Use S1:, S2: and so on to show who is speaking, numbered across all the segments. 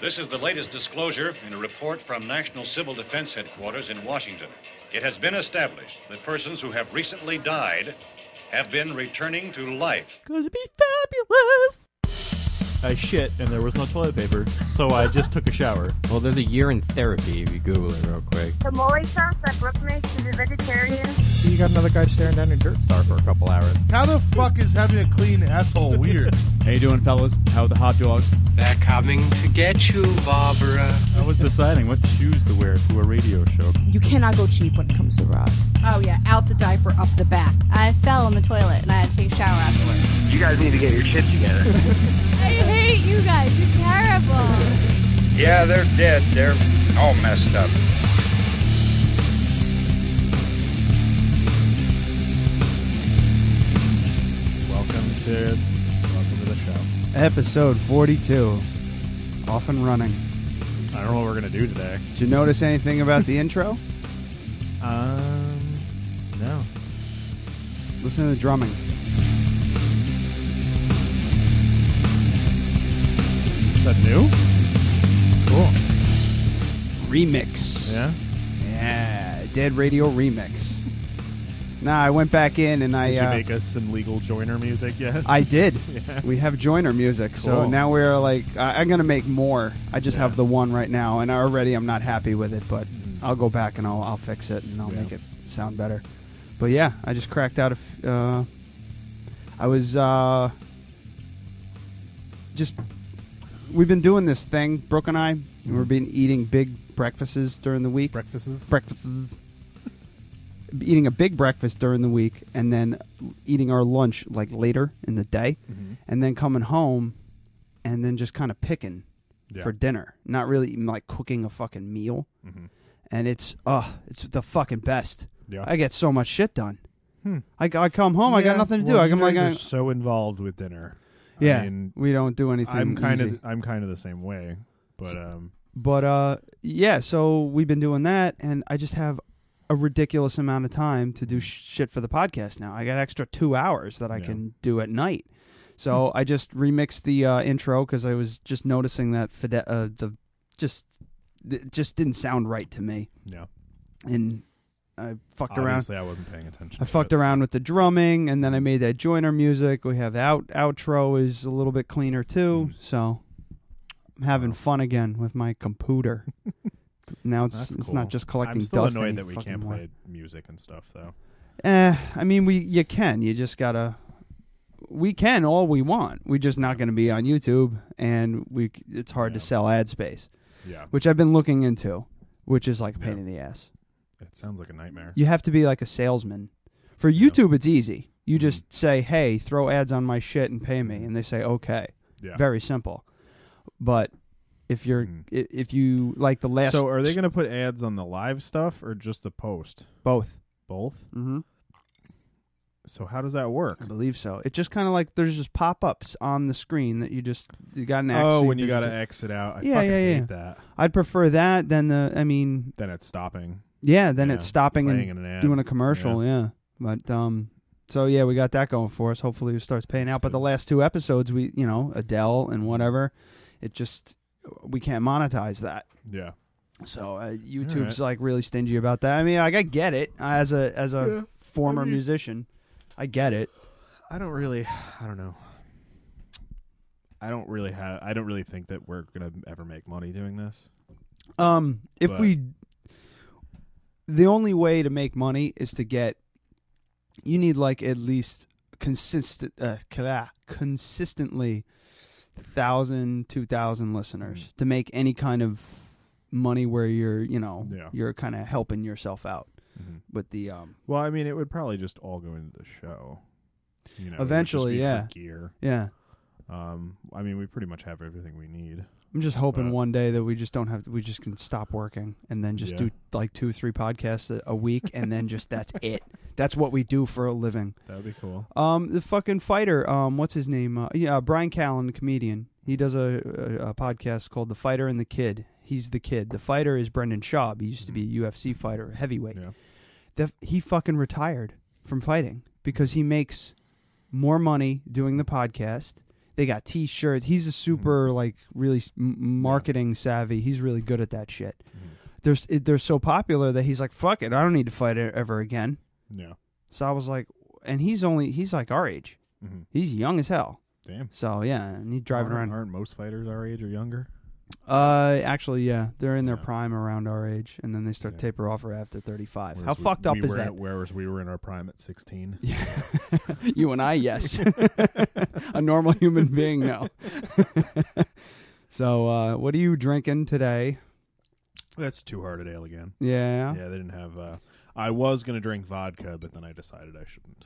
S1: This is the latest disclosure in a report from National Civil Defense Headquarters in Washington. It has been established that persons who have recently died have been returning to life.
S2: Gonna be fabulous.
S3: I shit and there was no toilet paper, so I just took a shower.
S4: Well, there's a year in therapy if you Google it real quick.
S5: Tamale sauce that Brooke makes is a vegetarian.
S6: You got another guy staring down your dirt star for a couple hours.
S7: How the fuck is having a clean asshole weird?
S3: How you doing, fellas? How are the hot dogs?
S8: They're coming to get you, Barbara.
S3: I was deciding what shoes to wear to a radio show.
S2: You cannot go cheap when it comes to bras.
S9: Oh yeah, out the diaper, up the back.
S10: I fell in the toilet and I had to take a shower afterwards.
S8: You guys need to get your shit together.
S10: I hate you guys. You're terrible.
S11: Yeah, they're dead. They're all messed up.
S3: Welcome to welcome to the show.
S6: Episode 42. Off and running.
S3: I don't know what we're gonna do today.
S6: Did you notice anything about the intro?
S3: Um, no.
S6: Listen to the drumming.
S3: Is that new? Cool.
S6: Remix.
S3: Yeah.
S6: Yeah, Dead Radio Remix. Nah, I went back in and I
S3: Did
S6: uh,
S3: you make us some legal joiner music yet?
S6: I did.
S3: Yeah.
S6: We have joiner music, so
S3: Cool.
S6: now we're like, I- I'm gonna make more. I just
S3: Yeah.
S6: have the one right now, and already I'm not happy with it. But
S3: Mhm.
S6: I'll go back and I'll I'll fix it and I'll
S3: Yeah.
S6: make it sound better. But yeah, I just cracked out. a f uh, I was uh, just. We've been doing this thing, Brooke and I. and
S3: Mm-hmm.
S6: We've been eating big breakfasts during the week
S3: Breakfasts.
S6: breakfasts. eating a big breakfast during the week and then eating our lunch like later in the day
S3: Mhm.
S6: and then coming home and then just kind of picking
S3: Yeah.
S6: for dinner. Not really even like cooking a fucking meal.
S3: Mhm.
S6: And it's uh it's the fucking best.
S3: Yeah.
S6: I get so much shit done.
S3: Hmm.
S6: I, I come home, I
S3: Yeah,
S6: got Oh nothing to do.
S3: well,
S6: I'm
S3: you
S6: like,
S3: guys
S6: I-
S3: are so involved with dinner. I
S6: yeah,
S3: mean,
S6: we don't do anything.
S3: I'm kind
S6: easy.
S3: of I'm kind of the same way, but um,
S6: But uh, yeah, so we've been doing that, and I just have a ridiculous amount of time to do sh- shit for the podcast now. I got extra two hours that I
S3: Yeah. Hmm.
S6: can do at night. So I just remixed the uh, intro because I was just noticing that Fide- uh, the just it just didn't sound right to me,
S3: yeah.
S6: and I fucked around.
S3: Obviously, I wasn't paying attention.
S6: I
S3: to
S6: fucked
S3: it.
S6: around with the drumming, and then I made that joiner music. We have the out outro is a little bit cleaner
S3: Mm.
S6: too, so I'm having fun again with my computer. now it's
S3: That's
S6: it's
S3: cool.
S6: not just collecting
S3: I'm still
S6: dust any
S3: annoyed that we
S6: fucking
S3: can't
S6: more.
S3: play music and stuff though.
S6: Eh, I mean we you can. You just gotta. We can all we want. We're just not going to be on YouTube, and we c- it's hard
S3: Yeah.
S6: to sell ad space,
S3: Yeah,
S6: which I've been looking into, which is like a pain
S3: Yeah.
S6: in the ass.
S3: it sounds like a nightmare.
S6: You have to be like a salesman. For YouTube, it's easy. You
S3: Mm-hmm.
S6: just say, "Hey, throw ads on my shit and pay me," and they say, "Okay."
S3: Yeah.
S6: Very simple. But if you're
S3: Mhm.
S6: i if you like the last
S3: so, are they going to put ads on the live stuff or just the post?
S6: both?
S3: Both.
S6: Mm-hmm.
S3: So, how does that work?
S6: I believe so. It just kind of like there's just pop ups on the screen that you just you got an. X,
S3: Oh,
S6: so
S3: when you got to
S6: i
S3: exit out, I
S6: Yeah,
S3: fucking
S6: yeah, yeah.
S3: hate that.
S6: I'd prefer that than the. I mean,
S3: Then it's stopping,
S6: yeah. Then
S3: Yeah,
S6: it's stopping and
S3: playing in an ad.
S6: doing a commercial, yeah. But um, so yeah, we got that going for us. Hopefully, it starts paying out. But the
S3: good.
S6: last two episodes, we you know Adele and whatever, it just we can't monetize that.
S3: yeah,
S6: So uh, YouTube's like really stingy about that. I mean, like I get it as a as a
S3: Yeah.
S6: former
S3: I mean-
S6: musician, I get it.
S3: I don't really. I don't know. I don't really have. I don't really think that we're gonna ever make money doing this.
S6: Um, if
S3: But-
S6: we, the only way to make money is to get, you need like at least consistent, uh, cla- consistently, thousand, two thousand listeners
S3: Mm.
S6: to make any kind of money where you're, you know,
S3: Yeah.
S6: you're kind of helping yourself out
S3: Mm-hmm.
S6: with the um.
S3: Well, I mean, it would probably just all go into the show. You know, it would just
S6: Eventually,
S3: be for
S6: yeah.
S3: Gear.
S6: Yeah,
S3: Um, I mean, we pretty much have everything we need.
S6: I'm just hoping
S3: But-
S6: one day that we just don't have, we just can stop working and then just
S3: Yeah.
S6: do like two, three podcasts a, a week, and then just that's it. That's what we do for a living.
S3: That would be cool.
S6: Um, the fucking fighter. Um, what's his name? Uh, yeah, Brian Callen, the comedian. He does a, a, a podcast called The Fighter and the Kid. He's the kid. The fighter is Brendan Schaub. He used to be a UFC fighter, heavyweight.
S3: Yeah.
S6: The, he fucking retired from fighting because he makes more money doing the podcast. They got T-shirts. He's a super like really s- m- marketing savvy. He's really good at that shit. They're s- it- they're so popular that he's like, fuck it, I don't need to fight e- ever again.
S3: Yeah.
S6: So I was like, and he's only he's like our age.
S3: Mhm.
S6: He's young as hell.
S3: Damn.
S6: So yeah, and he's driving
S3: Aren't-
S6: around.
S3: Aren't most fighters our age or younger?
S6: Uh, actually, yeah, they're in their prime around our age, and then they start taper off right after thirty-five. How
S3: Whereas we-
S6: fucked up
S3: we
S6: is
S3: were
S6: that?
S3: at- whereas we were in our prime at 16.
S6: Yeah. you and I, yes. a normal human being, no. so, uh, what are you drinking today?
S3: That's too hard at ale again.
S6: Yeah.
S3: Yeah, they didn't have. Uh, I was going to drink vodka, but then I decided I shouldn't.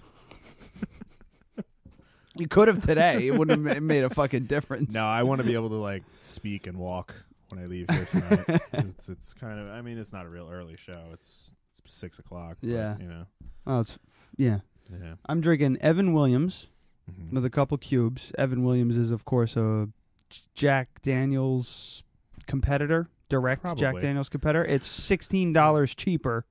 S6: You could have today. It wouldn't have ma- made a fucking difference.
S3: No, I want to be able to, like, speak and walk when I leave here tonight. it's, it's kind of. I mean, it's not a real early show. It's, it's 6 o'clock. but,
S6: Yeah.
S3: you know.
S6: Oh, it's yeah.
S3: Yeah.
S6: I'm drinking Evan Williams
S3: Mm-hmm.
S6: with a couple cubes. Evan Williams is, of course, a Jack Daniels competitor, direct Jack
S3: Probably.
S6: Daniels competitor. It's sixteen dollars cheaper.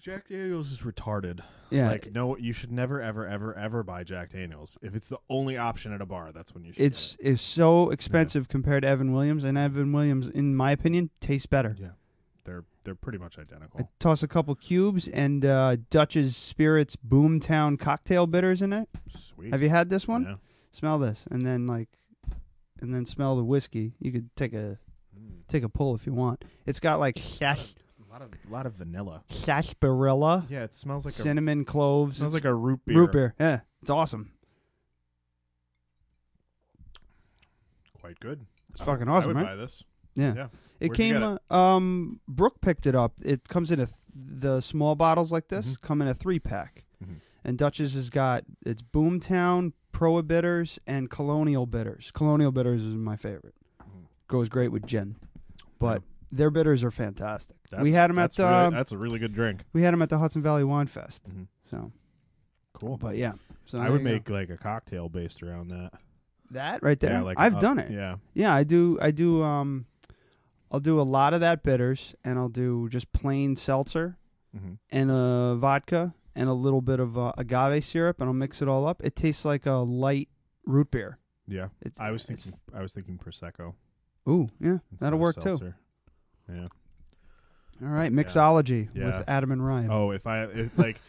S3: Jack Daniels is retarded.
S6: Yeah.
S3: Like, no, you should never, ever, ever, ever buy Jack Daniels. If it's the only option at a bar, that's when you should.
S6: It's is so expensive compared to Evan Williams, and Evan Williams, in my opinion, tastes better.
S3: Yeah. They're, they're pretty much identical.
S6: I toss a couple cubes and uh, Dutch's Spirits Boomtown cocktail bitters in it.
S3: Sweet.
S6: Have you had this one?
S3: No.
S6: Smell this, and then like, and then smell the whiskey. You could take a
S3: Mm.
S6: take a pull if you want. It's got like sash,
S3: A lot of, lot of vanilla.
S6: sarsaparilla,
S3: Yeah, it smells like a
S6: cinnamon cloves.
S3: Smells
S6: It's
S3: like a root beer.
S6: root beer. Yeah, it's awesome.
S3: Quite good.
S6: It's
S3: I
S6: fucking
S3: would-
S6: awesome,
S3: I would
S6: right?
S3: buy this.
S6: Yeah.
S3: Yeah.
S6: It
S3: Where'd you
S6: came.
S3: get
S6: Uh, um, Brooke picked it up. It comes in a th- the small bottles like this
S3: Mm-hmm.
S6: come in a three pack,
S3: Mhm.
S6: and Dutch's has got it's Boomtown, Proa Bitters, and Colonial Bitters. Colonial Bitters is my favorite.
S3: Mm-hmm.
S6: Goes great with gin, but their bitters are fantastic. we
S3: That's-
S6: had them at
S3: that's
S6: the um,
S3: really- that's a really good drink.
S6: we had 'em at the Hudson Valley Wine Fest.
S3: Mhm.
S6: So,
S3: Cool.
S6: but yeah, so
S3: I
S6: there
S3: would
S6: you go.
S3: make like a cocktail based around that.
S6: that right there.
S3: Yeah, like
S6: I've
S3: uh,
S6: done it.
S3: Yeah.
S6: Yeah, I do. I do. Um, I'll do a lot of that bitters, and I'll do just plain seltzer
S3: Mhm.
S6: and a vodka and a little bit of uh, agave syrup, and I'll mix it all up. It tastes like a light root beer.
S3: Yeah.
S6: It's,
S3: I was
S6: it's-
S3: thinking I was thinking prosecco.
S6: ooh, yeah, that'll work too. All right, mixology
S3: Yeah.
S6: with Adam and Ryan.
S3: Oh, if I if, like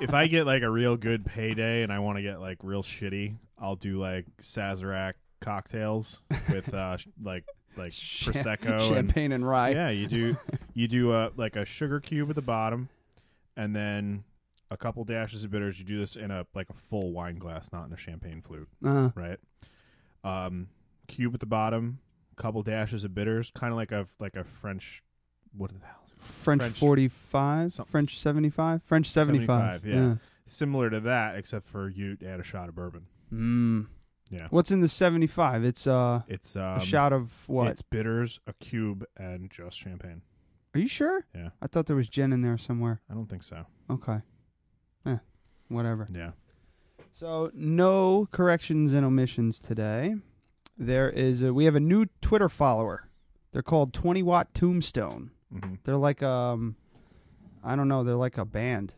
S3: if I get like a real good payday and I want to get like real shitty, I'll do like Sazerac cocktails with uh sh- like like
S6: Cha-
S3: prosecco and
S6: champagne, and rye.
S3: yeah, you do you do a like a sugar cube at the bottom, and then a couple dashes of bitters. You do this in a like a full wine glass, not in a champagne flute,
S6: Uh,
S3: right? Um, cube at the bottom, couple dashes of bitters, kind of like a like a French. What the hell? is it?
S6: French,
S3: French-
S6: forty-five,
S3: something-
S6: French seventy-five, French seventy-five.
S3: 75, yeah. Similar to that, except for you add a shot of bourbon.
S6: yeah. Mm.
S3: Yeah.
S6: What's in the seventy-five? It's uh,
S3: It's um,
S6: a shot of what?
S3: It's bitters, a cube, and just champagne.
S6: Are you sure?
S3: Yeah.
S6: I thought there was gin in there somewhere.
S3: I don't think so.
S6: Okay. Eh, whatever.
S3: Yeah.
S6: So no corrections and omissions today. There is a, we have a new Twitter follower. They're called Twenty Watt Tombstone.
S3: Mm-hmm.
S6: They're like um, I don't know. They're like a band.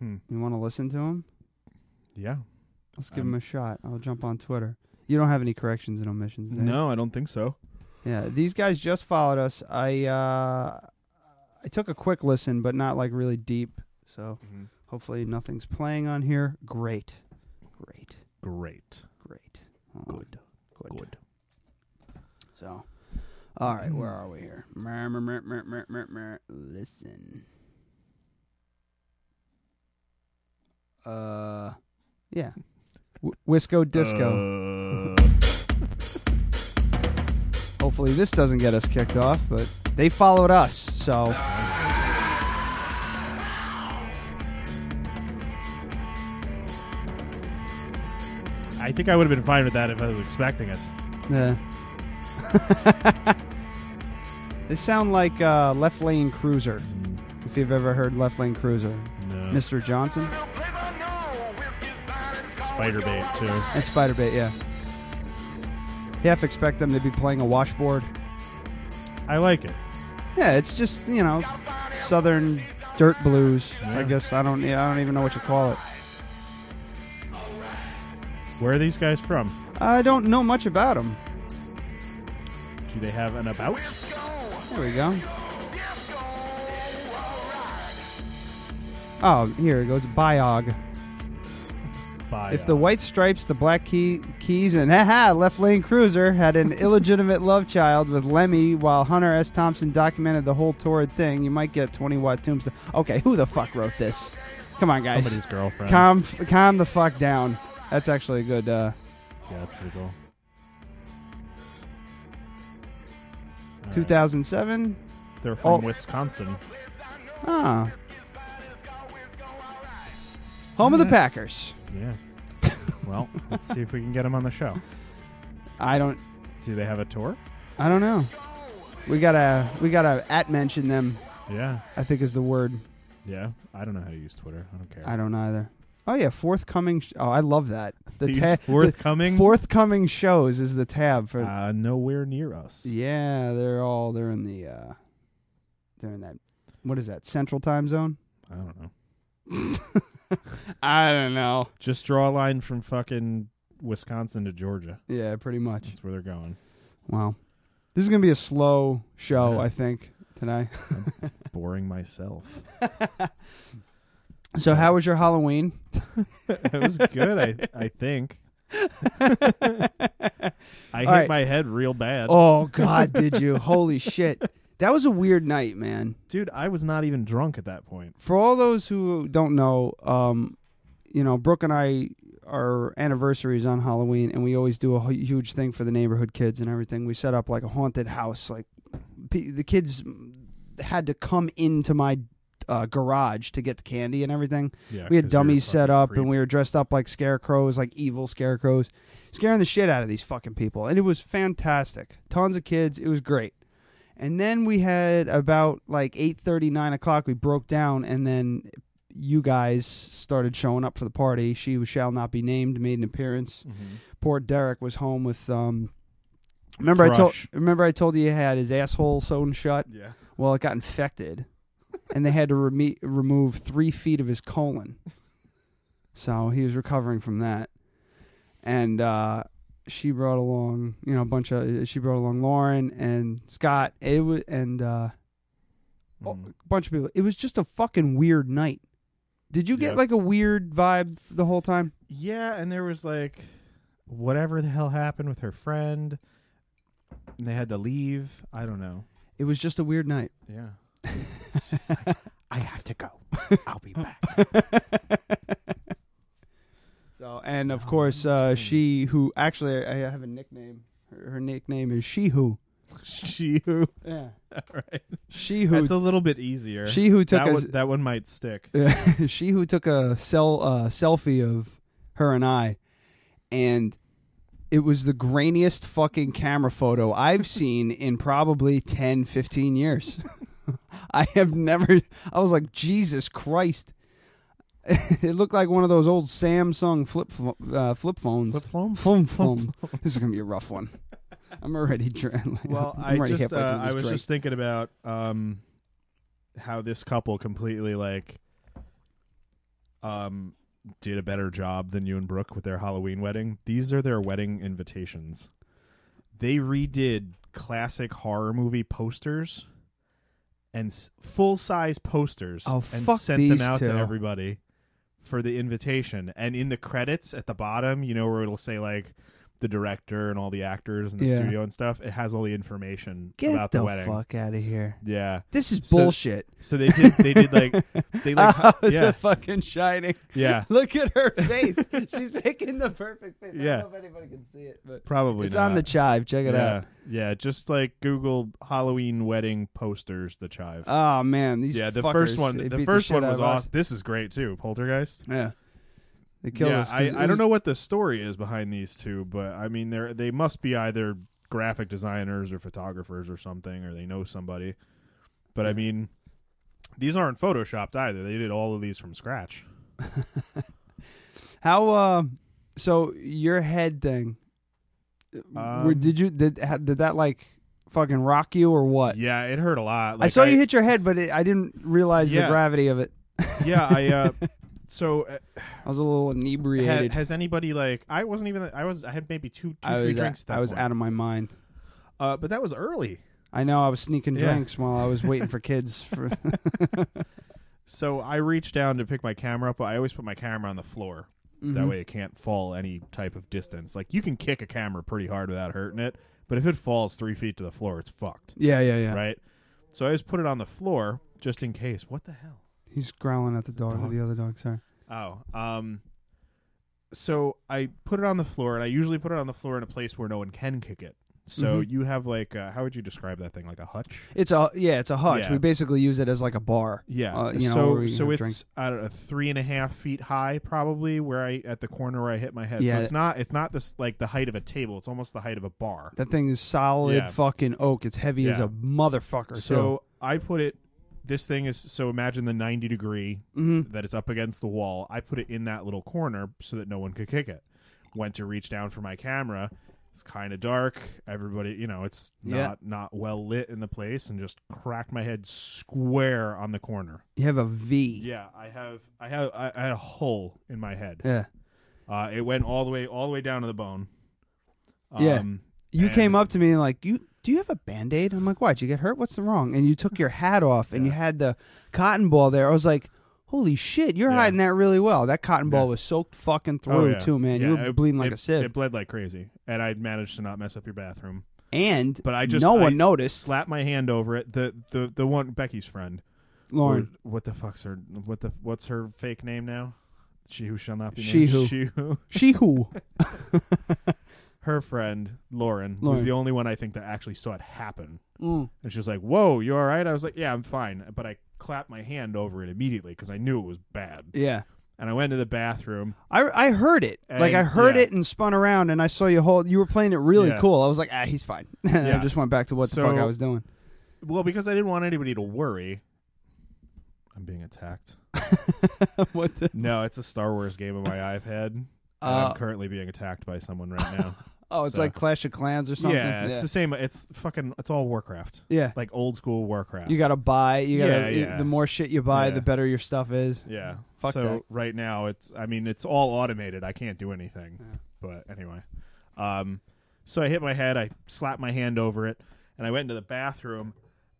S3: Hmm.
S6: You want to listen to them?
S3: Yeah.
S6: Let's give
S3: Um,
S6: them a shot. I'll jump on Twitter. You don't have any corrections and omissions. do you?
S3: No, I don't think so.
S6: Yeah, these guys just followed us. I uh, I took a quick listen, but not like really deep. So
S3: Mhm.
S6: hopefully nothing's playing on here. Great, great,
S3: Great.
S6: great. Oh, good, good, So, all right, where are we here? Mer, mer, mer, mer, mer, mer, mer. Listen. Uh, yeah. W- Wisco Disco.
S3: Uh,
S6: Hopefully, this doesn't get us kicked off, but they followed us, so.
S3: I think I would have been fine with that if I was expecting it.
S6: Yeah. they sound like uh, Left Lane Cruiser. If you've ever heard Left Lane Cruiser,
S3: No.
S6: Mr. Johnson
S3: Spider bait too.
S6: and Spider Bait, yeah. Half expect them to be playing a washboard.
S3: I like it.
S6: Yeah, it's just you know, southern dirt blues. I
S3: Yeah.
S6: guess I don't. yeah, I don't even know what you call it.
S3: Where are these guys from?
S6: I don't know much about them.
S3: Do they have an about?
S6: There we go. Oh, here it goes. Biog.
S3: By uh,
S6: If the White Stripes, the Black key, Keys, and haha, Left Lane Cruiser had an illegitimate love child with Lemmy while Hunter S. Thompson documented the whole torrid thing, you might get 20 watt tombstone. Okay, who the fuck wrote this? Come on, guys.
S3: Somebody's girlfriend.
S6: Calm, f- calm the fuck down. That's actually a good. Uh,
S3: yeah, that's pretty cool.
S6: 2007?
S3: They're from
S6: Oh.
S3: Wisconsin.
S6: Ah. Home of the Packers.
S3: Yeah. Well, let's see if we can get them on the show.
S6: I don't.
S3: Do they have a tour?
S6: I don't know. We gotta. We gotta at mention them.
S3: Yeah.
S6: I think is the word.
S3: Yeah. I don't know how to use Twitter. I don't care.
S6: I don't either. Oh yeah, forthcoming. Sh- oh, I love that. The
S3: These
S6: tab
S3: forthcoming?
S6: forthcoming shows is the tab for.
S3: Uh, nowhere near us.
S6: yeah, they're all they're in the. uh They're in that. What is that? Central time zone.
S3: I don't know.
S6: I don't know.
S3: Just draw a line from fucking Wisconsin to Georgia.
S6: Yeah, pretty much.
S3: That's where they're going.
S6: Wow, this is gonna be a slow show.
S3: Yeah.
S6: I think tonight.
S3: Boring myself.
S6: so, how was your Halloween?
S3: it was good, I I think. I hit
S6: All right.
S3: my head real bad.
S6: Oh God, did you? Holy shit! That was a weird night, man.
S3: Dude, I was not even drunk at that point.
S6: For all those who don't know, um, you know, Brooke and I our anniversary is on Halloween, and we always do a hu- huge thing for the neighborhood kids and everything. We set up like a haunted house. Like p- the kids had to come into my uh, garage to get the candy and everything.
S3: Yeah,
S6: we
S3: 'cause you're a
S6: had dummies set
S3: fucking
S6: up,
S3: creep.
S6: and we were dressed up like scarecrows, like evil scarecrows, scaring the shit out of these fucking people. And it was fantastic. Tons of kids. It was great. And then we had about like eight thirty, nine o'clock. We broke down, and then you guys started showing up for the party. She who shall not be named made an appearance. Poor Derek was home with. Um, remember I told
S3: Thrush.
S6: remember I told you he had his asshole sewn shut. Yeah. Well, it got infected, and they had to reme- remove three feet of his colon. So he was recovering from that, and uh, she brought along you know a bunch of uh, she brought along Lauren and Scott. It was and uh,
S3: Mm.
S6: oh, a bunch of people. It was just a fucking weird night. Did you get
S3: Yeah.
S6: like a weird vibe f- the whole time?
S3: Yeah, and there was like whatever the hell happened with her friend. And they had to leave. I don't know.
S6: It was just a weird night.
S3: Yeah.
S6: I have to go.
S3: I'll be back.
S6: So, and of course, uh, she who actually I I have a nickname. Her, her nickname is She Who.
S3: she who
S6: Yeah,
S3: all right.
S6: She Who.
S3: That's a little bit easier.
S6: She who took
S3: that,
S6: a-
S3: one, that one might stick.
S6: Yeah, she who took a cell uh, selfie of her and I, and it was the grainiest fucking camera photo I've seen in probably 10, 15 years. I have never. I was like, Jesus Christ! it looked like one of those old Samsung flip pho- uh, flip phones.
S3: Flip phone?
S6: Flum, flum. This is gonna be a rough one. I'm already. Dra-
S3: Well,
S6: I'm
S3: I
S6: already
S3: just uh,
S6: halfway through
S3: I
S6: this
S3: was
S6: drink.
S3: just thinking about um how this couple completely like um did a better job than you and Brooke with their Halloween wedding. These are their wedding invitations. They redid classic horror movie posters and full size posters
S6: Oh,
S3: and
S6: fuck
S3: sent
S6: these
S3: them out
S6: two.
S3: to everybody for the invitation. And in the credits at the bottom, you know where it'll say like the director and all the actors and the
S6: Yeah.
S3: studio and stuff. It has all the information
S6: get
S3: about
S6: the,
S3: the, wedding.
S6: fuck out of here.
S3: Yeah.
S6: This is
S3: So-
S6: bullshit.
S3: So they did. They did like they like
S6: Oh,
S3: yeah
S6: the fucking shining.
S3: Yeah.
S6: Look at her face. She's making the perfect face. I
S3: Yeah.
S6: don't know if anybody can see it, but
S3: probably
S6: it's on the
S3: not.
S6: chive. Check it
S3: yeah yeah just like Google Halloween wedding posters the chive.
S6: out. Oh man, these
S3: yeah, the
S6: fuckers,
S3: first
S6: they
S3: one. The
S6: beat
S3: first
S6: shit
S3: one
S6: out
S3: was
S6: of us.
S3: awesome. This is great too. Poltergeist.
S6: Yeah. They killed
S3: yeah,
S6: us. 'cause
S3: I,
S6: it
S3: I
S6: was-
S3: don't know what the story is behind these two, but I mean they're they must be either graphic designers or photographers or something, or they know somebody. But I mean, these aren't photoshopped either. They did all of these from scratch.
S6: How uh so your head thing. where,
S3: Um,
S6: did you did ha- did that like fucking rock you or what?
S3: Yeah, it hurt a lot.
S6: I
S3: Like,
S6: saw you hit your head, but it, I didn't realize
S3: Yeah.
S6: the gravity of it.
S3: Yeah, I. Uh, So uh,
S6: I was a little
S12: Has,
S6: inebriated.
S12: has anybody like I wasn't even I was I had maybe two two
S6: I
S12: three
S6: was,
S12: drinks. at that
S6: I was
S12: point.
S6: out of my mind.
S12: Uh, but that was early.
S6: I know I was sneaking
S12: Yeah.
S6: drinks while I was waiting for kids. For
S3: So I reached down to pick my camera up. but I always put my camera on the floor. That
S6: Mhm.
S3: way it can't fall any type of distance. Like you can kick a camera pretty hard without hurting it, but if it falls three feet to the floor, it's fucked.
S6: Yeah, yeah, yeah.
S3: Right? So I always put it on the floor just in case. What the hell?
S6: he's growling at the dog,
S3: dog.
S6: the other dog. Sorry.
S3: Oh, um, so I put it on the floor, and I usually put it on the floor in a place where no one can kick it. So
S6: Mhm.
S3: you have like, uh, how would you describe that thing? Like a hutch?
S6: It's a yeah, it's a hutch.
S3: Yeah.
S6: We basically use it as like a bar.
S3: Yeah.
S6: Uh, you know,
S3: so
S6: where we
S3: so
S6: have
S3: it's
S6: drinks.
S3: I don't know, three and a half feet high, probably where I at the corner where I hit my head.
S6: Yeah.
S3: So it's not it's not this like the height of a table. It's almost the height of a bar.
S6: that thing is solid
S3: Yeah.
S6: fucking oak. It's heavy as
S3: Yeah.
S6: a motherfucker. too.
S3: So I put it. This thing is so. Imagine the ninety degree
S6: Mhm.
S3: that it's up against the wall. I put it in that little corner so that no one could kick it. Went to reach down for my camera. It's kind of dark. Everybody, you know, it's not
S6: Yeah.
S3: not well lit in the place, and just cracked my head square on the corner.
S6: you have a V.
S3: Yeah, I have, I have, I, I had a hole in my head.
S6: Yeah.
S3: uh, it went all the way, all the way down to the bone. Um,
S6: yeah. You
S3: and-
S6: came up to me and like, you do you have a band aid? I'm like, why? Did you get hurt? What's wrong? And you took your hat off and you had the cotton ball there. I was like, holy shit, you're hiding that really well. That cotton ball was soaked fucking through
S3: Oh, yeah.
S6: too, man. you
S3: Yeah,
S6: were
S3: it-
S6: bleeding like
S3: it-
S6: a sieve.
S3: It bled like crazy, and I managed to not mess up your bathroom.
S6: And
S3: but I just
S6: no
S3: I
S6: one noticed.
S3: Slapped my hand over it. The the the one Becky's friend,
S6: Lauren.
S3: Or What the fuck's her? What the what's her fake name now? She who shall not be
S6: She
S3: named.
S6: who.
S3: She who.
S6: She who.
S3: her friend Lauren, was
S6: Lauren.
S3: the only one I think that actually saw it happen.
S6: Mm.
S3: And she was like, "Whoa, you all right?" I was like, "Yeah, I'm fine." But I clapped my hand over it immediately because I knew it was bad.
S6: Yeah.
S3: And I went to the bathroom.
S6: I, I heard it. like
S3: And-
S6: I heard
S3: yeah.
S6: it and spun around and I saw you hold you were playing it really
S3: Yeah.
S6: cool. I was like, ah, he's fine.
S3: Yeah.
S6: I just went back to what
S3: So-
S6: the fuck I was doing.
S3: Well, because I didn't want anybody to worry. I'm being attacked.
S6: what the?
S3: No, it's a Star Wars game on my iPad. and
S6: Uh,
S3: I'm currently being attacked by someone right now.
S6: Oh, it's
S3: So-
S6: like Clash of Clans or something.
S3: Yeah, it's the same. It's fucking. It's all Warcraft.
S6: Yeah.
S3: like old school Warcraft.
S6: You gotta buy. You gotta.
S3: Yeah,
S6: you-
S3: yeah.
S6: The more shit you buy,
S3: Yeah.
S6: the better your stuff is.
S3: Yeah.
S6: Fuck
S3: so
S6: that.
S3: right now it's I mean it's all automated. I can't do anything. But anyway. Um so I hit my head, I slapped my hand over it, and I went into the bathroom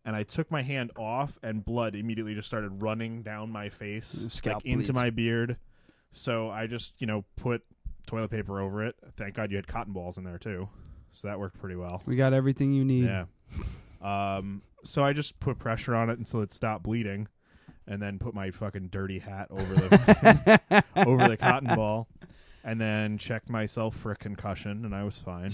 S3: and I took my hand off and blood immediately just started running down my face
S6: Mm, scalp
S3: like into
S6: bleeds.
S3: my beard. So I just, you know, put toilet paper over it. Thank God you had cotton balls in there too. So that worked pretty well.
S6: We got everything you need.
S3: Yeah. Um. So I just put pressure on it until it stopped bleeding, and then put my fucking dirty hat over the over the cotton ball, and then checked myself for a concussion, and I was fine.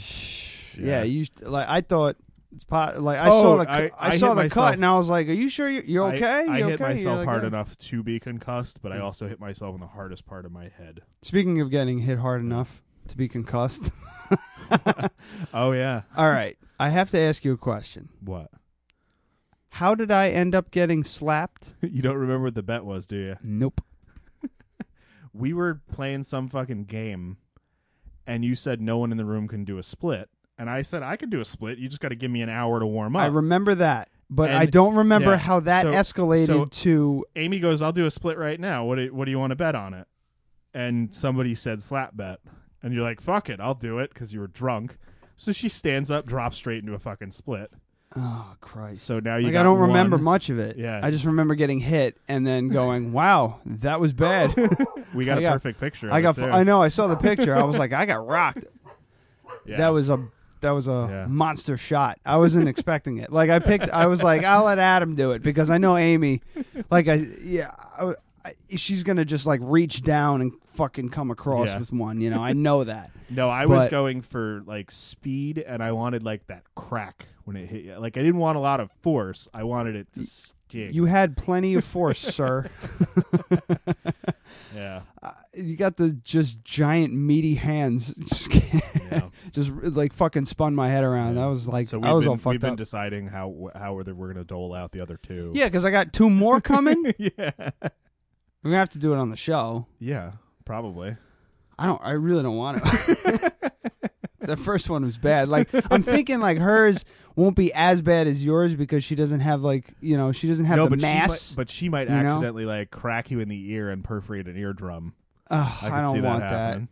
S3: Yeah.
S6: Yeah, you like I thought. It's pot, like I
S3: Oh,
S6: saw the cu- I,
S3: I- I hit
S6: saw the
S3: myself-
S6: cut and I was like, "Are you sure you're, you're
S3: I-
S6: okay?
S3: I,
S6: You're
S3: hit
S6: okay?"
S3: myself
S6: You're like,
S3: hard
S6: "Yeah."
S3: enough to be concussed, but I
S6: Yeah.
S3: also hit myself in the hardest part of my head.
S6: Speaking of getting hit hard enough to be concussed.
S3: Oh yeah.
S6: All right, I have to ask you a question.
S3: What?
S6: How did I end up getting slapped?
S3: you don't remember what the bet was, do you?
S6: Nope.
S3: we were playing some fucking game and you said no one in the room can do a split and i said i could do a split you just got to give me an hour to warm up
S6: I remember that, but I
S3: And-
S6: don't remember
S3: yeah,
S6: how that
S3: so-
S6: escalated
S3: so-
S6: to.
S3: amy goes i'll do a split right now what do, what do you want to bet on it and somebody said slap bet and you're like fuck it i'll do it because you were drunk so she stands up drops straight into a fucking split
S6: Oh Christ!
S3: so now you
S6: like
S3: got
S6: I don't remember
S3: one.
S6: much of it.
S3: Yeah.
S6: I just remember getting hit and then going, "Wow, that was bad."
S3: we got
S6: I
S3: a
S6: got-
S3: perfect picture of
S6: I
S3: it,
S6: got.
S3: too.
S6: I know. I saw the picture. I was like, "I got rocked."
S3: Yeah.
S6: That was a that was a
S3: Yeah.
S6: monster shot. I wasn't expecting it. Like I picked. I was like, "I'll let Adam do it because I know Amy." Like I yeah. I, I, she's gonna just like reach down and fucking come across
S3: Yeah.
S6: with one. You know. I know that.
S3: No, I was
S6: But-
S3: going for like speed, and I wanted like that crack when it hit you. Like I didn't want a lot of force. I wanted it to sting.
S6: You had plenty of force, sir.
S3: yeah,
S6: Uh, you got the just giant meaty hands. Just, just like fucking spun my head around. That was like
S3: so we've
S6: I was
S3: been,
S6: all
S3: we've
S6: fucked
S3: been
S6: up.
S3: deciding how how whether we're gonna dole out the other two.
S6: Yeah, because I got two more coming.
S3: yeah,
S6: We're gonna have to do it on the show.
S3: yeah, probably.
S6: I don't. I really don't want to. The first one was bad. Like I'm thinking, like hers won't be as bad as yours because she doesn't have like you know she doesn't have
S3: no,
S6: the
S3: but
S6: mass.
S3: She might, but she might
S6: you know?
S3: accidentally like crack you in the ear and perforate an eardrum.
S6: Ugh,
S3: I, can
S6: I don't
S3: see that
S6: want that.
S3: happening.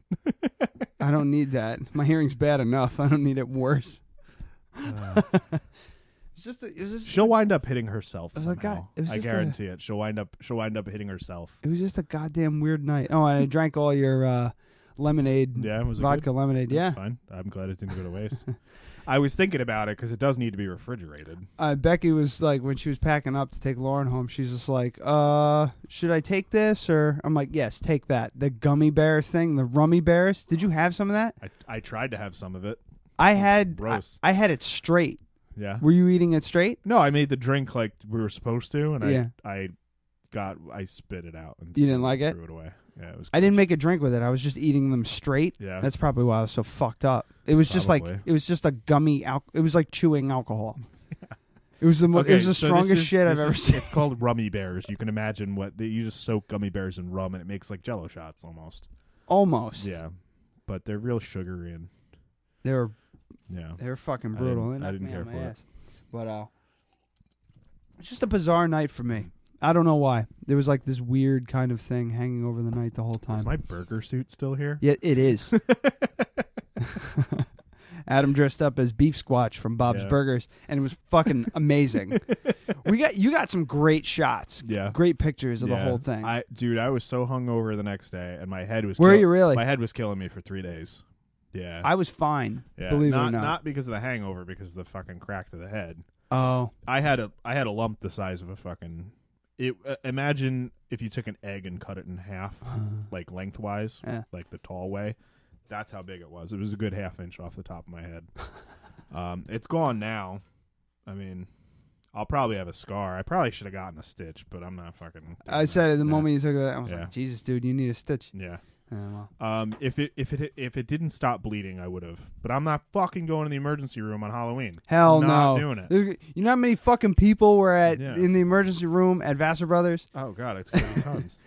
S6: I don't need that. My hearing's bad enough. I don't need it worse. It's just a- it was just
S3: she'll wind up hitting herself.
S6: It was like,
S3: somehow.
S6: God, it was
S3: I
S6: just a-
S3: guarantee it. She'll wind up. She'll wind up hitting herself.
S6: It was just a goddamn weird night. Oh, and I drank all your uh, lemonade.
S3: Yeah, was it
S6: vodka
S3: good?
S6: lemonade.
S3: That's
S6: yeah,
S3: fine. I'm glad it didn't go to waste. I was thinking about it because it does need to be refrigerated.
S6: uh, Becky was like when she was packing up to take Lauren home, she's just like, "Uh, should I take this?" Or I'm like, "Yes, take that." The gummy bear thing, the rummy bears. Did you have some of that?
S3: I, I tried to have some of it.
S6: I had.
S3: Mm, Gross.
S6: I, I had it straight.
S3: Yeah.
S6: Were you eating it straight?
S3: No, I made the drink like we were supposed to, and
S6: Yeah.
S3: I I got I spit it out. And
S6: You didn't like it?
S3: threw it away. Yeah, it was.
S6: I didn't make a drink with it. I was just eating them straight.
S3: Yeah.
S6: That's probably why I was so fucked up. It was just like
S3: Probably.
S6: it was just a gummy. Al- it was like chewing alcohol. It was the mo- it
S3: Okay,
S6: was the
S3: so this
S6: strongest
S3: is-
S6: shit I've
S3: this
S6: ever
S3: is-
S6: seen.
S3: It's called rummy bears. You can imagine what they, you just soak gummy bears in rum, and it makes like Jello shots almost.
S6: Almost.
S3: Yeah, but they're real sugary and
S6: They were
S3: yeah.
S6: they were fucking
S3: I
S6: brutal.
S3: didn't-
S6: They
S3: I
S6: knocked
S3: didn't
S6: me
S3: care
S6: on my
S3: for it.
S6: ass. But uh, it's just a bizarre night for me. I don't know why. There was like this weird kind of thing hanging over the night the whole time.
S3: Is my burger suit still here?
S6: yeah, it is. Adam dressed up as Beef Squatch from Bob's
S3: Yeah.
S6: Burgers, and it was fucking amazing. we got you got some great shots,
S3: Yeah.
S6: great pictures of the
S3: Yeah.
S6: whole thing.
S3: I dude, I was so hungover the next day, and my head was.
S6: Were
S3: kill-
S6: you really?
S3: My head was killing me for three days. Yeah,
S6: I was fine,
S3: yeah.
S6: believe
S3: not,
S6: it or not.
S3: Not because of the hangover, because of the fucking crack to the head.
S6: oh,
S3: I had a I had a lump the size of a fucking. It uh, imagine if you took an egg and cut it in half, like lengthwise,
S6: Yeah.
S3: like the tall way. That's how big it was. It was a good half inch off the top of my head. um, it's gone now. I mean, I'll probably have a scar. I probably should have gotten a stitch, but I'm not fucking. doing
S6: I
S3: that.
S6: said it the
S3: Yeah.
S6: moment you took that, I was
S3: Yeah.
S6: like, Jesus, dude, you need a stitch.
S3: Yeah.
S6: Yeah, well.
S3: Um, if it if it if it didn't stop bleeding, I would have. But I'm not fucking going to the emergency room on Halloween.
S6: Hell
S3: not
S6: no!
S3: doing it.
S6: There's- you know how many fucking people were at
S3: Yeah.
S6: in the emergency room at Vassar Brothers?
S3: Oh god, it's gonna be tons.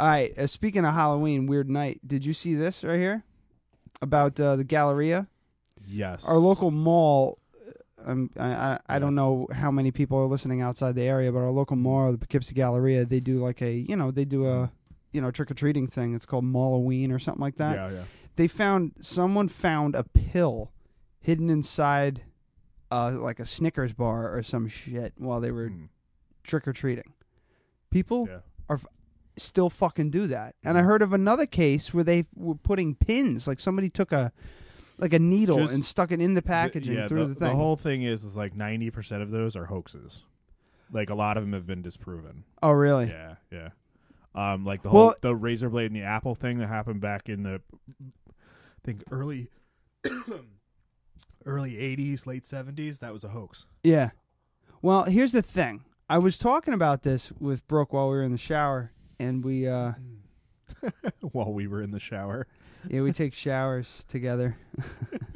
S6: All right. Uh, speaking of Halloween, weird night. Did you see this right here about uh, the Galleria?
S3: yes.
S6: Our local mall. Um, I, I I don't know how many people are listening outside the area, but our local mall, the Poughkeepsie Galleria, they do like a you know they do a you know trick or treating thing. It's called Halloween or something like that.
S3: Yeah, yeah.
S6: They found someone found a pill hidden inside uh, like a Snickers bar or some shit while they were trick or treating. People
S3: Hmm. Yeah.
S6: are f- still fucking do that. And I heard of another case where they were putting pins, like somebody took a like a needle
S3: Just
S6: and stuck it in the packaging
S3: yeah,
S6: through the, thing.
S3: whole thing is is like ninety percent of those are hoaxes. Like a lot of them have been disproven.
S6: oh, really?
S3: Yeah, yeah. Um, like the
S6: Well-
S3: whole the razor blade and the apple thing that happened back in the, I think early, early eighties, late seventies. That was a hoax.
S6: Yeah. Well, here's the thing. I was talking about this with Brooke while we were in the shower, and we uh
S3: While we were in the shower,
S6: yeah we take showers together.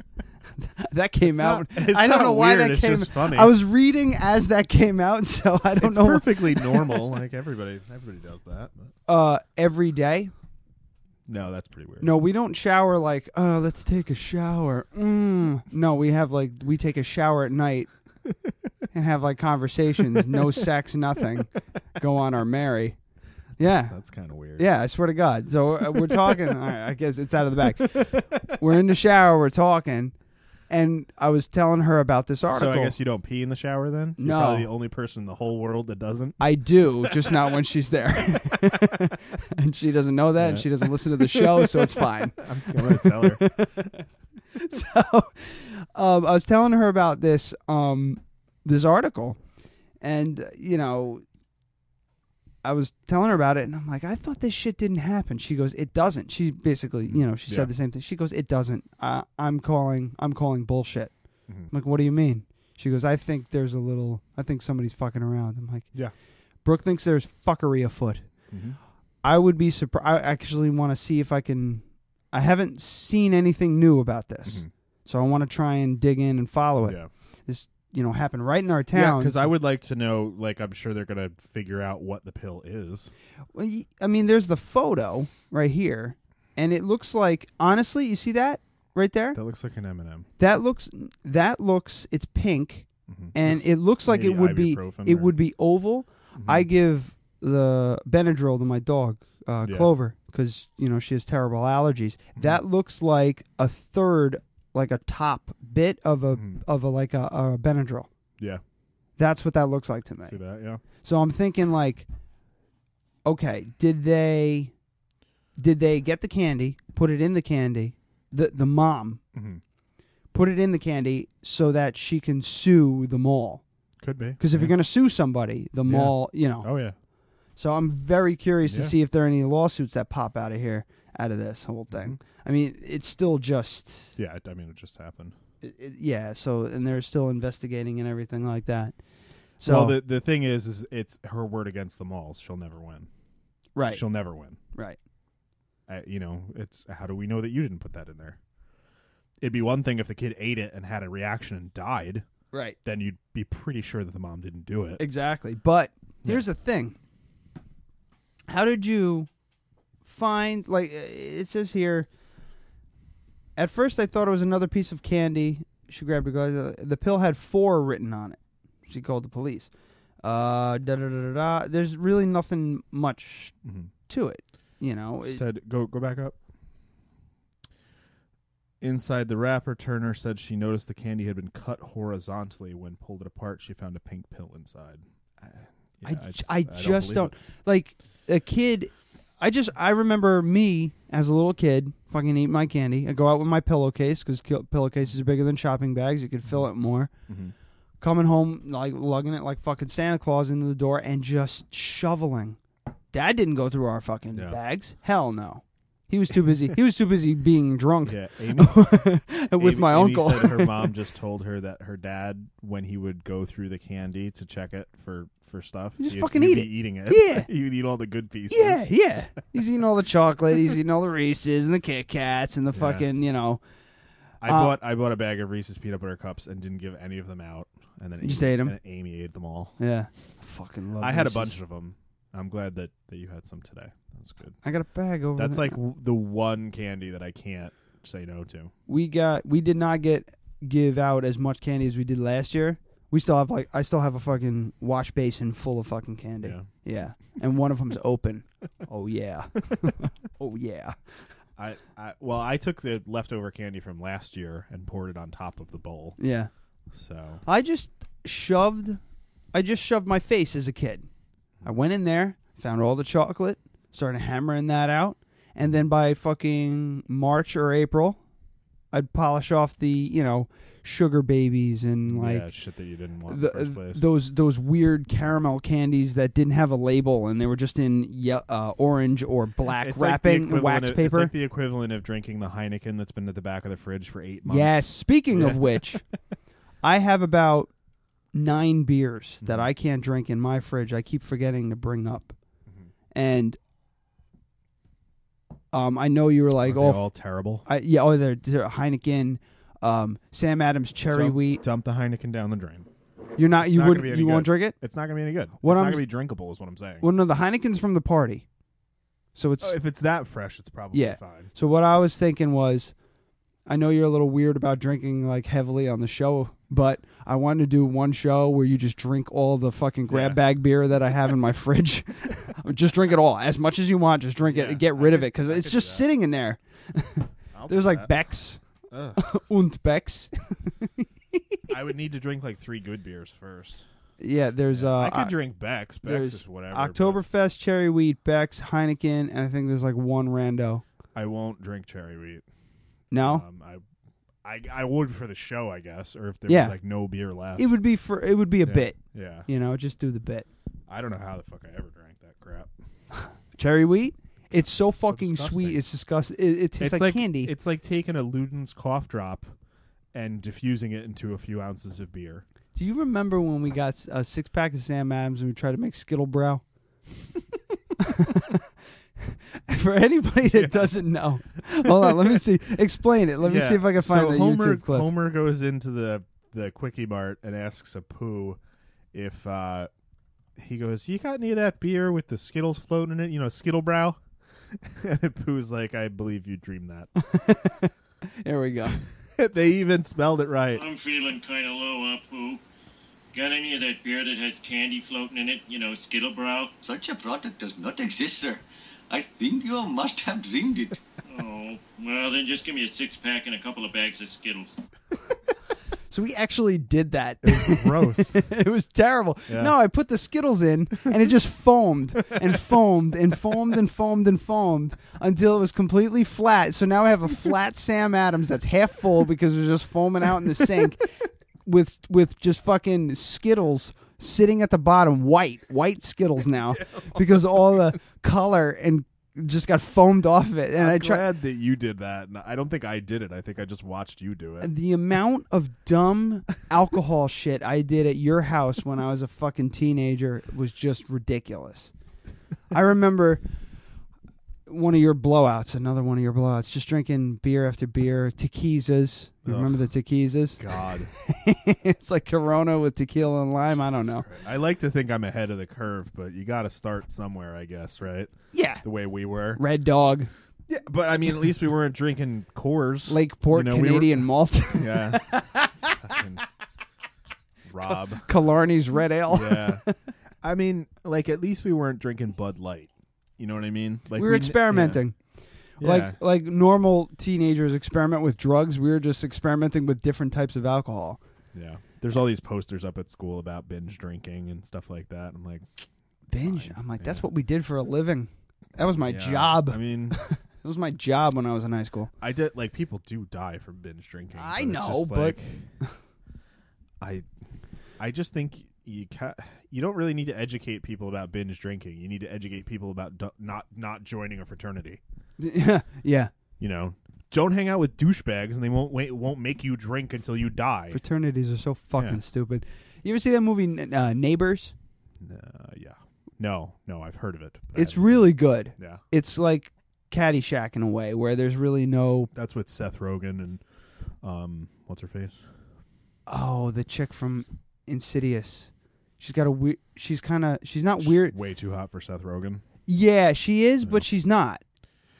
S6: that came
S3: It's
S6: out.
S3: not- it's
S6: I don't
S3: not
S6: know why
S3: weird,
S6: that
S3: it's
S6: came.
S3: just funny.
S6: I was reading as that came out, so I don't
S3: it's
S6: know.
S3: perfectly normal. Like everybody, everybody does that. But.
S6: Uh, every day.
S3: No, that's pretty weird.
S6: No, we don't shower like, oh, let's take a shower. Mm. No, we have like, we take a shower at night and have like conversations, no sex, nothing. Go on our merry. Yeah.
S3: that's kind of weird.
S6: Yeah, I swear to God. So uh, we're talking. all right, I guess it's out of the back. We're in the shower, we're talking, and I was telling her about this article.
S3: So I guess you don't pee in the shower then. You're
S6: No.
S3: probably the only person in the whole world that doesn't.
S6: I do, just not when she's there. and she doesn't know that, and
S3: Yeah.
S6: she doesn't listen to the show, so it's fine.
S3: I'm gonna tell her.
S6: so um, I was telling her about this um, this article, and you know, I was telling her about it, and I'm like, I thought this shit didn't happen. She goes, it doesn't. She basically, you know, she
S3: Yeah.
S6: said the same thing. She goes, it doesn't. I, I'm calling. I'm calling bullshit.
S3: Mhm.
S6: I'm like, what do you mean? She goes, I think there's a little. I think somebody's fucking around. I'm like,
S3: Yeah.
S6: Brooke thinks there's fuckery afoot.
S3: Mhm.
S6: I would be surprised. I actually want to see if I can. I haven't seen anything new about this,
S3: Mhm.
S6: so I want to try and dig in and follow it.
S3: Yeah.
S6: This, you know, happened right in our
S3: Yeah,
S6: town.
S3: because I would like to know. Like, I'm sure they're gonna figure out what the pill is.
S6: Well, y- I mean, there's the photo right here, and it looks like honestly, you see that? right there?
S3: That looks like an M&M.
S6: That looks that looks it's pink
S3: Mm-hmm.
S6: and it looks like it
S3: maybe
S6: would be
S3: ibuprofen
S6: it
S3: or-
S6: would be oval.
S3: Mm.
S6: I give the Benadryl to my dog uh,
S3: Yeah. Mm-hmm.
S6: Clover cuz you know she has terrible allergies. That looks like a third like a top bit of a of a like a, a Benadryl.
S3: Mm-hmm. Yeah.
S6: That's what that looks like to me.
S3: Mm-hmm. See that? Yeah.
S6: So I'm thinking like, okay, did they, did they get the candy, put it in the candy, the the mom,
S3: Mhm.
S6: put it in the candy so that she can sue the mall?
S3: Could be.
S6: Because if
S3: yeah.
S6: you're gonna sue somebody, the
S3: Mm-hmm. Yeah.
S6: mall, you know.
S3: Oh yeah.
S6: So I'm very curious
S3: Yeah.
S6: to see if there are any lawsuits that pop out of here, out of this whole
S3: Mm-hmm.
S6: thing. I mean, it's still just,
S3: Yeah, it- I mean it just happened.
S6: it, it- yeah. So and they're still investigating and everything like that. So
S3: well, the the thing is is it's her word against the malls. She'll never win.
S6: Right.
S3: She'll never win.
S6: Right.
S3: I, you know, it's how do we know that you didn't put that in there? It'd be one thing if the kid ate it and had a reaction and died.
S6: Right.
S3: Then you'd be pretty sure that the mom didn't do it.
S6: Exactly. But here's the thing. How did you find like uh, it says here At first I thought it was another piece of candy. She grabbed a glass. uh, The pill had 4 written on it. She called the police. Uh da da da da. da. There's really nothing much
S3: Mm-hmm.
S6: to it, you know. It-
S3: said go go back up. Inside the wrapper, Turner said she noticed the candy had been cut horizontally. When pulled it apart, she found a pink pill inside.
S6: I,
S3: Yeah,
S6: j-
S3: I just-
S6: I
S3: I don't
S6: just,
S3: believe
S6: don't, like a kid. I just I remember me as a little kid fucking eat my candy. I go out with my pillowcase because pillowcases are bigger than shopping bags. You could fill it more.
S3: Mhm.
S6: Coming home like lugging it like fucking Santa Claus into the door and just shoveling. Dad didn't go through our fucking bags. Hell no. He was too busy. he was too busy being drunk.
S3: Yeah, Amy,
S6: with
S3: Amy-
S6: my
S3: Amy
S6: uncle.
S3: said her mom just told her that her dad, when he would go through the candy to check it for for stuff,
S6: Just
S3: he'd-
S6: fucking
S3: he'd be
S6: eat it.
S3: Eating it,
S6: Yeah.
S3: he'd eat all the good pieces.
S6: Yeah, yeah. He's eating all the chocolate. He's eating all the Reese's and the Kit Kats and the fucking, you know.
S3: I
S6: Uh,
S3: bought I bought a bag of Reese's peanut butter cups and didn't give any of them out, and then
S6: You just
S3: Amy,
S6: ate 'em?
S3: And Amy ate them all.
S6: Yeah. Fucking love
S3: I had a
S6: Reese's.
S3: bunch of them. I'm glad that that you had some today. That was good.
S6: I got a bag over
S3: That's
S6: there.
S3: like w- the one candy that I can't say no to.
S6: we got we did not get give out as much candy as we did last year. We still have like I still have a fucking wash basin full of fucking candy.
S3: Yeah.
S6: And one of them's open. Oh yeah. oh yeah.
S3: I, I well, I took the leftover candy from last year and poured it on top of the bowl.
S6: Yeah.
S3: So
S6: I just shoved I just shoved my face as a kid. I went in there, found all the chocolate, started hammering that out, and then by fucking March or April, I'd polish off the, you know, sugar babies and like
S3: yeah, shit that you didn't want
S6: the,
S3: in the first place.
S6: those those weird caramel candies that didn't have a label and they were just in ye- uh, orange or black
S3: It's like the
S6: wrapping
S3: equivalent
S6: wax
S3: of- It's
S6: paper.
S3: like the equivalent of drinking the Heineken that's been at the back of the fridge for eight months.
S6: Yes. Speaking of
S3: Yeah.
S6: which, I have about nine beers that
S3: Mm-hmm.
S6: I can't drink in my fridge. I keep forgetting to bring up,
S3: Mm-hmm.
S6: and um, I know you were like,
S3: They're
S6: "Oh, f-
S3: all terrible.
S6: I, yeah, oh, they're, they're Heineken, um, Sam Adams cherry
S3: Dump-
S6: wheat."
S3: Dump the Heineken down the drain.
S6: You're not.
S3: It's
S6: you
S3: not gonna
S6: wouldn't.
S3: be
S6: You
S3: any
S6: won't
S3: good.
S6: drink it.
S3: It's not gonna be any good.
S6: What
S3: it's
S6: I'm
S3: not
S6: s-
S3: gonna be drinkable, is what I'm saying.
S6: Well, no, the Heineken's from the party, so it's
S3: Oh, if it's that fresh, it's probably
S6: yeah.
S3: fine.
S6: So what I was thinking was, I know you're a little weird about drinking like heavily on the show, but I wanted to do one show where you just drink all the fucking grab
S3: Yeah.
S6: bag beer that I have in my fridge. just drink it all, as much as you want. Just drink it. Get rid of it because it's just sitting in there. There's
S3: do
S6: like
S3: that.
S6: Beck's
S3: Ugh.
S6: und Beck's.
S3: I would need to drink like three good beers first.
S6: Yeah, there's uh,
S3: I could drink Beck's. Beck's
S6: there's
S3: is whatever, but-
S6: Oktoberfest, cherry wheat, Beck's, Heineken, and I think there's like one rando.
S3: I won't drink cherry wheat.
S6: No,
S3: Um, I, I, I would for the show, I guess, or if there
S6: Yeah.
S3: was like no beer left.
S6: it would be for it would be a
S3: Yeah,
S6: bit.
S3: yeah.
S6: you know, just do the bit.
S3: I don't know how the fuck I ever drank that crap.
S6: cherry wheat. It's so fucking
S3: disgusting.
S6: sweet. It's disgusting. It, it tastes
S3: it's
S6: like,
S3: like
S6: candy.
S3: It's like taking a Luden's cough drop and diffusing it into a few ounces of beer.
S6: Do you remember when we got s- a six pack of Sam Adams and we tried to make Skittle Brow? For anybody that doesn't know, hold on. Let me see. Explain it. Let me
S3: Yeah.
S6: see if I can find
S3: so
S6: the
S3: Homer,
S6: YouTube clip.
S3: Homer goes into the the quickie mart and asks a poo if uh, he goes, "You got any of that beer with the Skittles floating in it? You know, Skittle Brow." and Pooh's like, "I believe you dreamed that."
S6: There we go.
S3: they even spelled it right.
S13: I'm feeling kind of low up, who? Got any of that beer that has candy floating in it? You know, Skittle Brow?
S14: Such a product does not exist, sir. I think you must have dreamed it.
S13: oh, well, then just give me a six pack and a couple of bags of Skittles.
S6: So we actually did that.
S3: gross.
S6: it was terrible.
S3: Yeah.
S6: No, I put the Skittles in and it just foamed and foamed and foamed and foamed and foamed until it was completely flat. So now I have a flat Sam Adams that's half full because it's just foaming out in the sink with with just fucking Skittles sitting at the bottom, white, white Skittles now because all the color and just got foamed off of it. And
S3: I'm
S6: I tried
S3: glad that you did that. and I don't think I did it. I think I just watched you do it.
S6: the amount of dumb alcohol shit I did at your house when I was a fucking teenager was just ridiculous. I remember one of your blowouts, another one of your blowouts, just drinking beer after beer, tequizas. You remember the tequizas?
S3: God.
S6: it's like Corona with tequila and lime. I don't know.
S3: I like to think I'm ahead of the curve, but you got to start somewhere, I guess, right?
S6: Yeah.
S3: The way we were.
S6: Red Dog.
S3: Yeah, but I mean, at least we weren't drinking Coors.
S6: Lakeport
S3: You know, we were-
S6: Canadian malt.
S3: Yeah. Fucking Rob.
S6: Killarney's Red Ale.
S3: Yeah. I mean, like at least we weren't drinking Bud Light. You know what I mean? Like
S6: we were
S3: kn-
S6: experimenting.
S3: Yeah. Yeah.
S6: Like like normal teenagers experiment with drugs, we were just experimenting with different types of alcohol.
S3: Yeah. There's all these posters up at school about binge drinking and stuff like that. I'm like,
S6: Binge. I'm like, that's what we did for a living. That was my
S3: Yeah.
S6: job.
S3: I mean,
S6: it was my job when I was in high school.
S3: I did like people do die from binge drinking.
S6: I
S3: but it's
S6: know,
S3: just,
S6: but-
S3: like, I, I just think you ca- you don't really need to educate people about binge drinking. You need to educate people about do- not not joining a fraternity.
S6: Yeah, yeah.
S3: You know, don't hang out with douchebags, and they won't wait, won't make you drink until you die.
S6: Fraternities are so fucking stupid. You ever see that movie N- uh, Neighbors?
S3: Uh, yeah, no, no, I've heard of it. but I
S6: It's
S3: haven't
S6: really good.
S3: Yeah.
S6: It's like Caddyshack in a way, where there's really no.
S3: That's with Seth Rogen and um, what's her face?
S6: Oh, the chick from Insidious. She's got a weird. She's kind of. She's not weird.
S3: Way too hot for Seth Rogen.
S6: Yeah, she is, but she's not.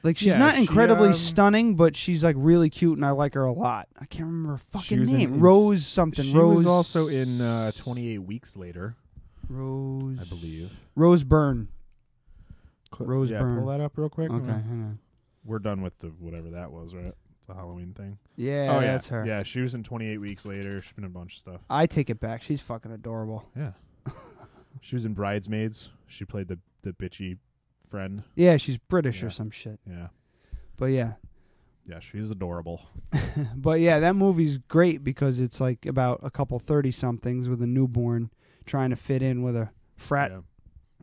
S6: Like she's
S3: Yeah,
S6: not
S3: she,
S6: incredibly
S3: um,
S6: stunning, but she's like really cute, and I like her a lot. I can't remember her
S3: She
S6: fucking
S3: was in
S6: name.
S3: Ins-
S6: Rose something.
S3: She
S6: Rose
S3: was also in uh, 28 Weeks Later,
S6: Rose.
S3: I believe.
S6: Rose Byrne. Rose
S3: yeah,
S6: Byrne.
S3: pull that up real quick.
S6: Okay,
S3: We're-
S6: hang on.
S3: We're done with the whatever that was, right? The Halloween thing.
S6: Yeah,
S3: oh,
S6: that's her.
S3: Yeah, she was in 28 Weeks Later. She's been in a bunch of stuff.
S6: I take it back. She's fucking adorable.
S3: Yeah. she was in Bridesmaids. She played the the bitchy friend.
S6: Yeah, she's British
S3: Yeah.
S6: or some shit.
S3: Yeah.
S6: But yeah,
S3: Yeah, she's adorable.
S6: but yeah, that movie's great because it's like about a couple thirty somethings with a newborn trying to fit in with a frat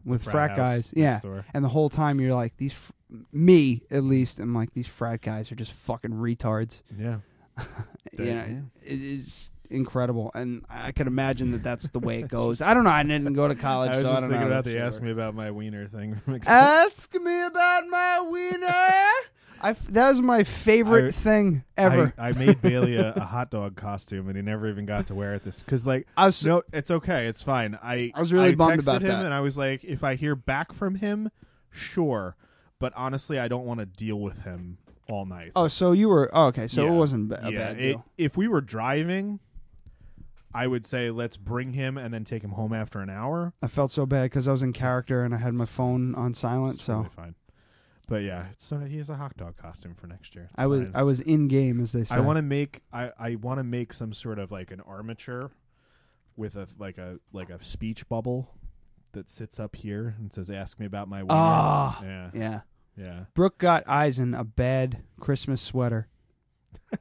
S6: with
S3: Frat
S6: frat,
S3: house
S6: guys.
S3: next
S6: Yeah,
S3: door.
S6: and the whole time you're like these. Fr- me at least, I'm like these frat guys are just fucking retards.
S3: Yeah.
S6: you know, it- it's incredible, and I can imagine that that's the way it goes. I don't know. I didn't go to college,
S3: I was
S6: so
S3: just
S6: I don't
S3: thinking
S6: know.
S3: about the ask me about my wiener thing. From
S6: Ask me about my wiener. I f- that was my favorite
S3: I-
S6: thing ever.
S3: I, I made Bailey a, a hot dog costume, and he never even got to wear it. This because like
S6: I was
S3: no, it's okay, it's fine. I
S6: I was really bummed
S3: texted
S6: about
S3: him
S6: that.
S3: and I was like, if I hear back from him, sure, but honestly, I don't want to deal with him all night.
S6: oh, so you were oh, okay? So
S3: Yeah.
S6: it wasn't ba- a
S3: Yeah,
S6: bad
S3: it-
S6: deal.
S3: if we were driving, I would say let's bring him and then take him home after an hour.
S6: I felt so bad because I was in character and I had my phone on silent,
S3: It's
S6: so
S3: totally fine. But yeah, so he has a hot dog costume for next year. It's
S6: I was
S3: fine.
S6: I was in game, as they say.
S3: I want to make I, I want to make some sort of like an armature with a like a like a speech bubble that sits up here and says ask me about my wiener."
S6: Ah,
S3: yeah.
S6: yeah.
S3: Yeah.
S6: Brooke got Eisen a bad Christmas sweater.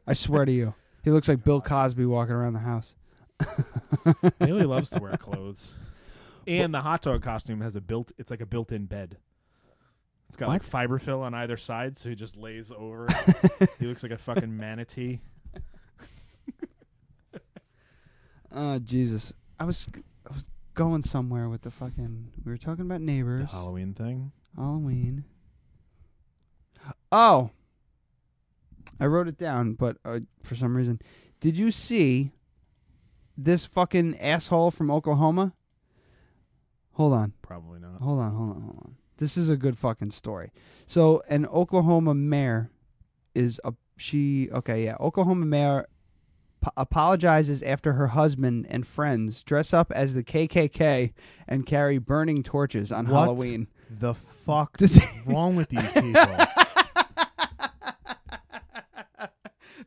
S6: I swear to you, he looks like Bill Cosby walking around the house.
S3: Bailey loves to wear clothes. And the hot dog costume has a built it's like a built-in bed. It's got like fiber fill on either side so he just lays over. he looks like a fucking manatee.
S6: Oh Jesus! I was I was going somewhere with the fucking. We were talking about
S3: The
S6: neighbors,
S3: Halloween thing.
S6: Halloween. Oh, I wrote it down, but uh, for some reason, did you see this fucking asshole from Oklahoma? Hold on.
S3: Probably not.
S6: Hold on, hold on, hold on. This is a good fucking story. So, an Oklahoma mayor is a she okay yeah Oklahoma mayor p- apologizes after her husband and friends dress up as the KKK and carry burning torches on
S3: What
S6: Halloween.
S3: The fuck
S6: is
S3: wrong with these people?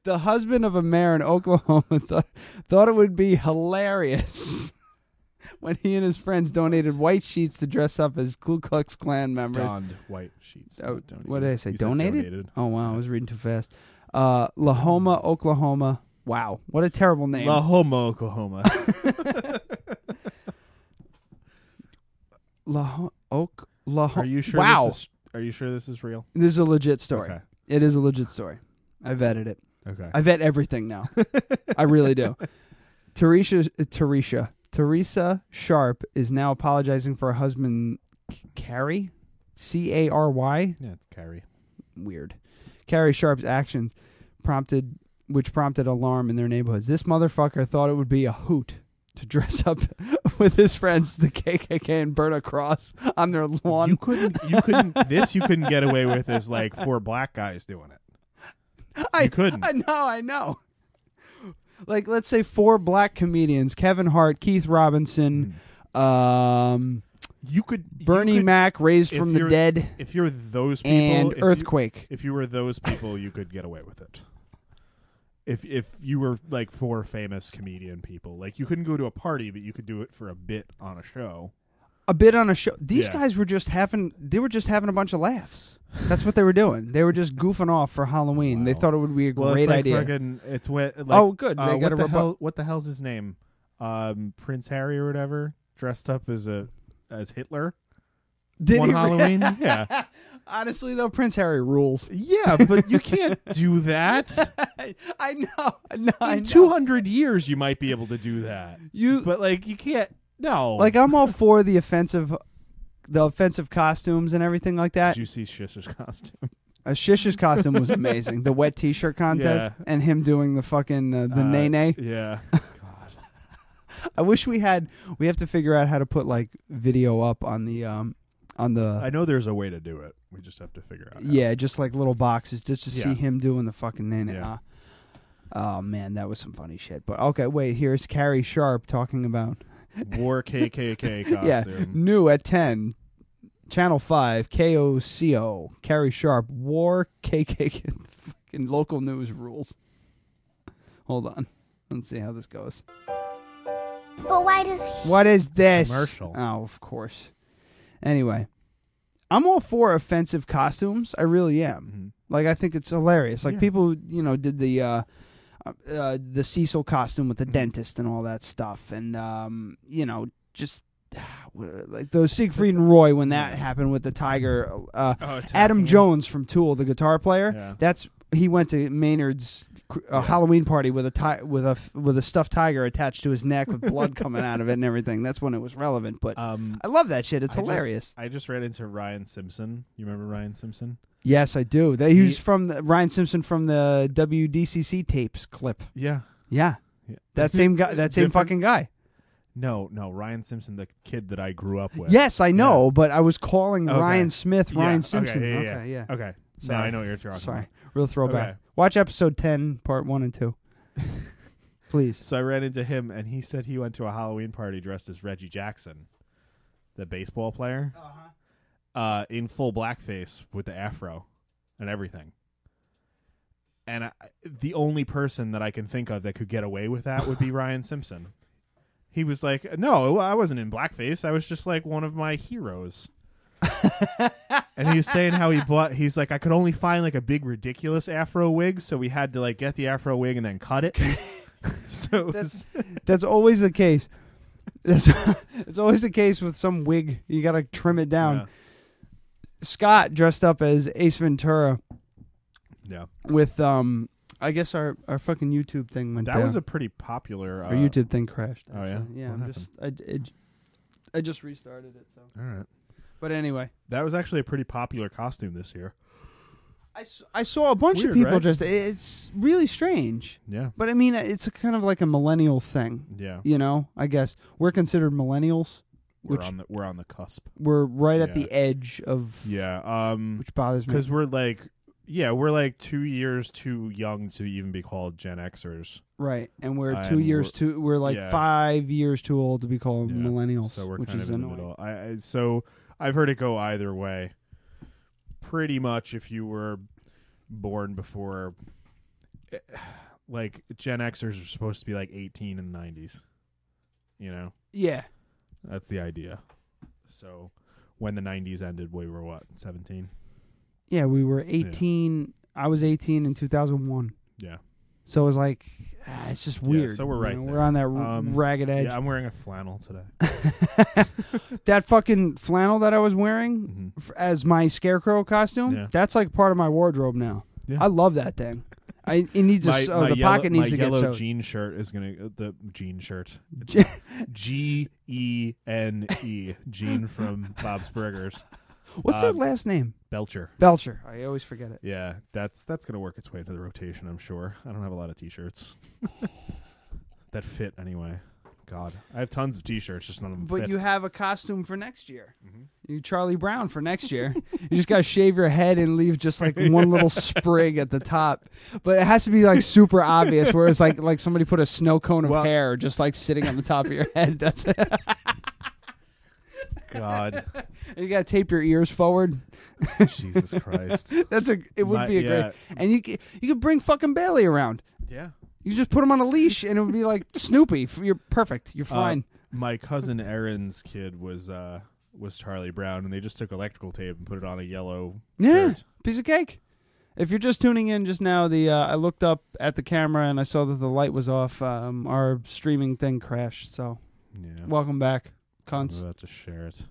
S6: The husband of a mayor in Oklahoma thought, thought it would be hilarious when he and his friends donated white sheets to dress up as Ku Klux Klan members.
S3: Donned white sheets.
S6: Oh,
S3: not donated.
S6: what did I say?
S3: You said
S6: Donated?
S3: donated. Hmm.
S6: Oh wow, I was reading too fast. Uh, Lahoma, Oklahoma. Wow, what a terrible name.
S3: Lahoma, Oklahoma.
S6: Laho- Oak, Laho-
S3: Are you sure?
S6: Wow,
S3: This is, are you sure this is real?
S6: This is a legit story.
S3: Okay.
S6: It is a legit story. I vetted it.
S3: Okay.
S6: I vet everything now. I really do. Teresa, uh, Teresa, Teresa Sharp is now apologizing for her husband, C- Carrie, C A R Y.
S3: Yeah, it's Carrie.
S6: Weird. Carrie Sharp's actions prompted, which prompted alarm in their neighborhoods. This motherfucker thought it would be a hoot to dress up with his friends, the KKK, and burn a cross on their lawn. You
S3: couldn't. You couldn't. this you couldn't get away with is like four black guys doing it.
S6: I
S3: you couldn't.
S6: I know, I know. Like, let's say four black comedians: Kevin Hart, Keith Robinson, um,
S3: Hmm. you could
S6: Bernie Mac, raised
S3: If
S6: from the
S3: you're-
S6: dead.
S3: If you're those people,
S6: and
S3: if you-
S6: earthquake.
S3: if you were those people, you could get away with it. If if you were like four famous comedian people, like you couldn't go to a party, but you could do it for a bit on a show.
S6: a bit on a show. These
S3: Yeah.
S6: guys were just having they were just having a bunch of laughs. That's what they were doing. They were just goofing off for Halloween. They thought it would be a
S3: Well,
S6: great
S3: it's like
S6: idea.
S3: Fucking, it's what. Like,
S6: Oh, good. They
S3: uh,
S6: got
S3: what
S6: a
S3: the
S6: rebu-
S3: hell, What the hell's his name? Um, Prince Harry or whatever, dressed up as a as Hitler.
S6: Did
S3: one
S6: he re-
S3: Halloween? yeah.
S6: Honestly, though, Prince Harry rules.
S3: Yeah, but you can't do that.
S6: I know. No,
S3: In two hundred years, you might be able to do that.
S6: You,
S3: but like, you can't. No,
S6: Like I'm all for the offensive, the offensive costumes and everything like that.
S3: Did you see Schisser's costume?
S6: Uh, Shish's costume was amazing. the wet T-shirt contest
S3: Yeah.
S6: and him doing the fucking uh, the
S3: Uh,
S6: nay nay.
S3: Yeah.
S6: I wish we had. We have to figure out how to put like video up on the um on the.
S3: I know there's a way to do it. We just have to figure out.
S6: Yeah, just like little boxes, just to
S3: Yeah.
S6: see him doing the fucking nana. Oh man, that was some funny shit. But okay, wait. Here's Carrie Sharp talking about
S3: War KKK
S6: yeah,
S3: costume.
S6: new at ten, Channel Five, KOCO, Carrie Sharp, War KKK, fucking local news rules. Hold on, let's see how this goes.
S15: But why does he?
S6: What is this?
S15: Commercial.
S6: Oh, of course. Anyway, I'm all for offensive costumes. I really am.
S3: Mm-hmm.
S6: Like I think it's hilarious. Like
S12: Yeah.
S6: people, who, you know, did the uh, uh, the Cecil costume with the
S3: Mm-hmm.
S6: dentist and all that stuff, and um, you know, just. Like those Siegfried and Roy when that happened with the tiger,
S3: Mm-hmm.
S6: uh,
S3: Oh,
S6: Adam Jones from Tool, the guitar player. That's he went to Maynard's uh, Halloween party with a ti- with a f- with a stuffed tiger attached to his neck with blood coming out of it and everything. That's when it was relevant. But I love that shit. It's
S3: Uh, I just-
S6: hilarious.
S3: Um, I just ran into Ryan Simpson. You remember Ryan Simpson?
S6: Yes, I do. That he,
S3: He-
S6: was from the, Ryan Simpson from the WDCC tapes clip.
S3: Yeah.
S6: yeah, That same guy. That same
S3: Different-
S6: fucking guy.
S3: No, no, Ryan Simpson, the kid that I grew up with.
S6: Yes, I know, but I was calling
S3: Okay.
S6: Ryan Smith,
S3: Yeah,
S6: Ryan
S3: okay,
S6: Simpson.
S3: yeah,
S6: Okay,
S3: yeah,
S6: yeah.
S3: yeah. Okay. Now
S6: Sorry.
S3: I know what you're talking
S6: Sorry,
S3: about.
S6: real throwback.
S3: Okay.
S6: Watch episode ten, part one and two. Please.
S3: So I ran into him, and he said he went to a Halloween party dressed as Reggie Jackson, the baseball player, uh-huh. in full blackface with the afro and everything. And I, the only person that I can think of that could get away with that would be Ryan Simpson. He was like, "No, I wasn't in blackface. I was just like one of my heroes." and he's saying how he bought he's like i could only find like a big ridiculous afro wig so we had to like get the afro wig and then cut it so it was-
S6: That's always the case. That's it's always the case with some wig. You gotta trim it down. Scott dressed up as Ace Ventura
S3: yeah
S6: with um. I guess our our fucking YouTube thing went
S3: that
S6: down.
S3: was a pretty popular uh,
S6: Our YouTube thing crashed.
S3: oh yeah
S6: actually. Yeah,
S3: What
S6: I'm
S3: happened?
S6: just I, it, I just restarted it. So
S3: all right
S6: But anyway,
S3: that was actually a pretty popular costume this year
S6: I, s- I saw a bunch
S3: Weird,
S6: of people
S3: right?
S6: dressed. It's really strange.
S3: Yeah.
S6: But I mean, uh, it's a kind of like a millennial thing.
S3: Yeah.
S6: You know, I guess we're considered millennials,
S3: we're
S6: which
S3: on the we're on the cusp
S6: we're right at
S3: Yeah.
S6: the edge of
S3: yeah um
S6: which bothers me.
S3: because we're like Yeah, we're like two years too young to even be called Gen Xers.
S6: Right, and we're
S3: Uh,
S6: two
S3: and
S6: years
S3: we're-
S6: too. We're like
S3: yeah.
S6: five years too old to be called millennials,
S3: So we're
S6: which
S3: kind
S6: is
S3: of in the
S6: annoying.
S3: middle. I, I so I've heard it go either way. Pretty much, if you were born before, eh, like Gen Xers are supposed to be like eighteen in the nineties. You know.
S6: Yeah.
S3: That's the idea. So when the nineties ended, we were what seventeen?
S6: Yeah, we were eighteen. I was eighteen in two thousand one.
S3: Yeah.
S6: So it was like ah, it's just
S3: Yeah,
S6: weird.
S3: so we're
S6: you
S3: right.
S6: know,
S3: there.
S6: We're on that r-
S3: Um,
S6: ragged edge.
S3: Yeah, I'm wearing a flannel today.
S6: that fucking flannel that I was wearing f- as my scarecrow costume,
S3: Mm-hmm. Yeah.
S6: that's like part of my wardrobe now. I love that thing. I it needs a
S3: my,
S6: s- oh,
S3: my
S6: the
S3: yellow,
S6: pocket needs
S3: my
S6: to get
S3: yellow
S6: sewed.
S3: jean shirt is gonna uh, the jean shirt. It's
S6: Je-
S3: G E N E Jean from Bob's Burgers.
S6: What's
S3: um,
S6: their last name?
S3: Belcher.
S6: Belcher. I always forget it.
S3: Yeah, that's that's gonna work its way into the rotation. I'm sure. I don't have a lot of t-shirts that fit anyway. God, I have tons of t-shirts, just none of them
S6: But
S3: fit.
S6: you have a costume for next year.
S3: Mm-hmm.
S6: You Charlie Brown for next year. you just gotta shave your head and leave just like one little sprig at the top. But it has to be like super obvious, where it's like like somebody put a snow cone of hair just like sitting on the top of your head. That's
S3: God.
S6: you gotta tape your ears forward.
S3: Jesus Christ.
S6: That's a. It would
S3: My-
S6: be a
S3: yeah.
S6: great. And you c- you could bring fucking Bailey around.
S3: Yeah.
S6: You just put him on a leash, and it would be like Snoopy. F- You're perfect. You're
S3: Uh,
S6: fine.
S3: my cousin Aaron's kid was uh was Charlie Brown, and they just took electrical tape and put it on a yellow.
S6: yeah, piece of cake. If you're just tuning in just now, the uh, I looked up at the camera and I saw that the light was off. Um, our streaming thing crashed. So,
S3: Yeah.
S6: welcome back,
S3: I'm
S6: cunts.
S3: about to share it.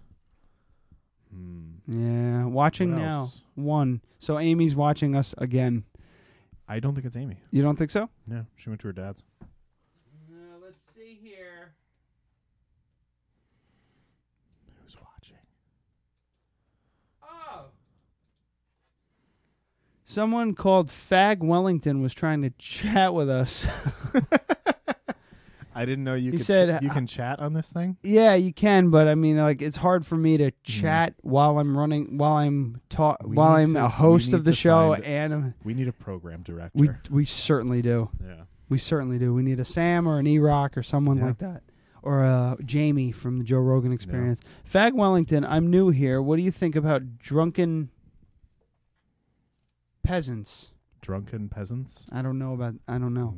S3: Hmm.
S6: Yeah, watching
S3: What
S6: now.
S3: else?
S6: One. So Amy's watching us again.
S3: I don't think it's Amy.
S6: You don't think so?
S3: No, she went to her dad's.
S6: Uh, let's see here.
S3: Who's watching?
S6: Oh. Someone called Fag Wellington was trying to chat with us.
S3: I didn't know you
S6: He
S3: could
S6: said,
S3: ch- you
S6: uh,
S3: can chat on this thing.
S6: yeah, you can, but I mean, like, it's hard for me to chat while I'm running, while I'm ta-
S3: Mm. We
S6: while
S3: need
S6: I'm
S3: to-
S6: a host
S3: we
S6: of
S3: need
S6: the
S3: to
S6: show,
S3: find-
S6: and I'm-
S3: we need a program director.
S6: we we certainly do.
S3: Yeah.
S6: we certainly do. We need a Sam or an E Rock or someone
S3: Yeah.
S6: like that, or a Jamie from the Joe Rogan Experience. Fag Wellington, I'm new here. What do you think about drunken peasants?
S3: Drunken peasants. Hmm.
S6: I don't know about. I don't know.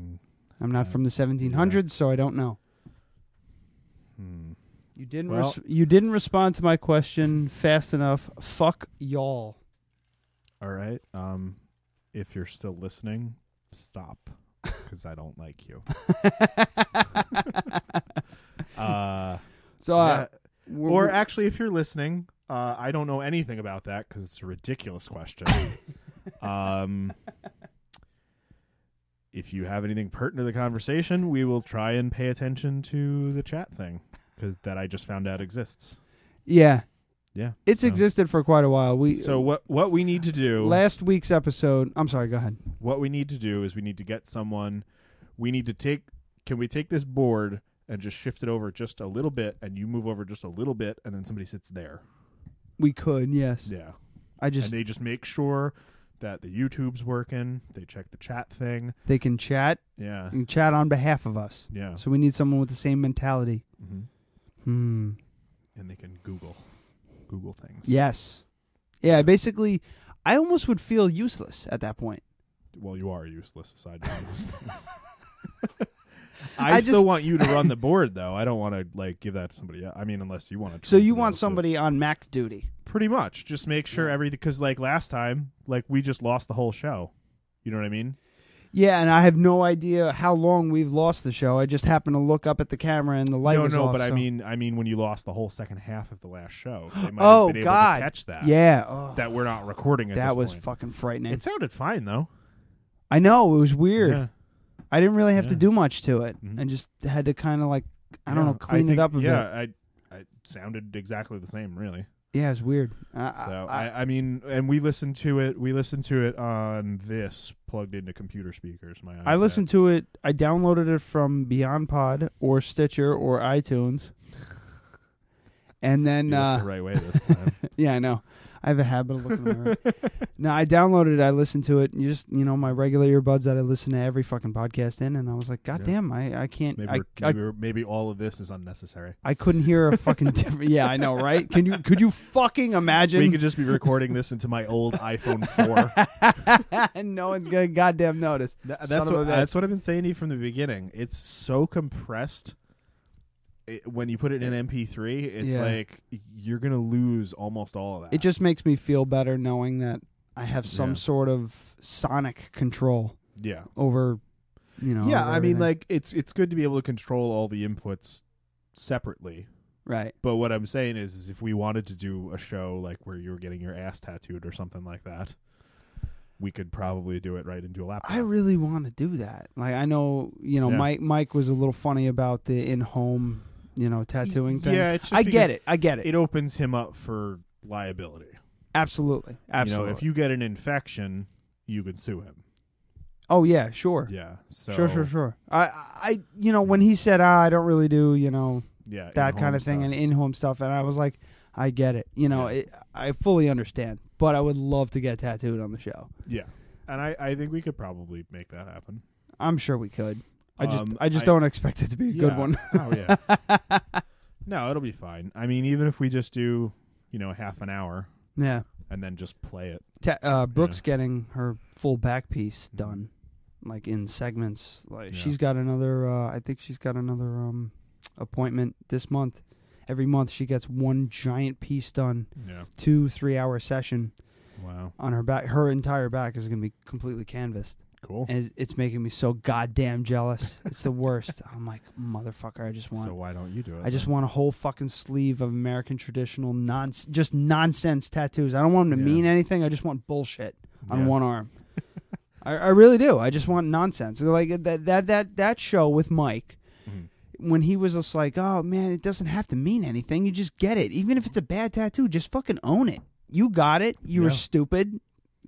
S6: I'm not from the 1700s, so I don't know.
S3: Hmm.
S6: You didn't.
S3: Well-
S6: res- you didn't respond to my question fast enough. Fuck y'all.
S3: All right. Um, if you're still listening, stop, because I don't like you. uh,
S6: so, uh,
S3: yeah.
S6: we're-
S3: or
S6: we're-
S3: actually, if you're listening, uh, I don't know anything about that because it's a ridiculous question. um, if you have anything pertinent to the conversation, we will try and pay attention to the chat thing because that I just found out exists.
S6: Yeah.
S3: Yeah,
S6: It's
S3: so-
S6: existed for quite a while. We
S3: So what what we need to do
S6: last week's episode. I'm sorry. Go ahead.
S3: what we need to do is we need to get someone we need to take can we take this board and just shift it over just a little bit and you move over just a little bit and then somebody sits there
S6: We could. Yes.
S3: yeah
S6: I just
S3: and they just make sure that the youtube's working they check the chat thing
S6: They can chat.
S3: Yeah.
S6: And chat on behalf of us.
S3: Yeah.
S6: So we need someone with the same mentality.
S3: Mhm.
S6: Hmm.
S3: and they can google google things
S6: Yes. Yeah. Basically, I almost would feel useless at that point.
S3: well you are useless aside from those things I,
S6: I just-
S3: still want you to run the board though. I don't want to like give that to somebody. else. I mean, unless you want to.
S6: So you want somebody on Mac duty?
S3: Pretty much. Just make sure every because like last time, like we just lost the whole show. You know what I mean?
S6: Yeah, and I have no idea how long we've lost the show. I just happened to look up at the camera and the light
S3: no,
S6: was
S3: no,
S6: off,
S3: but I
S6: so-
S3: mean, I mean when you lost the whole second half of the last show, they might
S6: Oh,
S3: have been
S6: God.
S3: able to catch that.
S6: Yeah, oh.
S3: that we're not recording. At
S6: That
S3: this
S6: was
S3: point.
S6: fucking frightening.
S3: It sounded fine though.
S6: I know it was weird.
S3: Yeah.
S6: I didn't really have to
S3: Yeah. Mm-hmm.
S6: do much to it, and just had to kind of like I don't
S3: Yeah,
S6: know, clean
S3: think-
S6: it up a
S3: yeah,
S6: bit.
S3: I, I sounded exactly the same, really.
S6: Yeah, it's weird. I,
S3: so I, I, mean, and we listened to it. We listened to it on this plugged into computer speakers. My
S6: I listened to it. I downloaded it from Beyond Pod or Stitcher or iTunes, and then
S3: You went
S6: uh,
S3: the right way this time.
S6: yeah, I know. I have a habit of looking in the mirror. no, I downloaded it. I listened to it. And you just, you know, my regular earbuds that I listen to every fucking podcast in, and I was like, God damn, I, I can't.
S3: Maybe,
S6: I,
S3: we're-
S6: I,
S3: maybe, we're- maybe all of this is unnecessary.
S6: I couldn't hear a fucking different. Yeah, I know, right? Can you? Could you fucking imagine?
S3: We could just be recording this into my old iPhone four.
S6: and no one's gonna goddamn notice. Son
S3: that's
S6: of a
S3: what
S6: bitch.
S3: that's what I've been saying to you from the beginning. It's so compressed. It, when you put it in MP3, it's
S6: Yeah.
S3: like you're gonna lose almost all of that.
S6: It just makes me feel better knowing that I have some
S3: Yeah.
S6: sort of sonic control.
S3: Yeah.
S6: Over, you know.
S3: yeah,
S6: over
S3: I mean,
S6: everything.
S3: like it's it's good to be able to control all the inputs separately.
S6: Right.
S3: But what I'm saying is, is if we wanted to do a show like where you were getting your ass tattooed or something like that, we could probably do it right into a laptop.
S6: I really want to do that. Like I know, you know,
S3: Yeah.
S6: Mike Mike was a little funny about the in-home, you know, tattooing thing.
S3: Yeah, it's just
S6: I
S3: because
S6: get it. I get it.
S3: It opens him up for liability.
S6: Absolutely. Absolutely.
S3: You know, if you get an infection, you can sue him.
S6: Oh yeah, sure.
S3: Yeah,
S6: Sure,
S3: so-
S6: sure, sure. I I you know, when he said, ah, "I don't really do, you know,
S3: Yeah,
S6: that
S3: in-home
S6: kind of thing and in-home stuff." And I was like, "I get it." You know, it, I fully understand, but I would love to get tattooed on the show.
S3: Yeah, and I, I think we could probably make that happen.
S6: I'm sure we could. I just
S3: Um,
S6: I just don't expect it to be a good
S3: yeah.
S6: one.
S3: oh yeah. No, it'll be fine. I mean, even if we just do, you know, half an hour.
S6: Yeah.
S3: And then just play it.
S6: Ta- uh, Brooke's getting her full back piece done, like in segments. Like she's got another. Uh, I think she's got another um, appointment this month. Every month she gets one giant piece done.
S3: Yeah.
S6: Two three hour session.
S3: Wow.
S6: On her back, her entire back is gonna be completely canvassed.
S3: Cool.
S6: And it- it's making me so goddamn jealous. it's the worst. I'm like, motherfucker. I just want.
S3: So why don't you do it?
S6: I just
S3: then?
S6: want a whole fucking sleeve of American traditional non just nonsense tattoos. I don't want them to mean anything. I just want bullshit on
S3: Yeah.
S6: one arm. I, I really do. I just want nonsense. They're Like that that that that show with Mike.
S3: Mm-hmm.
S6: When he was just like, "Oh man, it doesn't have to mean anything. You just get it, even if it's a bad tattoo. Just fucking own it. You got it. You were
S3: Yeah.
S6: stupid.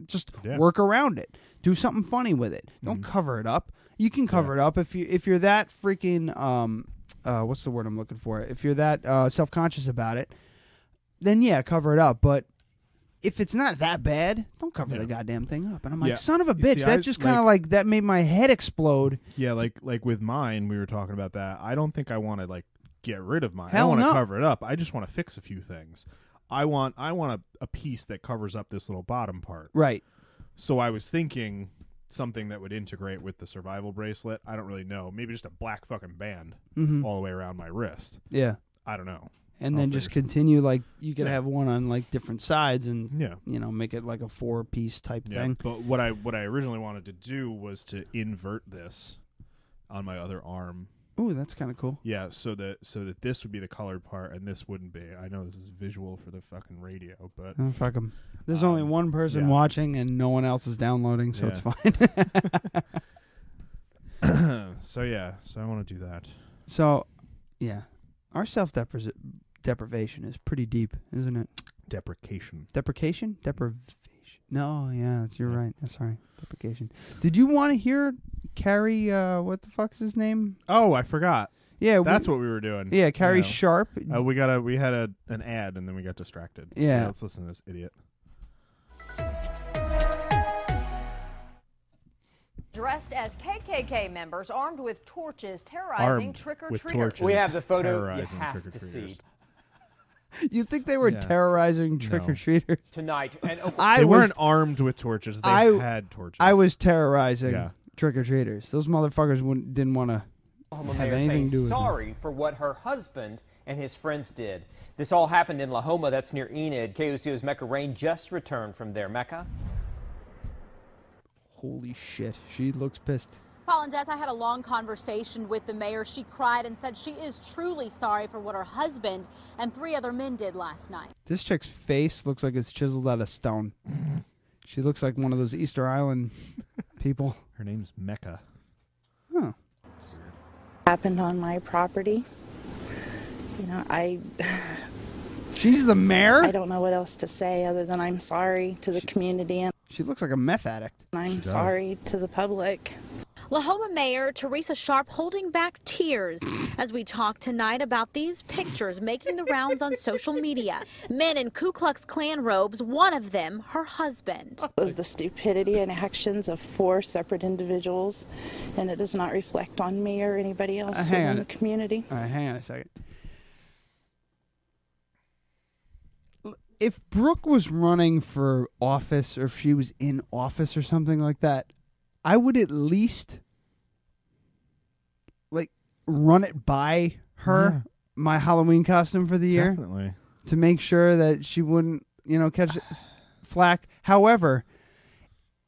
S6: Just
S3: Yeah. Mm-hmm.
S6: work around it. Do something funny with it. Don't cover it up. You can cover it up if you if you're that freaking um uh what's the word I'm looking for? If you're that uh self conscious about it, then yeah, cover it up. But if it's not that bad, don't cover the goddamn thing up. And I'm like,
S3: Yeah.
S6: son of a
S3: You
S6: bitch,
S3: see,
S6: that
S3: I-
S6: just kind of like that made my head explode.
S3: Yeah, like like with mine, we were talking about that. I don't think I want to like get rid of mine.
S6: Hell
S3: I want to
S6: no.
S3: cover it up. I just want to fix a few things. I want I want a, a piece that covers up this little bottom part.
S6: Right.
S3: So I was thinking something that would integrate with the survival bracelet. I don't really know. Maybe just a black fucking band
S6: Mhm.
S3: all the way around my wrist.
S6: Yeah.
S3: I don't know.
S6: And
S3: I'll
S6: then
S3: figure
S6: just continue like you could
S3: Yeah.
S6: have one on like different sides and
S3: Yeah.
S6: you know make it like a four piece type
S3: Yeah,
S6: thing.
S3: But what I what I originally wanted to do was to invert this on my other arm.
S6: Ooh, that's kind of cool.
S3: Yeah, so that so that this would be the colored part and this wouldn't be. I know this is visual for the fucking radio, but
S6: Oh, fuck 'em. There's only
S3: Um,
S6: one person
S3: yeah.
S6: watching and no one else is downloading, so it's fine.
S3: so yeah, so I want to do that.
S6: so, yeah, our self deprivation is pretty deep, isn't it?
S3: Deprecation.
S6: Deprecation? Deprivation. No, yeah, that's- you're right. I'm sorry. Deprecation. Did you want to hear Carrie, uh, what the fuck's his name?
S3: Oh, I forgot.
S6: Yeah, Uh, we-
S3: that's what we were doing.
S6: Yeah, Carrie
S3: Yeah.
S6: Sharp.
S3: Uh, we got a we had a an ad and then we got distracted.
S6: Yeah.
S3: let's listen to this idiot.
S16: Dressed as KKK members, armed with torches, terrorizing
S3: Armed
S16: trick or
S3: with
S16: treaters.
S3: torches. terrorizing trick or treaters.
S6: you think they were
S3: Yeah.
S6: terrorizing
S3: No.
S6: trick or treaters?
S16: Tonight. And
S6: I
S3: they
S6: was-
S3: weren't armed with torches. They
S6: I
S3: had torches.
S6: I was terrorizing
S3: Yeah.
S6: trick or treaters. Those motherfuckers wouldn't, didn't want to
S17: Oklahoma
S6: have
S17: mayor
S6: anything
S17: saying
S6: to do with it.
S17: sorry for what her husband and his friends did. This all happened in Lahoma, that's near Enid. KOCO's Mecca Rain just returned from there. Mecca?
S6: Holy shit, she looks pissed.
S10: Paul and Jess, I had a long conversation with the mayor. She cried and said she is truly sorry for what her husband and three other men did last night.
S6: This chick's face looks like it's chiseled out of stone. she looks like one of those Easter Island people.
S3: Her name's Mecca.
S18: happened on my property. You know, I.
S6: She's the mayor?
S18: I don't know what else to say other than I'm sorry to the community and
S6: She looks like a meth addict.
S18: I'm
S6: does.
S18: sorry to the public.
S10: Lahoma Mayor Teresa Sharp holding back tears as we talk tonight about these pictures making the rounds on social media. Men in Ku Klux Klan robes, one of them her husband.
S18: It was the stupidity and actions of four separate individuals, and it does not reflect on me or anybody else
S6: Uh, hang
S18: in
S6: on
S18: the
S6: a-
S18: community.
S6: All right, hang on a second. L- If Brooke was running for office or if she was in office or something like that, I would at least like run it by her my Halloween costume for the year
S3: Definitely.
S6: to make sure that she wouldn't, you know, catch flack. However,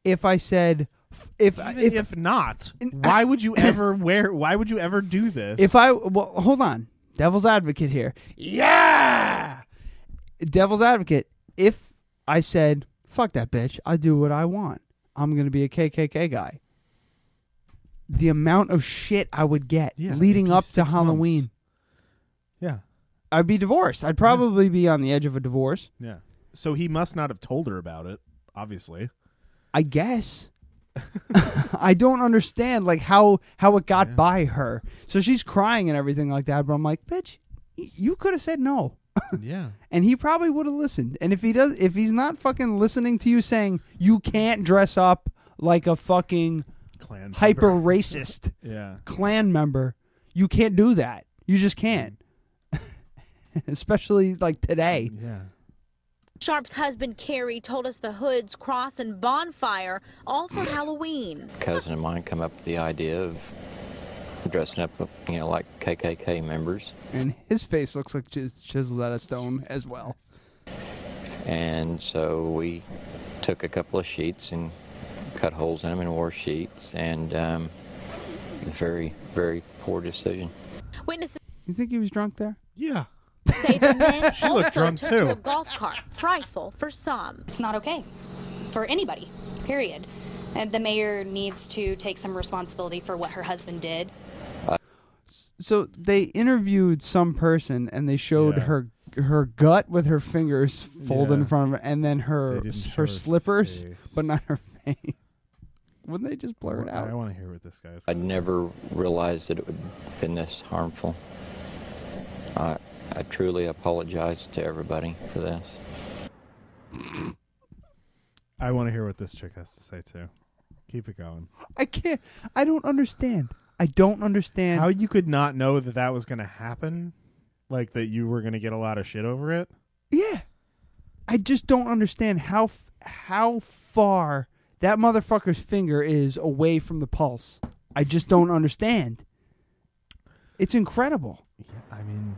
S6: if I said f- if I-
S3: Even
S6: if,
S3: if not, why would you ever wear? Why would you ever do this?
S6: If I well, hold on, devil's advocate here. Yeah, devil's advocate. If I said fuck that bitch, I do what I want. I'm gonna be a KKK guy. The amount of shit I would get
S3: Yeah,
S6: leading
S3: it'd be
S6: up
S3: six
S6: to
S3: months.
S6: Halloween,
S3: yeah,
S6: I'd be divorced. I'd probably be on the edge of a divorce.
S3: yeah. So he must not have told her about it. Obviously,
S6: I guess. I don't understand like how how it got by her. So she's crying and everything like that, but I'm like, bitch, y- you could have said no.
S3: yeah.
S6: and he probably would have listened. And if he does, if he's not fucking listening to you saying you can't dress up like a fucking
S3: Clan
S6: hyper
S3: member.
S6: racist
S3: Yeah.
S6: clan member, you can't do that. You just can't. Especially like today.
S3: Yeah.
S10: Sharp's husband Carrie told us the hoods, cross, and bonfire all for Halloween.
S4: cousin of mine come up with the idea of dressing up, you know, like KKK members,
S6: And his face looks like chis- chiseled out of stone as well.
S4: and so we took a couple of sheets and cut holes in them and wore sheets, and um, very, very poor decision.
S10: Witnesses
S6: You think he was drunk there?
S3: Yeah.
S10: say the men
S6: She
S10: also
S6: looked drunk,
S10: took to
S6: too.
S10: a golf cart, frightful for some.
S19: It's not okay for anybody, period. And the mayor needs to take some responsibility for what her husband did.
S6: So they interviewed some person and they showed her her gut with her fingers folded in
S3: Yeah.
S6: front of her and then her
S3: They didn't show
S6: her
S3: her
S6: slippers but not her face. Wouldn't they just blur
S3: Blurred
S6: it out?
S3: I want to hear what this guy's.
S4: I never realized that it would have been this harmful. I, I truly apologize to everybody for this.
S3: I want to hear what this chick has to say too. Keep it going.
S6: I can't. I don't understand. I don't understand.
S3: How you could not know that that was going to happen, like that you were going to get a lot of shit over it.
S6: Yeah, I just don't understand how f- how far that motherfucker's finger is away from the pulse. I just don't understand. It's incredible.
S3: I mean,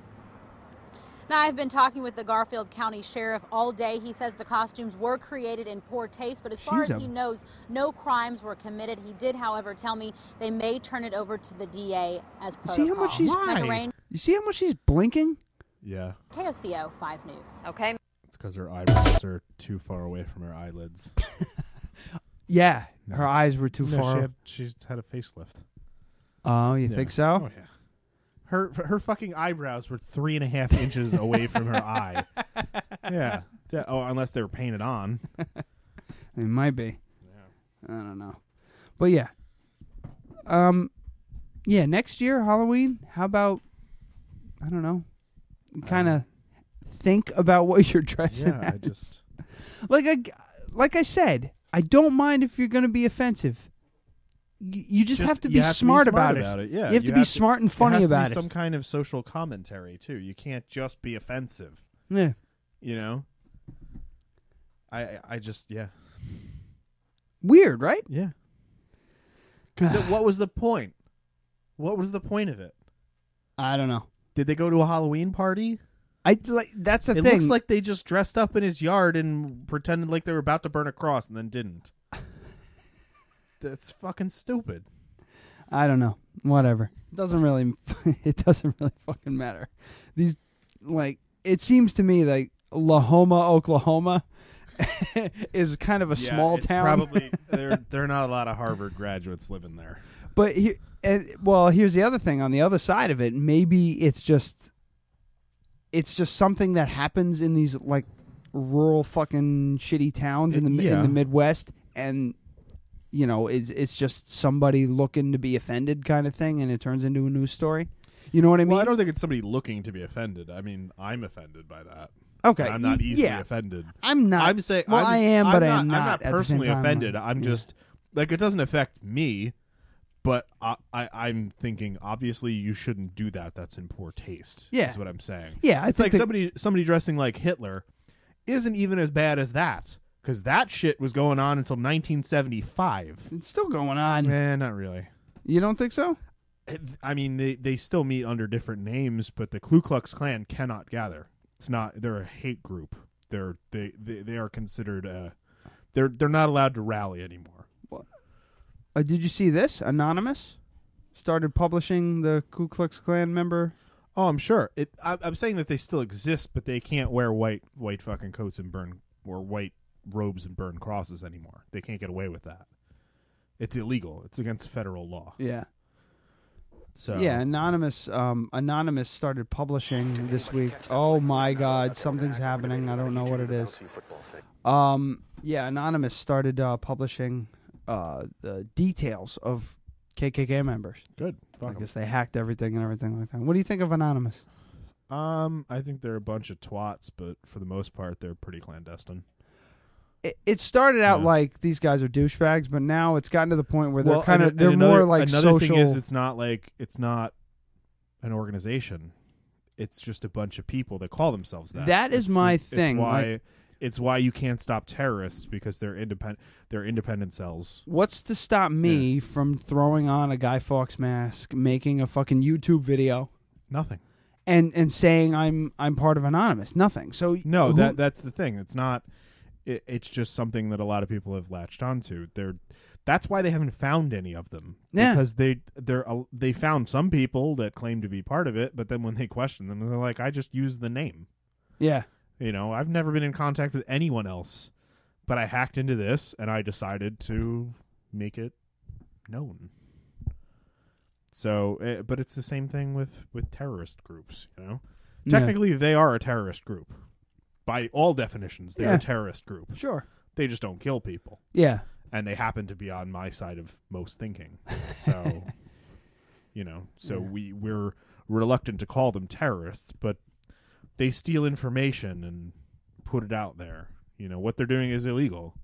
S10: Now, I've been talking with the Garfield County Sheriff all day. He says the costumes were created in poor taste, but as far
S6: She's
S10: as
S6: a-
S10: he knows, no crimes were committed. He did, however, tell me they may turn it over to the DA as
S6: You
S10: protocol.
S6: see how much she's
S10: McElrain,
S6: You see how much she's blinking?
S3: yeah,
S10: KOCO 5 News.
S16: Okay.
S3: it's because her eyebrows are too far away from her eyelids.
S6: Yeah, her eyes were too
S3: No,
S6: far.
S3: She had, she's had a facelift.
S6: oh, you
S3: Yeah.
S6: think so?
S3: Oh yeah. Her her fucking eyebrows were three and a half inches away from her eye. Yeah. Yeah, Oh, unless they were painted on.
S6: It might be. I don't know. But yeah. Um yeah, next year Halloween, how about I don't know. Kind of think about what you're dressing
S3: Yeah, I
S6: as.
S3: just
S6: like I g- like I said, I don't mind if you're going to be offensive. Y- you just, have to
S3: you
S6: be
S3: have to
S6: smart,
S3: smart
S6: about, it.
S3: Yeah,
S6: you have to be smart and funny
S3: it has to be
S6: about it.
S3: Some kind of social commentary too. You can't just be offensive.
S6: Yeah.
S3: You know. I I- I just yeah
S6: Weird, right?
S3: Yeah. because what was the point? What was the point of it?
S6: I don't know.
S3: Did they go to a Halloween party?
S6: I like that's the
S3: it
S6: thing.
S3: looks like they just dressed up in his yard and pretended like they were about to burn a cross and then didn't. That's fucking stupid.
S6: I don't know. Whatever. It doesn't really. It doesn't really fucking matter. These, like, it seems to me like Lahoma, Oklahoma, is kind of a small town.
S3: Probably there. There are not a lot of Harvard graduates living there.
S6: but he, and, well, here's the other thing. On the other side of it, maybe it's just, it's just something that happens in these like rural fucking shitty towns in the mi-
S3: Yeah.
S6: in the Midwest, and you know, it's it's just somebody looking to be offended kind of thing, and it turns into a news story. You know what I mean?
S3: Well, I don't think it's somebody looking to be offended. I mean, I'm offended by that.
S6: Okay,
S3: I'm not
S6: y-
S3: easily
S6: yeah.
S3: offended.
S6: I'm not.
S3: I'm saying
S6: Well,
S3: I'm,
S6: I am,
S3: I'm
S6: but
S3: not,
S6: I am not at the
S3: I'm
S6: same
S3: not personally
S6: time,
S3: offended.
S6: I'm-
S3: I'm
S6: yeah.
S3: just like it doesn't affect me, but I, I I'm thinking obviously you shouldn't do that. That's in poor taste.
S6: Yeah.
S3: is what I'm saying.
S6: Yeah, I
S3: it's
S6: think
S3: like
S6: that-
S3: somebody somebody dressing like Hitler isn't even as bad as that because that shit was going on until 1975.
S6: It's still going on.
S3: Eh, not really.
S6: You don't think so?
S3: I mean, they, they still meet under different names, but the Ku Klux Klan cannot gather. It's not they're a hate group. They're they they, they are considered uh they're they're not allowed to rally anymore.
S6: Uh, did you see this? Anonymous started publishing the Ku Klux Klan member.
S3: Oh, I'm sure. It, I, I'm saying that they still exist, but they can't wear white white fucking coats and burn or white robes and burn crosses anymore. They can't get away with that. It's illegal. It's against federal law.
S6: Yeah.
S3: So
S6: Yeah, anonymous. Um, anonymous started publishing this week. Oh my God, something's happening. I don't know what it is. Um, yeah, anonymous started uh, publishing uh, the details of KKK members.
S3: Good.
S6: I guess they hacked everything and everything like that. What do you think of anonymous?
S3: Um, I think they're a bunch of twats, but for the most part, they're pretty clandestine.
S6: It, it started out like these guys are douchebags, but now it's gotten to the point where they're
S3: Well,
S6: kind
S3: and-
S6: of
S3: and
S6: they're
S3: another-
S6: more like
S3: another
S6: social.
S3: thing is it's not like it's not an organization. It's just a bunch of people that call themselves that.
S6: That is
S3: It's-
S6: my
S3: it's
S6: thing,
S3: why
S6: like-
S3: it's why you can't stop terrorists because they're independent. They're independent cells.
S6: What's to stop me from throwing on a Guy Fawkes mask, making a fucking YouTube video?
S3: Nothing.
S6: And and saying I'm I'm part of Anonymous. Nothing. So
S3: No,
S6: who-
S3: that that's the thing. It's not. It, it's just something that a lot of people have latched onto. They're that's why they haven't found any of them.
S6: Yeah.
S3: because they they're uh, they found some people that claim to be part of it, but then when they question them, they're like, "I just used the name."
S6: Yeah.
S3: You know, I've never been in contact with anyone else, but I hacked into this and I decided to make it known. So, eh, but it's the same thing with with terrorist groups. You know,
S6: Yeah.
S3: technically they are a terrorist group by all definitions. They're
S6: Yeah.
S3: a terrorist group.
S6: Sure.
S3: they just don't kill people.
S6: Yeah.
S3: and they happen to be on my side of most thinking. So, you know, so
S6: Yeah.
S3: we we're reluctant to call them terrorists, but they steal information and put it out there. You know what they're doing is illegal.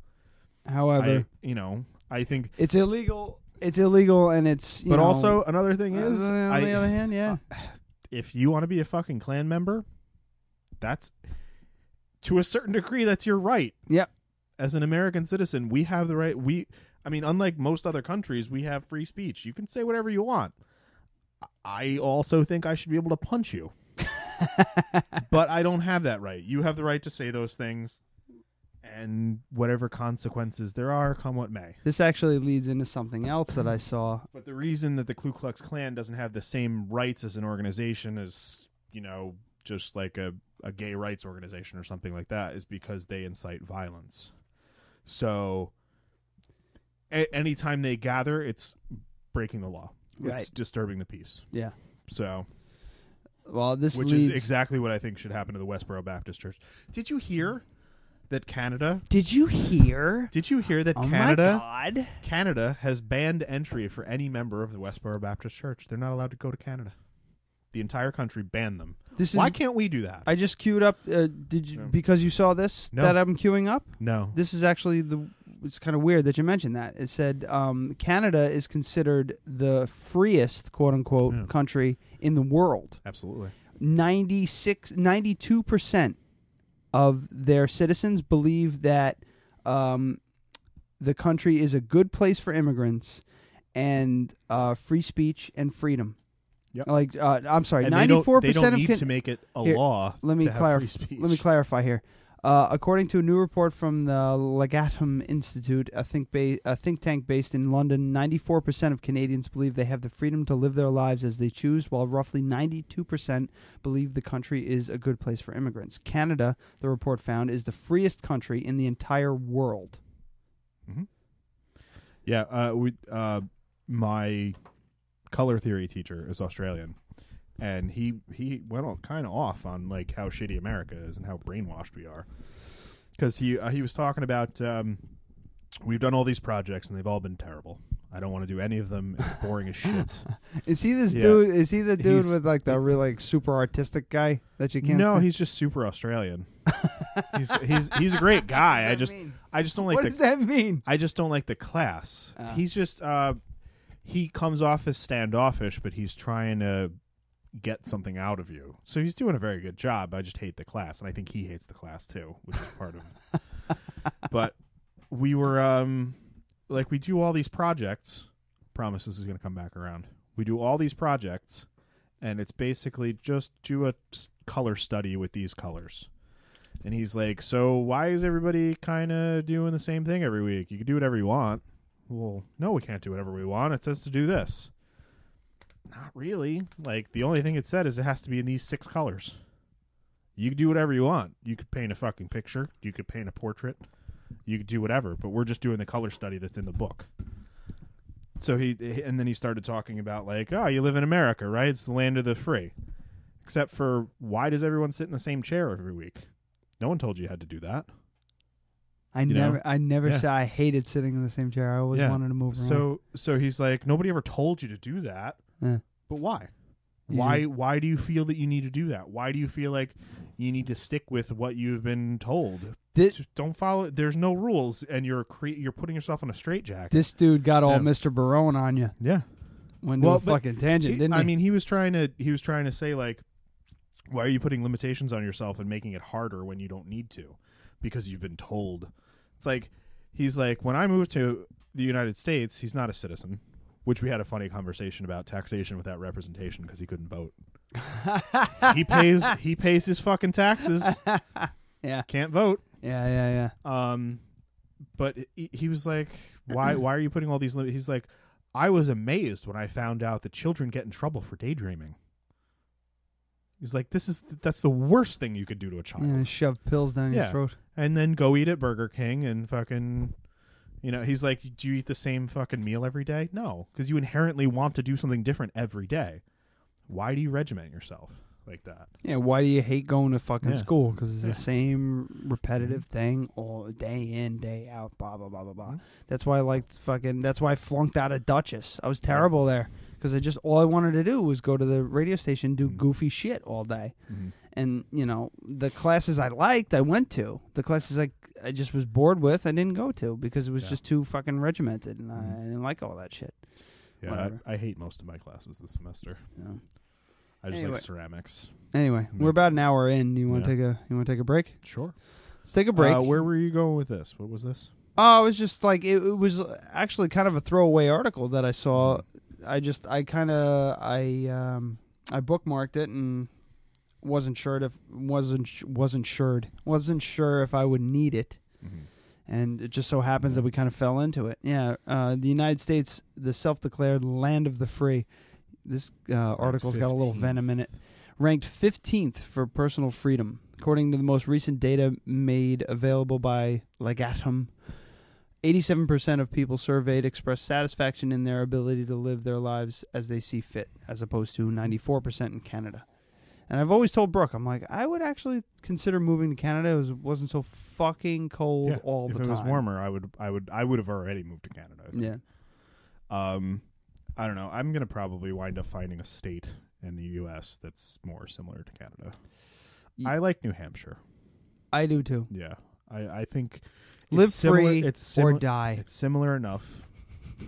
S6: However-
S3: I, you know, I think
S6: It's illegal. It's illegal, and it's. You
S3: But
S6: know-
S3: also another thing is,
S6: Uh, on the
S3: I- Uh,
S6: other hand, yeah.
S3: if you want to be a fucking clan member, that's to a certain degree that's your right.
S6: Yep.
S3: As an American citizen, we have the right we I mean unlike most other countries, we have free speech. You can say whatever you want. I also think I should be able to punch you. but I don't have that right. You have the right to say those things and whatever consequences there are come what may.
S6: This actually leads into something else that I saw.
S3: But the reason that the Ku Klux Klan doesn't have the same rights as an organization as, you know, just like a, a gay rights organization or something like that is because they incite violence. So a- anytime they gather, it's breaking the law, it's
S6: Right.
S3: disturbing the peace.
S6: Yeah.
S3: So.
S6: Well, this
S3: which
S6: leads.
S3: is exactly what I think should happen to the Westboro Baptist Church. Did you hear that Canada?
S6: Did you hear?
S3: Did you hear that
S6: Oh my
S3: Canada?
S6: God.
S3: Canada has banned entry for any member of the Westboro Baptist Church. They're not allowed to go to Canada. The entire country banned them.
S6: This
S3: Why
S6: is-
S3: can't we do that?
S6: I just queued up. Uh, did you because you saw this
S3: No.
S6: that I'm queuing up?
S3: No.
S6: This is actually the. It's kind of weird that you mentioned that. It said um, Canada is considered the freest quote unquote country in the world.
S3: Absolutely.
S6: 96 92% of their citizens believe that um, the country is a good place for immigrants and uh, free speech and freedom. Like uh, I'm sorry,
S3: And they don't-
S6: 94%
S3: they don't
S6: of
S3: need
S6: Can-
S3: to make it a
S6: Here,
S3: law
S6: Let me
S3: to have
S6: clarify
S3: free speech.
S6: let me clarify here. Uh, according to a new report from the Legatum Institute, a think, ba- a think tank based in London, 94% of Canadians believe they have the freedom to live their lives as they choose, while roughly 92% believe the country is a good place for immigrants. Canada, the report found, is the freest country in the entire world.
S3: Yeah, uh, we uh, my color theory teacher is Australian, and he he went all kind of off on like how shitty America is and how brainwashed we are, because he uh, he was talking about um, We've done all these projects and they've all been terrible. I don't want to do any of them. It's boring as shit.
S6: Is he this
S3: Yeah.
S6: dude? Is he the dude
S3: He's-
S6: with like the real like super artistic guy that you can't?
S3: No,
S6: stand?
S3: he's just super Australian. he's he's he's a great guy. I just I just don't like
S6: What
S3: the,
S6: does that mean?
S3: I just don't like the class.
S6: Ah.
S3: He's just uh he comes off as standoffish, but he's trying to get something out of you. So he's doing a very good job. I just hate the class, and I think he hates the class too, which is part of but we were um like we do all these projects. Promise this is going to come back around. We do all these projects, and it's basically just do a s- color study with these colors. And he's like, "So why is everybody kind of doing the same thing every week? You can do whatever you want." Well, no, we can't do whatever we want. It says to do this. Not really. Like the only thing it said is it has to be in these six colors. You can do whatever you want. You could paint a fucking picture. You could paint a portrait. You could do whatever. But we're just doing the color study that's in the book. So he and then he started talking about like, oh, you live in America, right? It's the land of the free. Except for why does everyone sit in the same chair every week? No one told you you had to do that.
S6: I
S3: you know?
S6: never, I never
S3: Yeah.
S6: said I hated sitting in the same chair. I always
S3: Yeah.
S6: wanted to move. around.
S3: So so he's like, nobody ever told you to do that.
S6: Yeah.
S3: But why?
S6: You
S3: Why
S6: didn't-
S3: why do you feel that you need to do that? Why do you feel like you need to stick with what you've been told?
S6: This,
S3: Don't follow. There's no rules, and you're cre- you're putting yourself in a straitjacket.
S6: this dude got all
S3: Yeah.
S6: Mr. Barone on you.
S3: Yeah,
S6: went to a
S3: but
S6: fucking tangent,
S3: he-
S6: didn't he?
S3: I mean, he was trying to he was trying to say like, why are you putting limitations on yourself and making it harder when you don't need to, because you've been told. It's like he's like when I moved to the United States, he's not a citizen, which we had a funny conversation about taxation without representation because he couldn't vote. he pays he pays his fucking taxes.
S6: yeah,
S3: can't vote.
S6: Yeah, yeah,
S3: yeah. Um, but he, he was like, "Why? why are you putting all these limits?" He's like, "I was amazed when I found out that children get in trouble for daydreaming." He's like, "This is that's the worst thing you could do to a child."
S6: yeah, shove pills down your
S3: Oh. yeah,
S6: throat.
S3: and then go eat at Burger King and fucking. You know, he's like, "Do you eat the same fucking meal every day?" No, because you inherently want to do something different every day. Why do you regiment yourself like that?
S6: Yeah, why do you hate going to fucking
S3: Yeah.
S6: school? 'Cause school? Because it's
S3: Yeah. Mm-hmm.
S6: the same repetitive thing all day in, day out, blah blah blah blah blah. That's why I liked fucking. That's why I flunked out of Duchess. I was terrible there. 'Cause I just all I wanted to do was go to the radio
S3: Mm.
S6: station, do goofy shit all day,
S3: Mm-hmm.
S6: and you know the classes I liked, I went to. The classes I I just was bored with, I didn't go to because it was just too fucking regimented, and I,
S3: Mm-hmm.
S6: I didn't like all that shit.
S3: Yeah,
S6: Whatever.
S3: I, I hate most of my classes this semester. I just
S6: Anyway.
S3: like ceramics.
S6: Anyway, we're about an hour in. You want to
S3: Mm-hmm. Yeah.
S6: take a you want to take a break?
S3: Sure.
S6: Let's take a break.
S3: Uh, where were you going with this? What was this?
S6: Oh, it was just like it, it was actually kind of a throwaway article that I saw.
S3: Mm-hmm.
S6: I just I kind of I um I bookmarked it and wasn't sure if wasn't sh- wasn't sure wasn't sure if I would need it. And it just so happens that we kind of fell into it. Yeah, uh, the United States, the self-declared land of the free. This uh, article's got a little
S3: 15th.
S6: venom in it. Ranked 15th for personal freedom, according to the most recent data made available by Legatum. 87% of people surveyed expressed satisfaction in their ability to live their lives as they see fit, as opposed to 94% in Canada. And I've always told Brooke, I'm like, I would actually consider moving to Canada. It was, wasn't so fucking cold
S3: Yeah,
S6: all
S3: if
S6: the
S3: it
S6: time.
S3: was warmer, I would, I would, I would have already moved to Canada. I think.
S6: Yeah.
S3: Um, I don't know. I'm gonna probably wind up finding a state in the U.S. that's more similar to Canada. I like New Hampshire.
S6: I do too.
S3: Yeah, I, I think it's
S6: Live
S3: similar-
S6: free
S3: it's
S6: or
S3: simi-
S6: die.
S3: It's similar enough,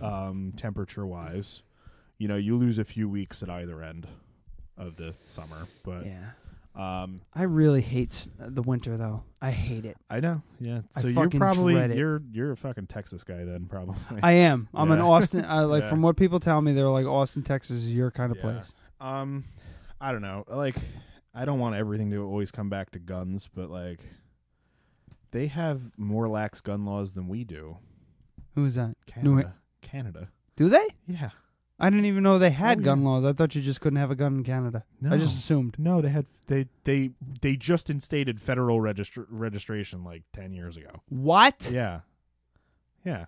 S3: um, temperature wise. You know, you lose a few weeks at either end of the summer, but
S6: Yeah.
S3: um,
S6: I really hate s- uh, the winter though. I hate it.
S3: I know. Yeah.
S6: I
S3: So you're
S6: fucking
S3: probably
S6: dread it.
S3: you're you're a fucking Texas guy then probably.
S6: I am. I'm an
S3: Yeah.
S6: Austin. I like
S3: Yeah.
S6: from what people tell me, they're like Austin, Texas is your kind of
S3: Yeah.
S6: place.
S3: Um, I don't know. Like, I don't want everything to always come back to guns, but like, they have more lax gun laws than we do.
S6: Who is that?
S3: Canada.
S6: New-
S3: Canada.
S6: Do they?
S3: Yeah.
S6: I didn't even know they had
S3: Oh, yeah.
S6: gun laws. I thought you just couldn't have a gun in Canada. I just
S3: No.
S6: assumed.
S3: No, they had they they they just instated federal registr registration like ten years ago.
S6: What?
S3: Yeah. Yeah.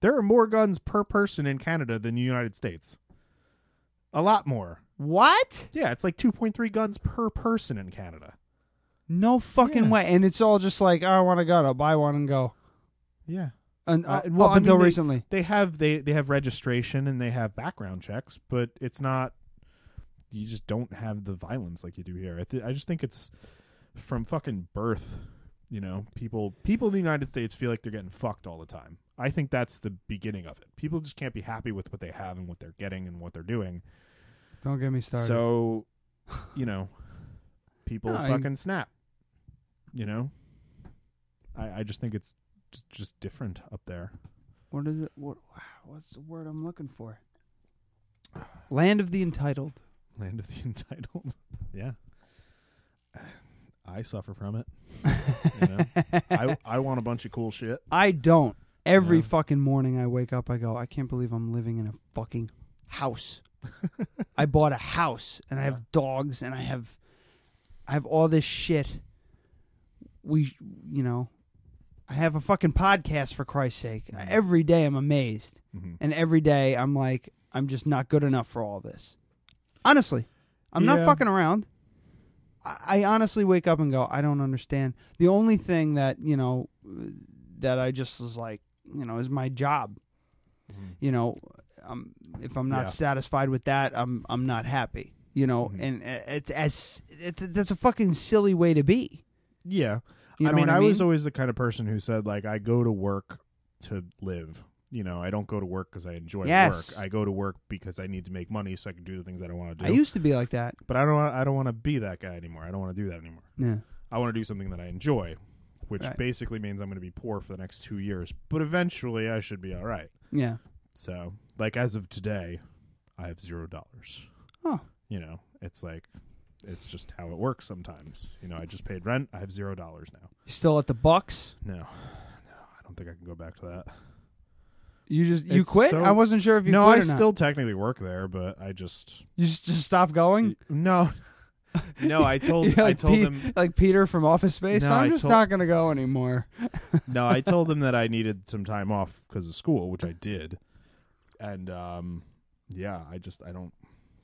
S3: There are more guns per person in Canada than the United States. A lot more.
S6: What?
S3: Yeah, it's like 2.3 guns per person in Canada.
S6: No fucking
S3: Yeah.
S6: way. And it's all just like, I want a gun. I'll buy one and go.
S3: Yeah.
S6: Un-
S3: Uh,
S6: uh, up
S3: I
S6: until
S3: mean, they-
S6: recently.
S3: They have they they have registration and they have background checks, but it's not. You just don't have the violence like you do here. I th- I just think it's from fucking birth. You know, people people in the United States feel like they're getting fucked all the time. I think that's the beginning of it. People just can't be happy with what they have and what they're getting and what they're doing.
S6: Don't get me started.
S3: So, you know, people
S6: No, I-
S3: fucking snap. You know, I I just think it's j- just different up there.
S6: What is it? What? Wow, what's the word I'm looking for? Land of the entitled.
S3: Land of the Entitled. Yeah. I suffer from it. you know? I I want a bunch of cool shit.
S6: I don't. Every
S3: Yeah.
S6: fucking morning I wake up, I go, I can't believe I'm living in a fucking house. I bought a house and I have dogs and I have, I have all this shit. We, you know, I have a fucking podcast for Christ's sake. Every day I'm amazed,
S3: Mm-hmm.
S6: and every day I'm like, I'm just not good enough for all this. Honestly, I'm not
S3: Yeah.
S6: fucking around. I, I honestly wake up and go, I don't understand. The only thing that you know that I just was like, you know, is my job.
S3: Mm-hmm.
S6: You know, um, if I'm not
S12: Yeah.
S6: satisfied with that, I'm I'm not happy. You know,
S3: Mm-hmm.
S6: and uh, it's as it's, that's a fucking silly way to be.
S3: Yeah.
S6: You
S3: I
S6: know
S3: mean,
S6: what I
S3: was
S6: mean?
S3: always the kind of person who said like I go to work to live. You know, I don't go to work because I enjoy
S6: Yes.
S3: work. I go to work because I need to make money so I can do the things that I want to
S6: I
S3: do.
S6: used to be like that.
S3: but I don't. wa- I don't want to be that guy anymore. I don't want to do that anymore.
S6: Yeah.
S3: I want to do something that I enjoy, which
S6: Right.
S3: basically means I'm going to be poor for the next two years. But eventually, I should be all right.
S6: Yeah.
S3: So, like as of today, I have zero dollars.
S6: Oh.
S3: You know, it's like, it's just how it works sometimes. You know, I just paid rent. I have zero dollars now.
S6: You still at the Bucks?
S3: No, no, I don't think I can go back to that.
S6: You just you
S3: It's
S6: quit?
S3: so-
S6: I wasn't sure if you
S3: no,
S6: quit
S3: I
S6: or not.
S3: still technically work there, but I just
S6: you just, just stop going.
S3: No. no. I told
S6: You're
S3: I
S6: like
S3: told
S6: Pe-
S3: them
S6: like Peter from Office Space.
S3: No,
S6: I'm
S3: I
S6: just
S3: told-
S6: not gonna go anymore.
S3: no, I told them that I needed some time off because of school, which I did. And um, yeah, I just I don't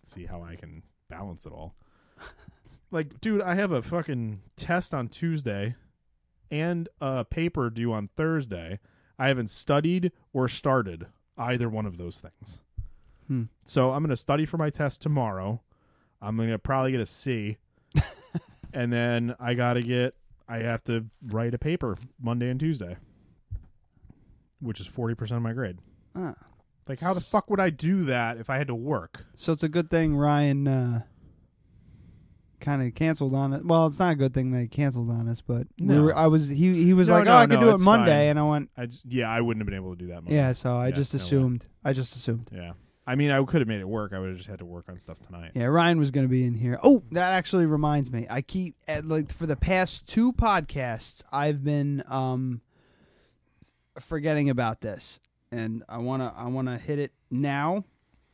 S3: see how I can balance it all. Like, dude, I have a fucking test on Tuesday and a paper due on Thursday. I haven't studied or started either one of those things.
S6: Hmm.
S3: So I'm going to study for my test tomorrow. I'm going to probably get a C. and then I got to get, I have to write a paper Monday and Tuesday, which is 40% of my grade.
S6: Ah.
S3: Like, how the fuck would I do that if I had to work?
S6: So it's a good thing Ryan uh, kind of canceled on it. Well, it's not a good thing they canceled on us, but we
S3: No.
S6: were- I was he he was
S3: No,
S6: like,
S3: no,
S6: oh, I could
S3: no,
S6: do it
S3: it's
S6: Monday,
S3: fine.
S6: and I went,
S3: I just, yeah, I wouldn't have been able to do that. Monday.
S6: yeah. So I
S3: Yeah,
S6: just
S3: no way.
S6: assumed. I just assumed.
S3: Yeah. I mean, I could have made it work. I would have just had to work on stuff tonight.
S6: Yeah, Ryan was going to be in here. Oh, that actually reminds me. I keep at, like for the past two podcasts, I've been um forgetting about this, and I wanna I wanna hit it now,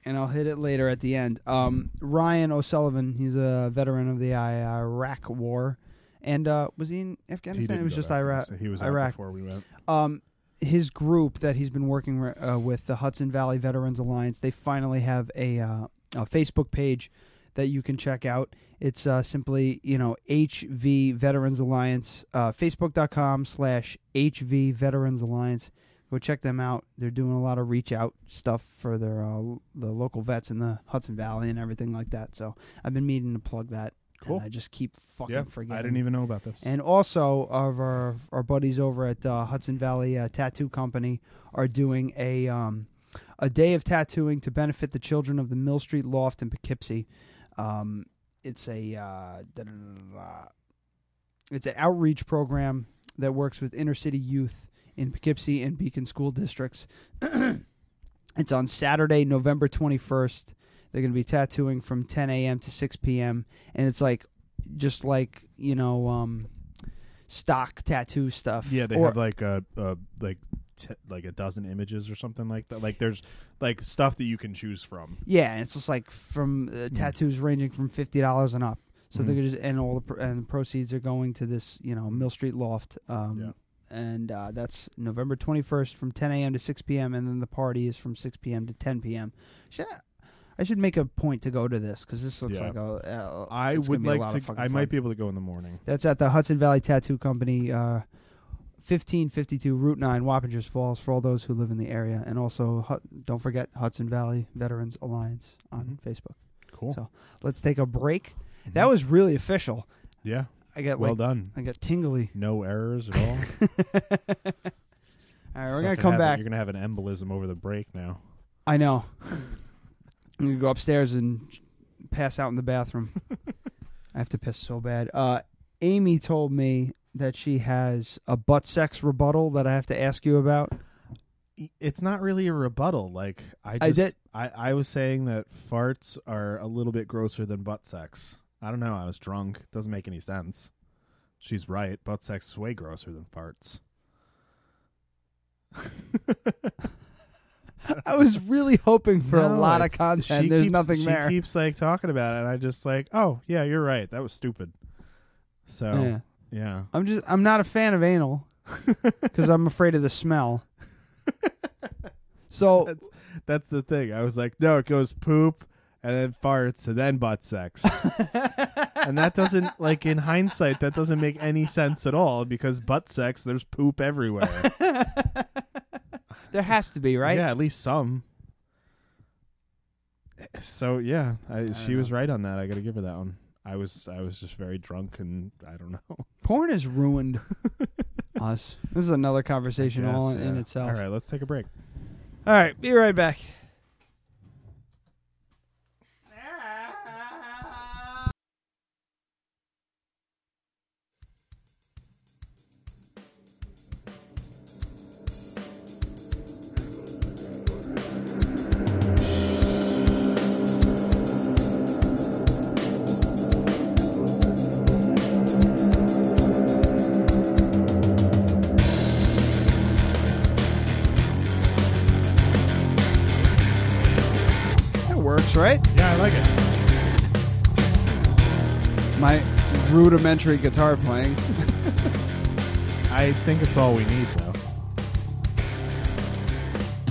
S6: and I'll hit it later at the end. Um, Ryan O'Sullivan, he's a veteran of the Iraq War, and uh, was he in Afghanistan?
S3: didn't
S6: it was
S3: go to
S6: just Iraq.
S3: Afghanistan. He was out
S6: Iraq
S3: before we went.
S6: um, his group that he's been working uh, with, the Hudson Valley Veterans Alliance, they finally have a, uh, a Facebook page that you can check out. It's uh, simply, you know, HV Veterans Alliance, uh, facebook.com slash HV Veterans Alliance. Go check them out. They're doing a lot of reach out stuff for their uh, l- the local vets in the Hudson Valley and everything like that. So I've been meaning to plug that.
S3: Cool.
S6: And I just keep fucking
S3: Yeah,
S6: forgetting.
S3: I didn't even know about this.
S6: And also, of our our buddies over at uh, Hudson Valley uh, Tattoo Company are doing a um, a day of tattooing to benefit the children of the Mill Street Loft in Poughkeepsie. Um, it's a uh, da-da-da-da-da. it's an outreach program that works with inner city youth in Poughkeepsie and Beacon school districts. It's on Saturday, November 21st. They're going to be tattooing from 10 a.m. to 6 p.m. And it's like, just like, you know, um, stock tattoo stuff.
S3: Yeah, they
S6: Or-
S3: have like a, a like t- like a dozen images or something like that. Like there's like stuff that you can choose from.
S6: Yeah, and it's just like from uh,
S3: Hmm.
S6: tattoos ranging from fifty dollars and up. So
S3: Mhm.
S6: they're just and all the pr- and the proceeds are going to this you know Mill Street Loft. Um, And uh, that's November twenty first from ten a.m. to six p.m. and then the party is from six p.m. to ten p.m. Should I, I should make a point to go to this because this looks
S3: Yeah.
S6: like a. a
S3: I
S6: it's gonna
S3: would
S6: be a lot
S3: like
S6: of
S3: to.
S6: fucking
S3: I
S6: fun.
S3: might be able to go in the morning.
S6: That's at the Hudson Valley Tattoo Company, uh, 1552 Route 9, Wappingers Falls, for all those who live in the area. And also, Hut- don't forget Hudson Valley Veterans Alliance on Facebook.
S3: Mm-hmm. Cool. Mm-hmm.
S6: So let's take a break. That was really official.
S3: Yeah.
S6: I got
S3: well
S6: like-
S3: done.
S6: I got tingly.
S3: No errors at all. all
S6: All right, we're gonna come back.
S3: You're gonna have an embolism over the break now.
S6: I know. I'm gonna go upstairs and pass out in the bathroom. I have to piss so bad. Uh, Amy told me that she has a butt sex rebuttal that I have to ask you about.
S12: It's not really a rebuttal. Like I
S6: I
S12: just
S6: did-
S12: I, I was saying that farts are a little bit grosser than butt sex. I don't know. I was drunk. Doesn't make any sense. She's right. Butt sex is way grosser than farts.
S6: I was really hoping for a
S12: No,
S6: lot of
S12: it's-
S6: content.
S12: she
S6: There's
S12: keeps-
S6: nothing there.
S12: She keeps like talking about it, and I just like, oh yeah, you're right. That was stupid. So
S6: Yeah.
S12: yeah,
S6: I'm just I'm not a fan of anal because I'm afraid of the smell. So
S12: that's that's the thing. I was like, no, it goes poop and then farts and then butt sex, and that doesn't like in hindsight that doesn't make any sense at all because butt sex there's poop everywhere.
S6: there has to be right.
S12: Yeah, at least some. So yeah, I, she was right on that. I got to give her that one. I was I was just very drunk and I don't know.
S6: Porn has ruined us. This is another conversation
S12: Yes,
S6: all in, in
S12: yeah.
S6: itself.
S12: All right, let's take a break.
S6: All right, be right back. That works, right?
S3: Yeah, I like it.
S6: My rudimentary guitar playing.
S12: I think it's all we need though.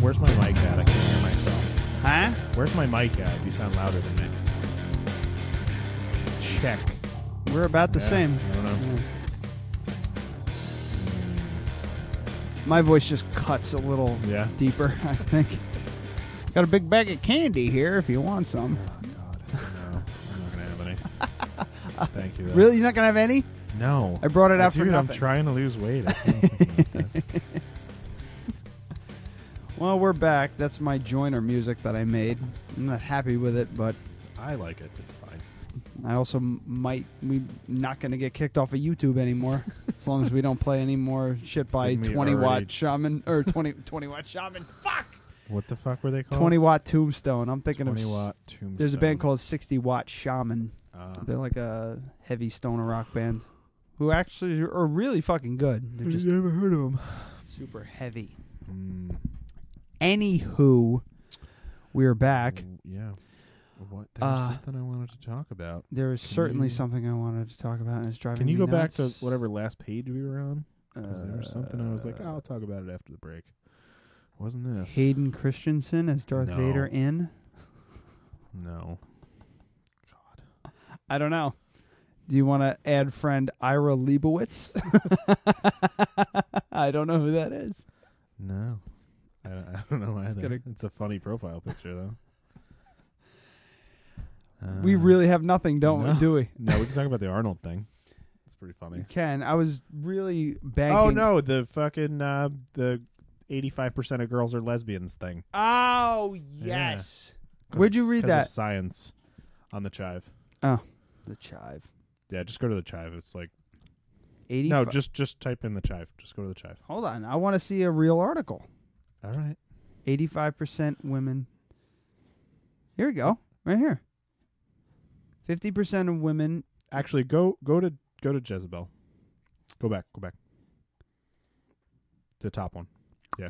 S3: Where's my mic at? I can't hear myself.
S6: Huh?
S3: Where's my mic at? You sound louder than me. Check.
S6: We're about the
S3: Yeah,
S6: same.
S3: I don't know.
S6: My voice just cuts a little
S3: Yeah.
S6: deeper, I think. Got a big bag of candy here if you want some.
S3: No, I'm not gonna have any. Thank you. though.
S6: Really? You're not going to have any?
S3: No.
S6: I brought it out for
S3: Dude, I'm
S6: nothing.
S3: trying to lose weight. I can't think about that.
S6: Well, we're back. That's my joiner music that I made. I'm not happy with it, but
S3: I like it. It's fine.
S6: I also m- might we not going to get kicked off of YouTube anymore as long as we don't play any more shit by
S3: Didn't we
S6: 20
S3: already-
S6: watt shaman or 20 20 watt shaman. Fuck.
S3: What the fuck were they called?
S6: 20 watt tombstone. I'm thinking of
S3: 20
S6: s-
S3: Oh. watt
S6: There's
S3: Tombstone.
S6: a band called 60 watt shaman.
S3: Ah.
S6: They're like a heavy stoner rock band who actually are really fucking good. They're just
S12: never heard of them.
S6: super heavy.
S3: Mm,
S6: Anywho, we're back.
S3: yeah. What? There was
S6: Uh,
S3: something I wanted to talk about.
S6: There is
S3: Can
S6: certainly
S3: you-
S6: something I wanted to talk about, and it's driving
S3: Can you
S6: me
S3: go
S6: nuts.
S3: back to whatever last page we were on? 'Cause there was something I was like,
S6: Uh,
S3: "Oh, I'll talk about it after the break. Wasn't this?
S6: Hayden Christensen as Darth
S3: No.
S6: Vader in?
S3: No.
S6: I don't know. Do you want to add friend Ira Leibowitz? I don't know who that is.
S3: No. I, I don't know either.
S6: gonna-
S3: It's a funny profile picture, though.
S6: we
S3: Uh,
S6: really have nothing, don't
S3: no.
S6: we? Do we?
S3: No, we can talk about the Arnold thing. It's pretty funny.
S6: Ken, I was really banking.
S12: Oh no, the fucking uh, the eighty-five percent of girls are lesbians thing.
S6: Oh
S3: Yeah.
S6: yes.
S12: 'Cause
S6: Where'd you
S12: it's-
S6: read
S12: 'cause of
S6: that?
S12: science on the chive.
S6: Oh, the chive.
S3: Yeah, just go to the chive. It's like
S6: Eighty.
S3: no, just just type in the chive. Just go to the chive.
S6: hold on. I want to see a real article.
S3: All right.
S6: Eighty-five percent women. Here we go. Right here. Fifty percent of women.
S3: Actually, go go to go to Jezebel. Go back. Go back. The top one. Yeah.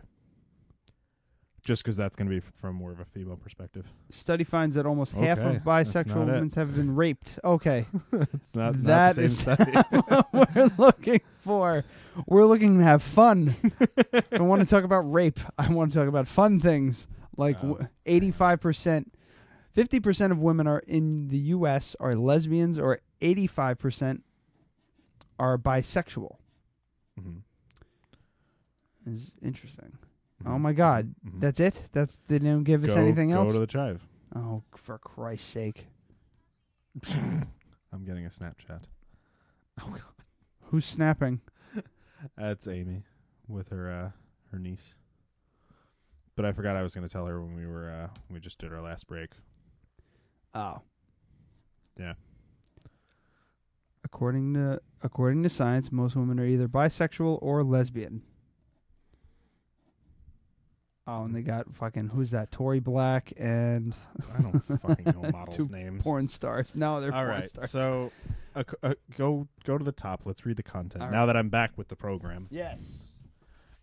S3: Just because that's going to be from more of a female perspective.
S6: Study finds that almost half
S3: Okay,
S6: of
S3: that's not
S6: bisexual
S3: it.
S6: women have been raped. Okay.
S3: It's not, not
S6: That
S3: the
S6: is
S3: same study.
S6: what we're looking for. We're looking to have fun. I want to talk about rape. I want to talk about fun things like
S3: Oh.
S6: eighty-five percent, fifty percent of women are in the U.S. are lesbians, or eighty-five percent are bisexual.
S3: Mhm.
S6: is interesting. Oh my God, that's it. That's they didn't give us
S3: Mm-hmm. Go-
S6: anything
S3: go
S6: else.
S3: to the chive.
S6: Oh, for Christ's sake!
S3: I'm getting a Snapchat.
S6: Who's snapping?
S3: That's Amy with her uh, her niece. But I forgot I was going to tell her when we were uh, we just did our last break.
S6: Oh.
S3: Yeah.
S6: According to according to science, most women are either bisexual or lesbian. Oh, and they got fucking who's that? Tori Black and
S3: I don't fucking know models'
S6: two
S3: names.
S6: Porn stars. No, they're
S3: All
S6: porn
S3: right.
S6: stars.
S3: So uh, c- uh, go go to the top. Let's read the content.
S6: All
S3: now
S6: right.
S3: that I'm back with the program.
S6: Yes.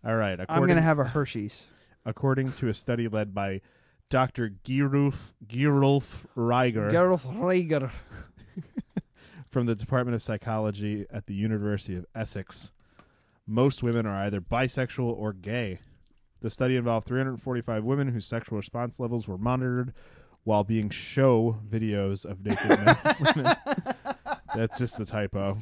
S3: All right.
S6: I'm gonna have a Hershey's.
S3: According to a study led by Dr. Gerulf Gerulf Reiger.
S6: Gerolf Reiger.
S3: from the Department of Psychology at the University of Essex. Most women are either bisexual or gay. The study involved 345 women whose sexual response levels were monitored while being show videos of naked men. women. That's just the typo.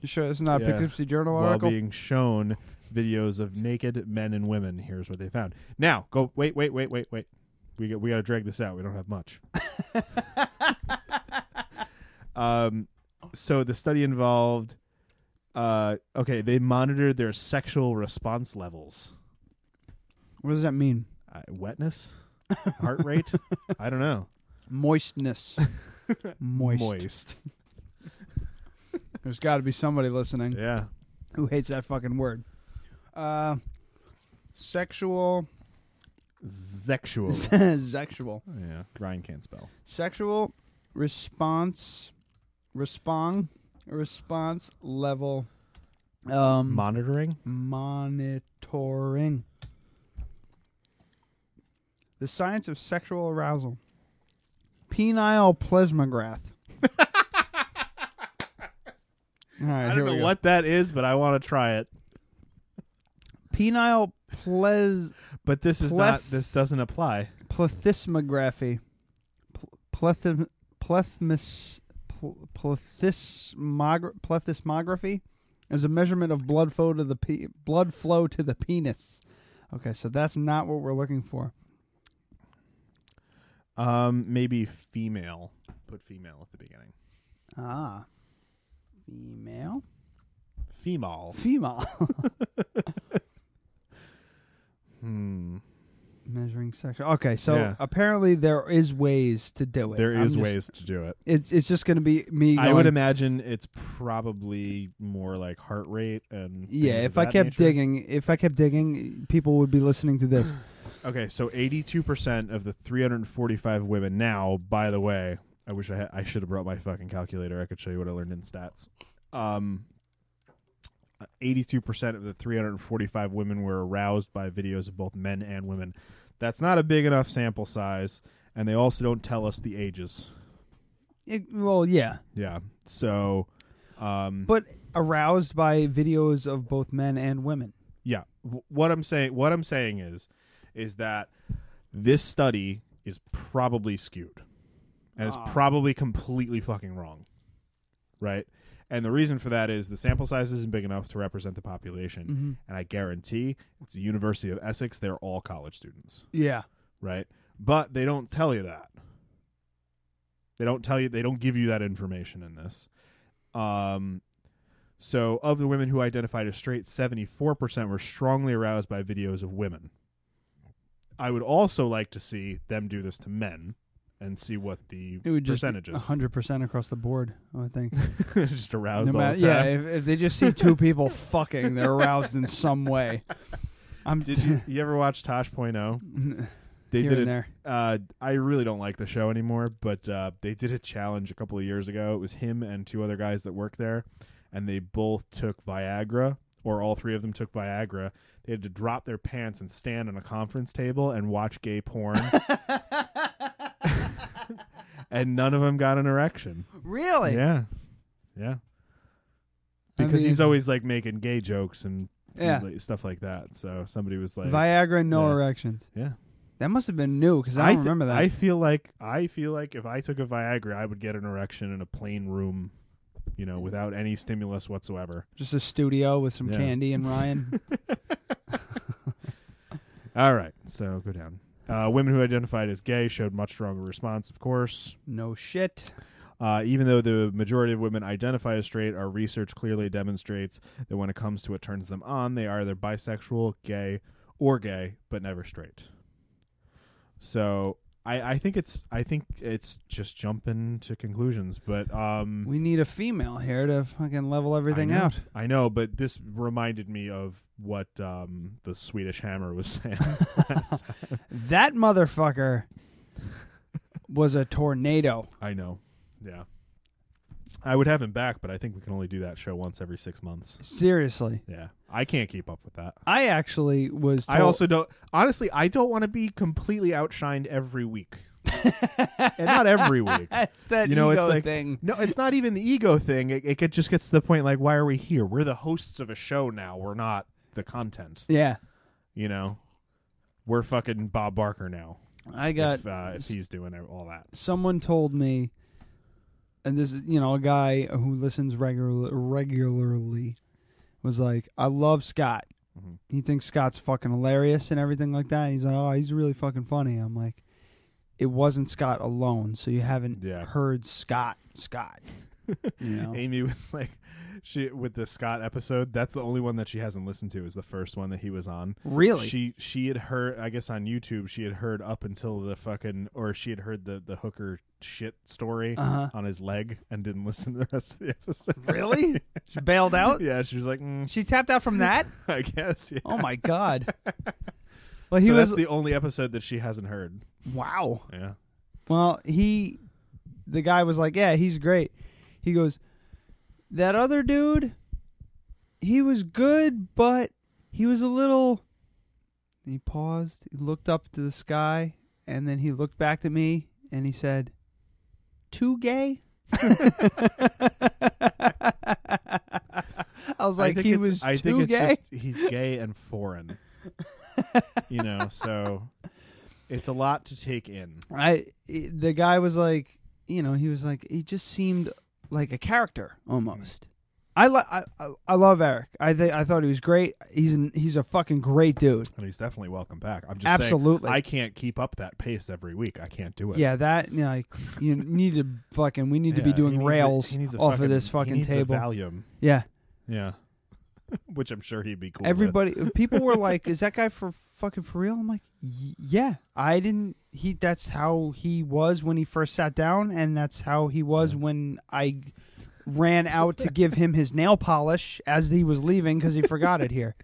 S6: You sure it's not a Poughkeepsie Journal
S3: while
S6: article?
S3: being shown videos of naked men and women. Here's what they found. Now, go wait, wait, wait, wait, wait. We got, we got to drag this out. We don't have much. um, so the study involved. Uh, okay, they monitored their sexual response levels.
S6: What does that mean?
S3: Uh, wetness, heart rate. I don't know.
S6: Moistness. Moist.
S3: Moist.
S6: There's got to be somebody listening.
S3: Yeah.
S6: Who hates that fucking word? Uh, sexual.
S3: Sexual.
S6: sexual.
S3: Yeah, Ryan can't spell.
S6: Sexual response. Respond. Response level. Um,
S3: monitoring.
S6: Monitoring. The science of sexual arousal. Penile plasmograph. All
S3: I
S6: right, here
S3: don't
S6: we
S3: know
S6: go.
S3: what that is, but I want to try it.
S6: Penile ples.
S3: But this is not. This doesn't apply.
S6: plethysmography. Pl- Plethym- plethmis- pl- plethysmogra- plethysmography is a measurement of blood flow to the pe- blood flow to the penis. Okay, so that's not what we're looking for.
S3: Um, maybe female. Put female at the beginning.
S6: Ah, female,
S3: Female.
S6: female.
S3: Hmm.
S6: Measuring sexual. Okay, so
S3: Yeah.
S6: apparently there is ways to do it.
S3: There
S6: I'm
S3: is
S6: just-
S3: ways to do it.
S6: It's it's just going to be me.
S3: I would
S6: going-
S3: imagine it's probably more like heart rate and
S6: Yeah,
S3: things of
S6: if I
S3: that
S6: kept
S3: nature.
S6: digging, if I kept digging, people would be listening to this.
S3: Okay, so eighty-two percent of the three hundred and forty-five women. Now, by the way, I wish I had, I should have brought my fucking calculator. I could show you what I learned in stats. Um, eighty-two percent of the three hundred and forty-five women were aroused by videos of both men and women. That's not a big enough sample size, and they also don't tell us the ages.
S6: It- well, yeah,
S3: Yeah, so, um,
S6: but aroused by videos of both men and women.
S3: Yeah. W- What I'm saying what I'm saying is is that this study is probably skewed. And it's
S12: Ah.
S3: probably completely fucking wrong. Right? And the reason for that is the sample size isn't big enough to represent the population.
S6: Mhm.
S3: And I guarantee it's the University of Essex, they're all college students.
S6: Yeah.
S3: Right? But they don't tell you that. They don't tell you they don't give you that information in this. Um so of the women who identified as straight, 74% were strongly aroused by videos of women. I would also like to see them do this to men and see what the
S6: It would just
S3: percentages
S6: hundred percent across the board. I would think.
S3: just aroused
S6: No
S3: all
S6: matter-
S3: the time.
S6: Yeah, if, if they just see two people fucking, they're aroused in some way. I'm
S3: Did you, you ever watch Tosh Point oh? They
S6: Here
S3: did
S6: and
S3: it.
S6: there.
S3: Uh, I really don't like the show anymore, but uh, they did a challenge a couple of years ago. It was him and two other guys that work there, and they both took Viagra, or all three of them took Viagra. They had to drop their pants and stand on a conference table and watch gay porn. and none of them got an erection.
S6: Really?
S3: Yeah. Yeah.
S6: I
S3: Because he's
S6: mean-
S3: always like making gay jokes and
S6: Yeah.
S3: like, stuff like that. So somebody was like
S6: Viagra, no
S3: Yeah.
S6: erections.
S3: Yeah,
S6: that must have been new because I don't
S3: thi-
S6: remember that.
S3: I feel like I feel like if I took a Viagra, I would get an erection in a plain room, you know, without any stimulus whatsoever.
S6: just a studio with some
S3: Yeah.
S6: candy and Ryan.
S3: All right, so go down. Uh, women who identified as gay showed much stronger response, of course.
S6: No shit.
S3: Uh, even though the majority of women identify as straight, our research clearly demonstrates that when it comes to what turns them on, they are either bisexual, gay, or gay, but never straight. So I, I think it's I think it's just jumping to conclusions, but um,
S6: we need a female here to fucking level everything
S3: I know,
S6: out.
S3: I know, but this reminded me of what um, the Swedish Hammer was saying.
S6: that motherfucker was a tornado.
S3: I know. Yeah. I would have him back, but I think we can only do that show once every six months.
S6: Seriously.
S3: Yeah. I can't keep up with that.
S6: I actually was.
S3: I
S6: told-
S3: also don't. Honestly, I don't want to be completely outshined every week. and not every week.
S6: It's that
S3: you know,
S6: ego
S3: it's like,
S6: thing.
S3: No, it's not even the ego thing. It, it get- just gets to the point like, why are we here? We're the hosts of a show now. We're not the content.
S6: Yeah.
S3: You know, we're fucking Bob Barker now.
S6: I got-
S3: if, uh, if he's doing all that.
S6: someone told me, and this is you know a guy who listens regular regularly was like, I love Scott.
S3: Mm-hmm.
S6: He thinks Scott's fucking hilarious and everything like that. He's like, oh, he's really fucking funny. I'm like, it wasn't Scott alone, so you haven't heard Scott. Scott.
S3: Amy was like, she with the Scott episode. That's the only one that she hasn't listened to. Is the first one that he was on.
S6: Really?
S3: She she had heard. I guess on YouTube she had heard up until the fucking or she had heard the the hooker shit story
S6: Uh-huh.
S3: on his leg and didn't listen to the rest of the episode.
S6: Really? she bailed out.
S3: Yeah, she was like, mm.
S6: she tapped out from that.
S3: I guess. Yeah.
S6: Oh my god. Well, he
S3: so
S6: was
S3: that's the only episode that she hasn't heard.
S6: wow.
S3: Yeah.
S6: Well, he, the guy was like, yeah, he's great. He goes, that other dude, he was good, but he was a little. He paused, he looked up to the sky, and then he looked back to me and he said, too gay? I was
S3: I
S6: like,
S3: think
S6: he
S3: it's-
S6: was
S3: I
S6: too
S3: think it's
S6: gay.
S3: just he's gay and foreign. you know, so it's a lot to take in.
S6: I i- the guy was like, you know, he was like, he just seemed like a character almost. I lo- I I- I love Eric. I th- I thought he was great. He's an, he's a fucking great dude.
S3: And he's definitely welcome back. I'm just
S6: Absolutely.
S3: Saying, I can't keep up that pace every week. I can't do it.
S6: Yeah, that you know, like you need to fucking we need to be
S3: Yeah, he
S6: doing
S3: needs a-
S6: rails
S3: he needs a
S6: off of this
S3: fucking-
S6: fucking
S3: he needs a
S6: table.
S3: Valium.
S6: Yeah,
S3: Yeah. Which I'm sure he'd be cool. with.
S6: everybody. people were like, "Is that guy for fucking for real?" I'm like, "Y- "Yeah, I didn't." He that's how he was when he first sat down, and that's how he was when I ran out to give him his nail polish as he was leaving because he forgot it here.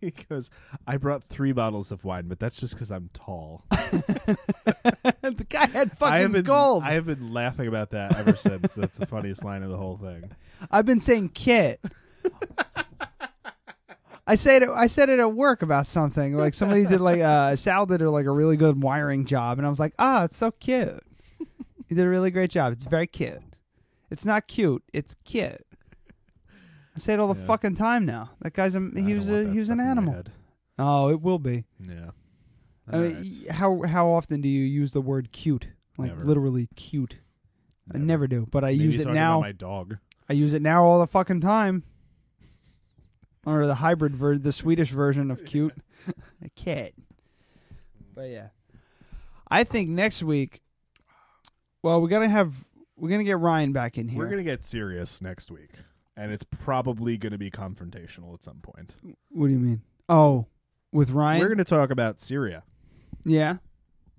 S3: he goes, I brought three bottles of wine, but that's just because I'm tall.
S6: the guy had
S3: I have
S6: fucking
S3: been,
S6: gold.
S3: I have been laughing about that ever since. That's the funniest line of the whole thing.
S6: I've been saying kit. I said it, I said it at work about something. Like somebody did like uh Sal did a, like a really good wiring job and I was like, "Ah, it's so cute." He did a really great job. It's very cute. It's not cute, it's cute. I say it all the
S3: Yeah.
S6: fucking time now. That guy's a he was a, he was an animal. Oh, it will be.
S3: Yeah.
S6: I mean, y- how how often do you use the word cute? Like
S3: Never.
S6: literally cute. I never do, but I
S3: Maybe
S6: use
S3: he's
S6: it
S3: talking
S6: now.
S3: About my dog.
S6: I use it now all the fucking time. Or the hybrid ver the Swedish version of cute. a cat. But yeah. I think next week well, we're gonna have we're gonna get Ryan back in here.
S3: We're gonna get serious next week, and it's probably gonna be confrontational at some point.
S6: what do you mean? Oh. With Ryan?
S3: We're gonna talk about Syria.
S6: yeah.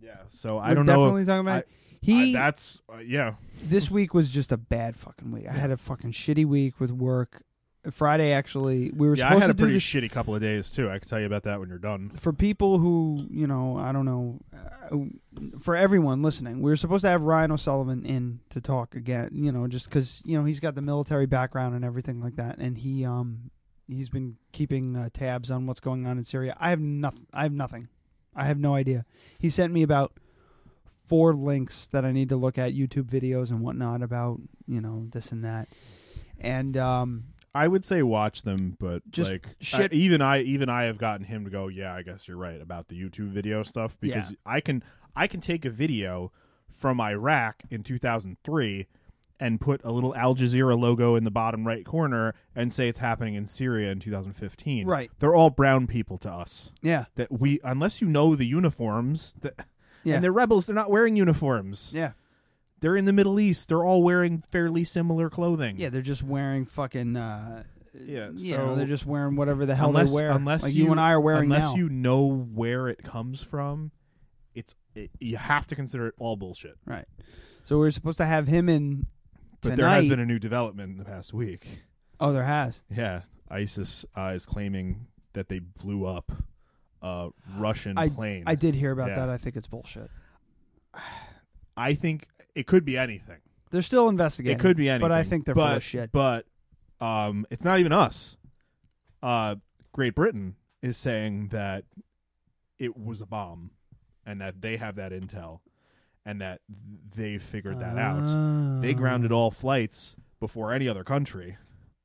S3: Yeah. So I
S6: We're
S3: don't know.
S6: definitely
S3: if-
S6: talking about
S3: I-
S6: it. He-
S3: I- that's uh, yeah.
S6: this week was just a bad fucking week. I had a fucking shitty week with work. Friday actually we were
S3: yeah,
S6: supposed
S3: I had
S6: to
S3: a
S6: do
S3: pretty
S6: this
S3: shitty couple of days too. I can tell you about that when you're done.
S6: for people who you know i don't know uh, for everyone listening we were supposed to have ryan o'sullivan in to talk again you know just because you know he's got the military background and everything like that and he um he's been keeping uh, tabs on what's going on in syria i have nothing i have nothing i have no idea he sent me about four links that i need to look at youtube videos and whatnot about you know this and that and um
S3: I would say watch them, but
S6: Just
S3: like I-
S6: shit-
S3: even I even I have gotten him to go. Yeah, I guess you're right about the YouTube video stuff because
S6: Yeah.
S3: I can I can take a video from Iraq in 2003 and put a little Al Jazeera logo in the bottom right corner and say it's happening in Syria in 2015.
S6: Right.
S3: They're all brown people to us.
S6: Yeah.
S3: That we unless you know the uniforms that
S6: Yeah.
S3: and they're rebels, they're not wearing uniforms.
S6: Yeah.
S3: They're in the Middle East. They're all wearing fairly similar clothing.
S6: Yeah, they're just wearing fucking. Uh,
S3: yeah,
S6: you
S3: so-
S6: know, they're just wearing whatever the hell
S3: unless,
S6: they wear.
S3: Unless
S6: like you, and I are wearing
S3: unless
S6: now.
S3: you know where it comes from, it's it, you have to consider it all bullshit.
S6: Right. So we are supposed to have him in
S3: But
S6: tonight.
S3: there has been a new development in the past week.
S6: oh, there has.
S3: Yeah, ISIS uh, is claiming that they blew up a Russian
S6: I,
S3: plane.
S6: I did hear about
S3: Yeah.
S6: that. I think it's bullshit.
S3: I think it could be anything.
S6: They're still investigating.
S3: It could be anything.
S6: But I think they're
S3: but,
S6: full of shit.
S3: But um, it's not even us. Uh, Great Britain is saying that it was a bomb, and that they have that intel, and that they figured that out. They
S6: Ah.
S3: grounded all flights before any other country.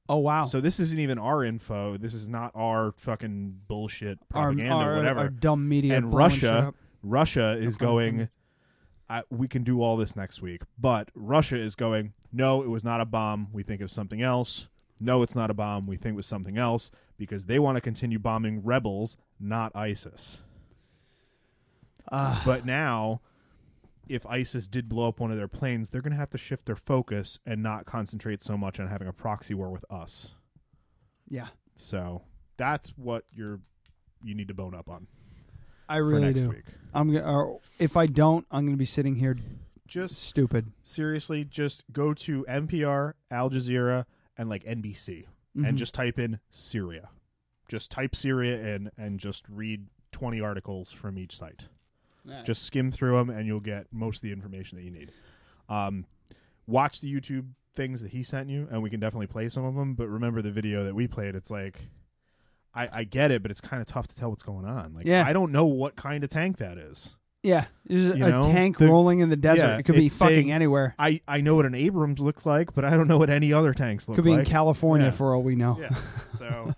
S6: Oh wow.
S3: So this isn't even our info. This is not our fucking bullshit propaganda,
S6: our-
S3: whatever.
S6: our dumb media
S3: and
S6: blowing shit
S3: Russia.
S6: up.
S3: Russia is
S6: Okay,
S3: going. I, we can do all this next week, but Russia is going. No, it was not a bomb. We think it was something else. No, it's not a bomb. We think it was something else because they want to continue bombing rebels, not ISIS.
S6: Ah,
S3: but now, if ISIS did blow up one of their planes, they're going to have to shift their focus and not concentrate so much on having a proxy war with us.
S6: Yeah.
S3: So that's what you're you need to bone up on.
S6: I really
S3: for next
S6: do.
S3: week.
S6: I'm gonna. Or if I don't, I'm gonna be sitting here
S3: Just
S6: stupid.
S3: seriously, just go to NPR, Al Jazeera, and like NBC,
S6: Mhm.
S3: and just type in Syria. Just type Syria in and just read twenty articles from each site.
S6: Alright.
S3: Just skim through them, and you'll get most of the information that you need. Um, watch the YouTube things that he sent you, and we can definitely play some of them. But remember the video that we played. It's like. I, I get it, but it's kind of tough to tell what's going on. Like,
S6: Yeah.
S3: I don't know what kind of tank that is.
S6: Yeah, it's
S3: You
S6: a
S3: know,
S6: tank
S3: the-
S6: rolling in the desert.
S3: yeah,
S6: it could be
S3: it's
S6: fucking
S3: saying,
S6: anywhere.
S3: I, I know what an Abrams looks like, but I don't know what any other tanks look
S6: Could be in
S3: like.
S6: California
S3: Yeah.
S6: for all we know.
S3: Yeah. So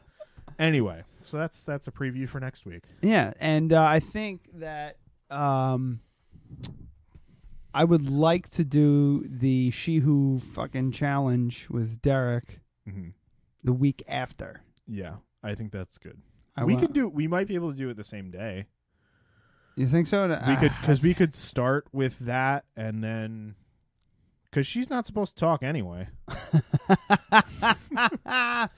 S3: anyway, so that's that's a preview for next week.
S6: Yeah, and uh, I think that um, I would like to do the she who fucking challenge with Derek
S3: Mhm.
S6: the week after.
S3: Yeah, I think that's good.
S6: I
S3: we
S6: wa-
S3: could do. We might be able to do it the same day.
S6: You think so?
S3: We could because we could start with that and then because she's not supposed to talk anyway.
S6: I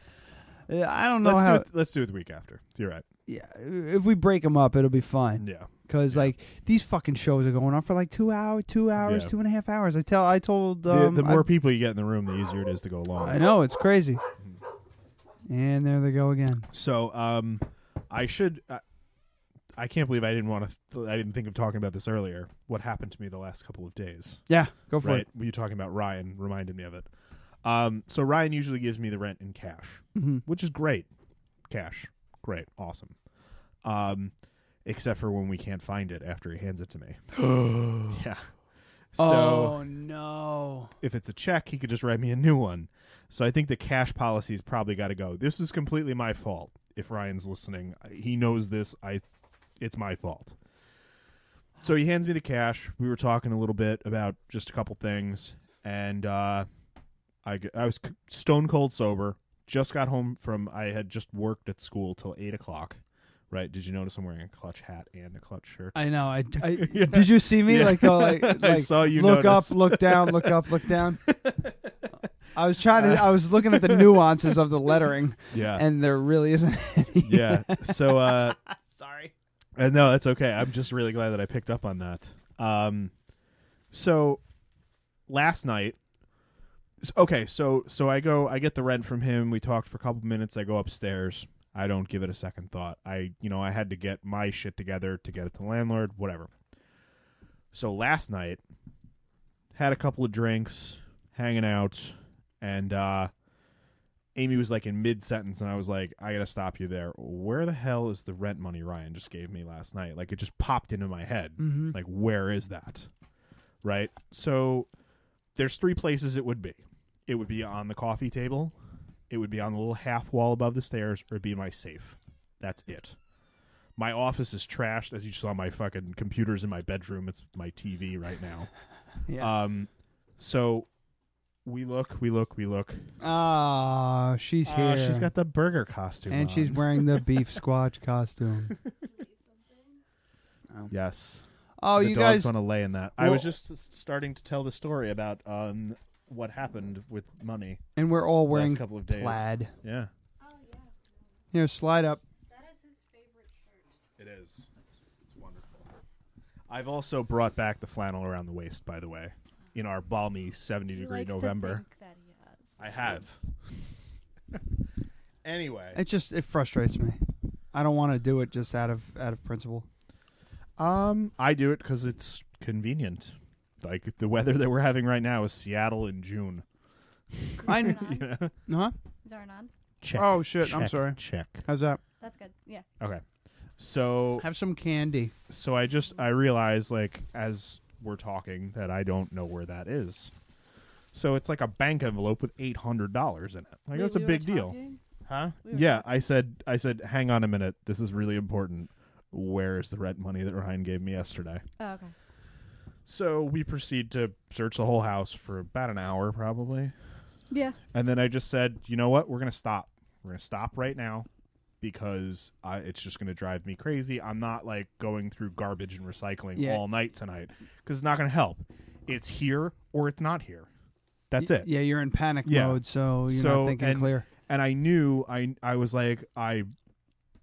S6: don't know
S3: let's
S6: how.
S3: Do it, let's do it the week after. You're right.
S6: yeah, if we break them up, it'll be fine.
S3: Yeah.
S6: Because like these fucking shows are going on for like two hour, two hours,
S3: Yeah.
S6: two and a half hours. I tell, I told.
S3: The-
S6: Um,
S3: the,
S6: I-
S3: more people you get in the room, the easier it is to go along.
S6: I know it's crazy. And there they go again.
S3: So um, I should. Uh, I can't believe I didn't want to. I didn't think of talking about this earlier. What happened to me the last couple of days?
S6: Yeah, go for
S3: right?
S6: it.
S3: Were you talking about Ryan? Reminded me of it. Um, so Ryan usually gives me the rent in cash,
S6: Mhm.
S3: which is great. Cash, great, awesome. Um, except for when we can't find it after he hands it to me. yeah. So
S6: oh no!
S3: if it's a check, he could just write me a new one. So I think the cash policy's probably got to go. This is completely my fault. If Ryan's listening, he knows this. I, it's my fault. So he hands me the cash. We were talking a little bit about just a couple things, and uh, I g- I was c- stone cold sober. Just got home from I had just worked at school till eight o'clock. Right? Did you notice I'm wearing a clutch hat and a clutch shirt?
S6: I know. I, I did you see me
S3: Yeah.
S6: like, uh, like
S3: I
S6: like,
S3: saw you
S6: look
S3: notice.
S6: up, look down, look up, look down. I was trying to. I was looking at the nuances of the lettering.
S3: Yeah. Uh,
S6: and there really isn't. Any.
S3: yeah. So uh
S6: Sorry.
S3: Uh, no, that's okay. I'm just really glad that I picked up on that. Um so last night s- okay, so so I go I get the rent from him. We talked for a couple minutes. I go upstairs. I don't give it a second thought. I you know, I had to get my shit together to get it to the landlord, whatever. So last night had a couple of drinks, hanging out, and uh Amy was like in mid sentence, and I was like, I gotta stop you there. Where the hell is the rent money Ryan just gave me last night? Like, it just popped into my head.
S6: Mhm.
S3: Like, where is that? Right? So, there's three places it would be it would be on the coffee table, it would be on the little half wall above the stairs, or it'd be in my safe. That's it. My office is trashed, as you saw. My fucking computer's in my bedroom. It's my TV right now.
S6: Yeah.
S3: Um, so We look, we look, we look.
S6: Ah, she's
S3: Ah,
S6: here.
S3: she's got the burger costume,
S6: and
S3: on.
S6: she's wearing the beef squatch costume.
S3: Yes.
S6: Oh,
S3: the
S6: you
S3: dogs
S6: guys-
S3: want to lay in that. I
S6: Well-
S3: was just s- starting to tell the story about um what happened with money.
S6: And we're all
S3: the
S6: wearing
S3: last couple of days.
S6: plaid.
S3: Yeah,
S6: Here, slide up.
S3: it is. It's wonderful. I've also brought back the flannel around the waist, by the way, in our balmy seventy degree November. I have. anyway,
S6: It just it frustrates me. I don't want to do it just out of out of principle.
S3: Um, I do it because it's convenient. Like the weather that we're having right now is Seattle in June.
S6: I
S3: you
S6: kn-
S3: know?
S6: Huh?
S19: Zarnon.
S3: Check.
S6: Oh shit! I'm
S3: check,
S6: sorry.
S3: Check.
S6: How's that?
S19: That's good. Yeah.
S3: Okay. So
S6: have some candy.
S3: So I just I realize like as we're talking that I don't know where that is. So it's like a bank envelope with eight hundred dollars in it.
S20: Wait,
S3: Like that's a
S20: we were
S3: big deal.
S20: talking?
S3: Huh?
S20: We were
S3: yeah, I said I said, hang on a minute, this is really important. Where is the rent money that Ryan gave me yesterday?
S20: Oh, okay.
S3: So we proceed to search the whole house for about an hour, probably.
S20: Yeah.
S3: And then I just said, you know what? We're going to stop. We're going to stop right now because I, it's just going to drive me crazy. I'm not like going through garbage and recycling
S6: Yeah.
S3: all night tonight because it's not going to help. It's here or it's not here. That's
S6: Y-
S3: it.
S6: Yeah, you're in panic mode, so you're
S3: So-
S6: not thinking
S3: and,
S6: clear.
S3: And I knew I I was like I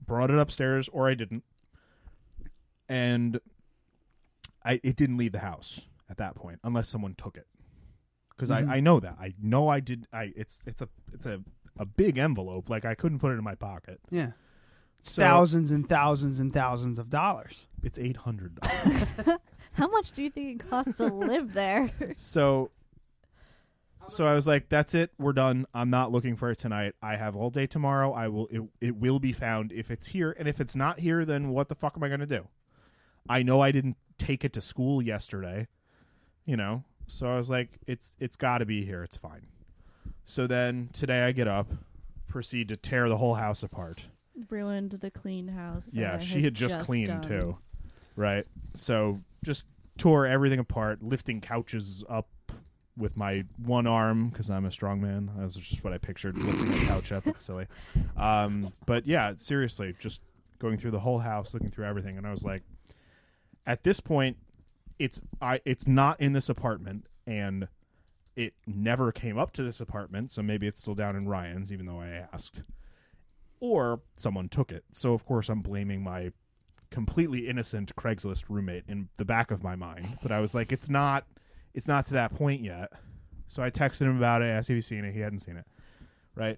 S3: brought it upstairs or I didn't, and I it didn't leave the house at that point unless someone took it because
S12: Mhm.
S3: I I know that I know I did I it's it's a it's a a big envelope like I couldn't put it in my pocket.
S6: Yeah.
S3: So-
S6: thousands and thousands and thousands of dollars.
S3: It's eight hundred dollars.
S20: How much do you think it costs to live there?
S3: So so I was like, "That's it. We're done. I'm not looking for it tonight. I have all day tomorrow. I will. It, it will be found if it's here, and if it's not here, then what the fuck am I gonna do? I know I didn't take it to school yesterday, you know. So I was like, "It's it's got to be here. It's fine." So then today I get up, proceed to tear the whole house apart.
S20: Ruined the clean house. that
S3: Yeah,
S20: I
S3: she had just, cleaned
S20: done.
S3: too. Right. So just tore everything apart, lifting couches up with my one arm because I'm a strong man. That's just what I pictured lifting a couch up. It's silly. Um, but yeah, seriously, just going through the whole house, looking through everything, and I was like, at this point, it's I it's not in this apartment and it never came up to this apartment, so maybe it's still down in Ryan's, even though I asked. Or someone took it. So of course I'm blaming my completely innocent Craigslist roommate in the back of my mind. But I was like, it's not it's not to that point yet. So I texted him about it, asked if he's seen it, he hadn't seen it. Right?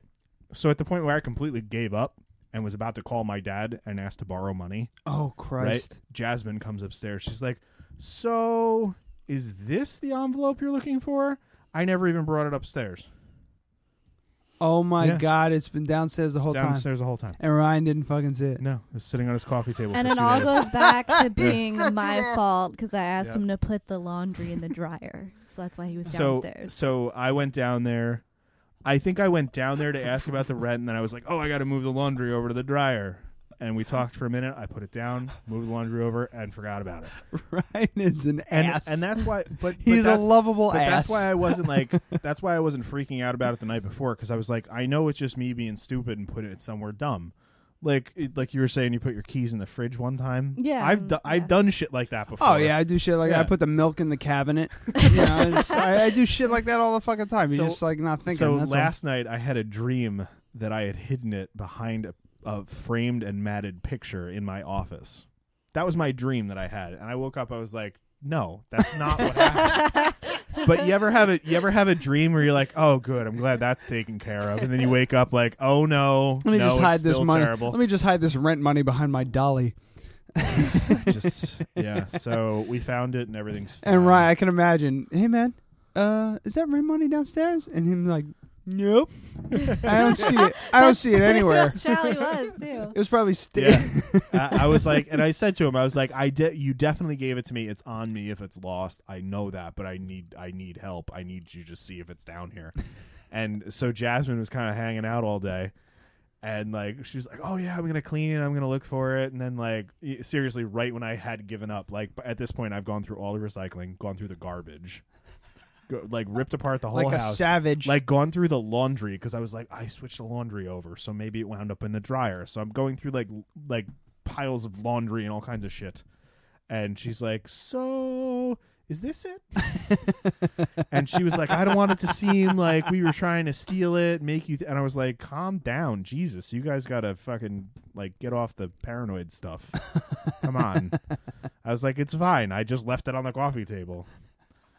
S3: So at the point where I completely gave up and was about to call my dad and ask to borrow money.
S6: Oh, Christ.
S3: Right? Jasmine comes upstairs. She's like, "So, is this the envelope you're looking for? I never even brought it upstairs."
S6: Oh my
S3: Yeah.
S6: god, it's been downstairs the whole time.
S3: Downstairs the whole time.
S6: And Ryan didn't fucking see it.
S3: No, it was sitting on his coffee table.
S20: And
S3: for
S20: it
S3: two
S20: all
S3: days.
S20: goes back to being
S3: Such
S20: my fault because I asked
S3: Yeah.
S20: him to put the laundry in the dryer. So that's why he was
S3: so
S20: downstairs.
S3: so I went down there. I think I went down there to ask about the rent, and then I was like, "Oh, I got to move the laundry over to the dryer." And we talked for a minute. I put it down, moved the laundry over, and forgot about it.
S6: Ryan is an
S3: and,
S6: ass.
S3: and that's why. But but
S6: He's a
S3: that's-
S6: lovable
S3: but
S6: ass.
S3: That's why I wasn't like. that's why I wasn't freaking out about it the night before because I was like, I know it's just me being stupid and putting it somewhere dumb. Like it- like you were saying, you put your keys in the fridge one time.
S6: Yeah,
S3: I've do- I've done shit like that before.
S6: Oh yeah, I do shit like that. I
S3: Yeah.
S6: put the milk in the cabinet. you know, I just- I, I do shit like that all the fucking time. You're
S3: So-
S6: just like not thinking.
S3: So
S6: that's all.
S3: last night I had a dream that I had hidden it behind a, a framed and matted picture in my office. That was my dream that I had, and I woke up. I was like, no, that's not what happened. but you ever have it? You ever have a dream where you're like, oh, good, I'm glad that's taken care of, and then you wake up like, oh no,
S6: Let me
S3: no,
S6: just
S3: it's
S6: hide this
S3: still
S6: money.
S3: Terrible.
S6: Let me just hide this rent money behind my dolly.
S3: just yeah. So we found it, and everything's fine.
S6: And Ryan, I can imagine. Hey man, uh, is that rent money downstairs? And him like, nope. I don't see it. I don't
S20: That's
S6: see it
S20: pretty
S6: anywhere.
S20: much how he was, too.
S6: It was probably still.
S3: Yeah. I, I was like, and I said to him, I was like, I did. You definitely gave it to me. It's on me if it's lost. I know that, but I need, I need help. I need you to see if it's down here. And so Jasmine was kind of hanging out all day, and like she was like, oh yeah, I'm gonna clean it. I'm gonna look for it. And then like y- seriously, right when I had given up, like at this point, I've gone through all the recycling, gone through the garbage. go, like ripped apart the whole
S6: Like a
S3: house,
S6: savage.
S3: like gone through the laundry because I was like, I switched the laundry over, so maybe it wound up in the dryer. So I'm going through like l- like piles of laundry and all kinds of shit, and she's like, so. Is this it? and she was like, I don't want it to seem like we were trying to steal it, make you. Th-. And I was like, calm down, Jesus. You guys got to fucking, like, get off the paranoid stuff. Come on. I was like, it's fine. I just left it on the coffee table.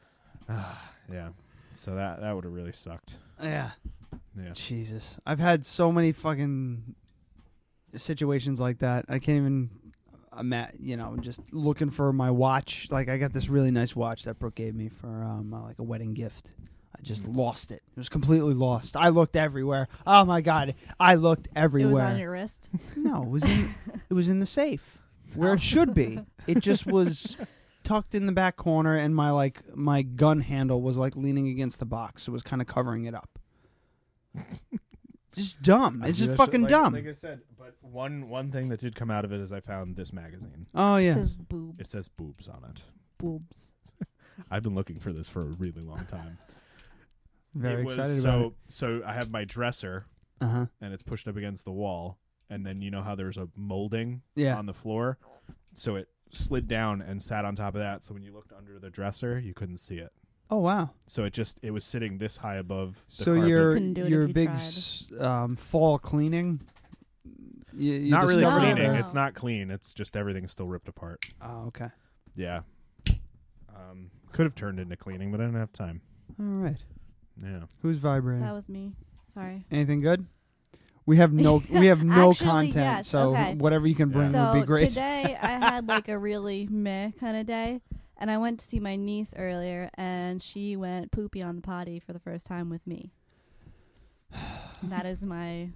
S3: yeah. So that, that would have really sucked.
S6: Yeah.
S3: Yeah.
S6: Jesus. I've had so many fucking situations like that. I can't even I'm at, you know, just looking for my watch. Like I got this really nice watch that Brooke gave me for um uh, like a wedding gift. I just
S3: Mm.
S6: lost it. It was completely lost. I looked everywhere. Oh my god. I looked everywhere.
S20: It was on your wrist.
S6: No, it was in, it was in the safe where it should be. It just was tucked in the back corner, and my like my gun handle was like leaning against the box. It was kind of covering it up. just dumb. It's just fucking
S3: like,
S6: dumb.
S3: Like I said, but one one thing that did come out of it is I found this magazine.
S6: Oh, It yeah.
S20: says boobs.
S3: It says boobs on it.
S20: Boobs.
S3: I've been looking for this for a really long time.
S6: Very
S3: It was-
S6: excited
S3: so,
S6: about it.
S3: So I have my dresser,
S6: Uh-huh.
S3: and it's pushed up against the wall, and then you know how there's a molding
S6: Yeah.
S3: on the floor, so it slid down and sat on top of that. So when you looked under the dresser, you couldn't see it.
S6: Oh wow.
S3: So it just it was sitting this high above. The
S6: So
S3: carpet.
S6: your
S20: Couldn't do it
S6: your
S20: if you
S6: big
S20: tried.
S6: s- um, fall cleaning. You, you
S3: not really
S6: discovered
S3: cleaning.
S6: that-
S3: It's not clean. It's just everything's still ripped apart.
S6: Oh okay.
S3: Yeah. Um, could have turned into cleaning, but I didn't have time.
S6: All right.
S3: Yeah.
S6: Who's vibrating?
S20: That was me. Sorry.
S6: Anything good? We have no we have no
S20: Actually,
S6: content,
S20: yes,
S6: so
S20: okay.
S6: whatever you can bring
S20: so
S6: would be great.
S20: today I had like a really meh kind of day, and I went to see my niece earlier, and she went poopy on the potty for the first time with me. that is my.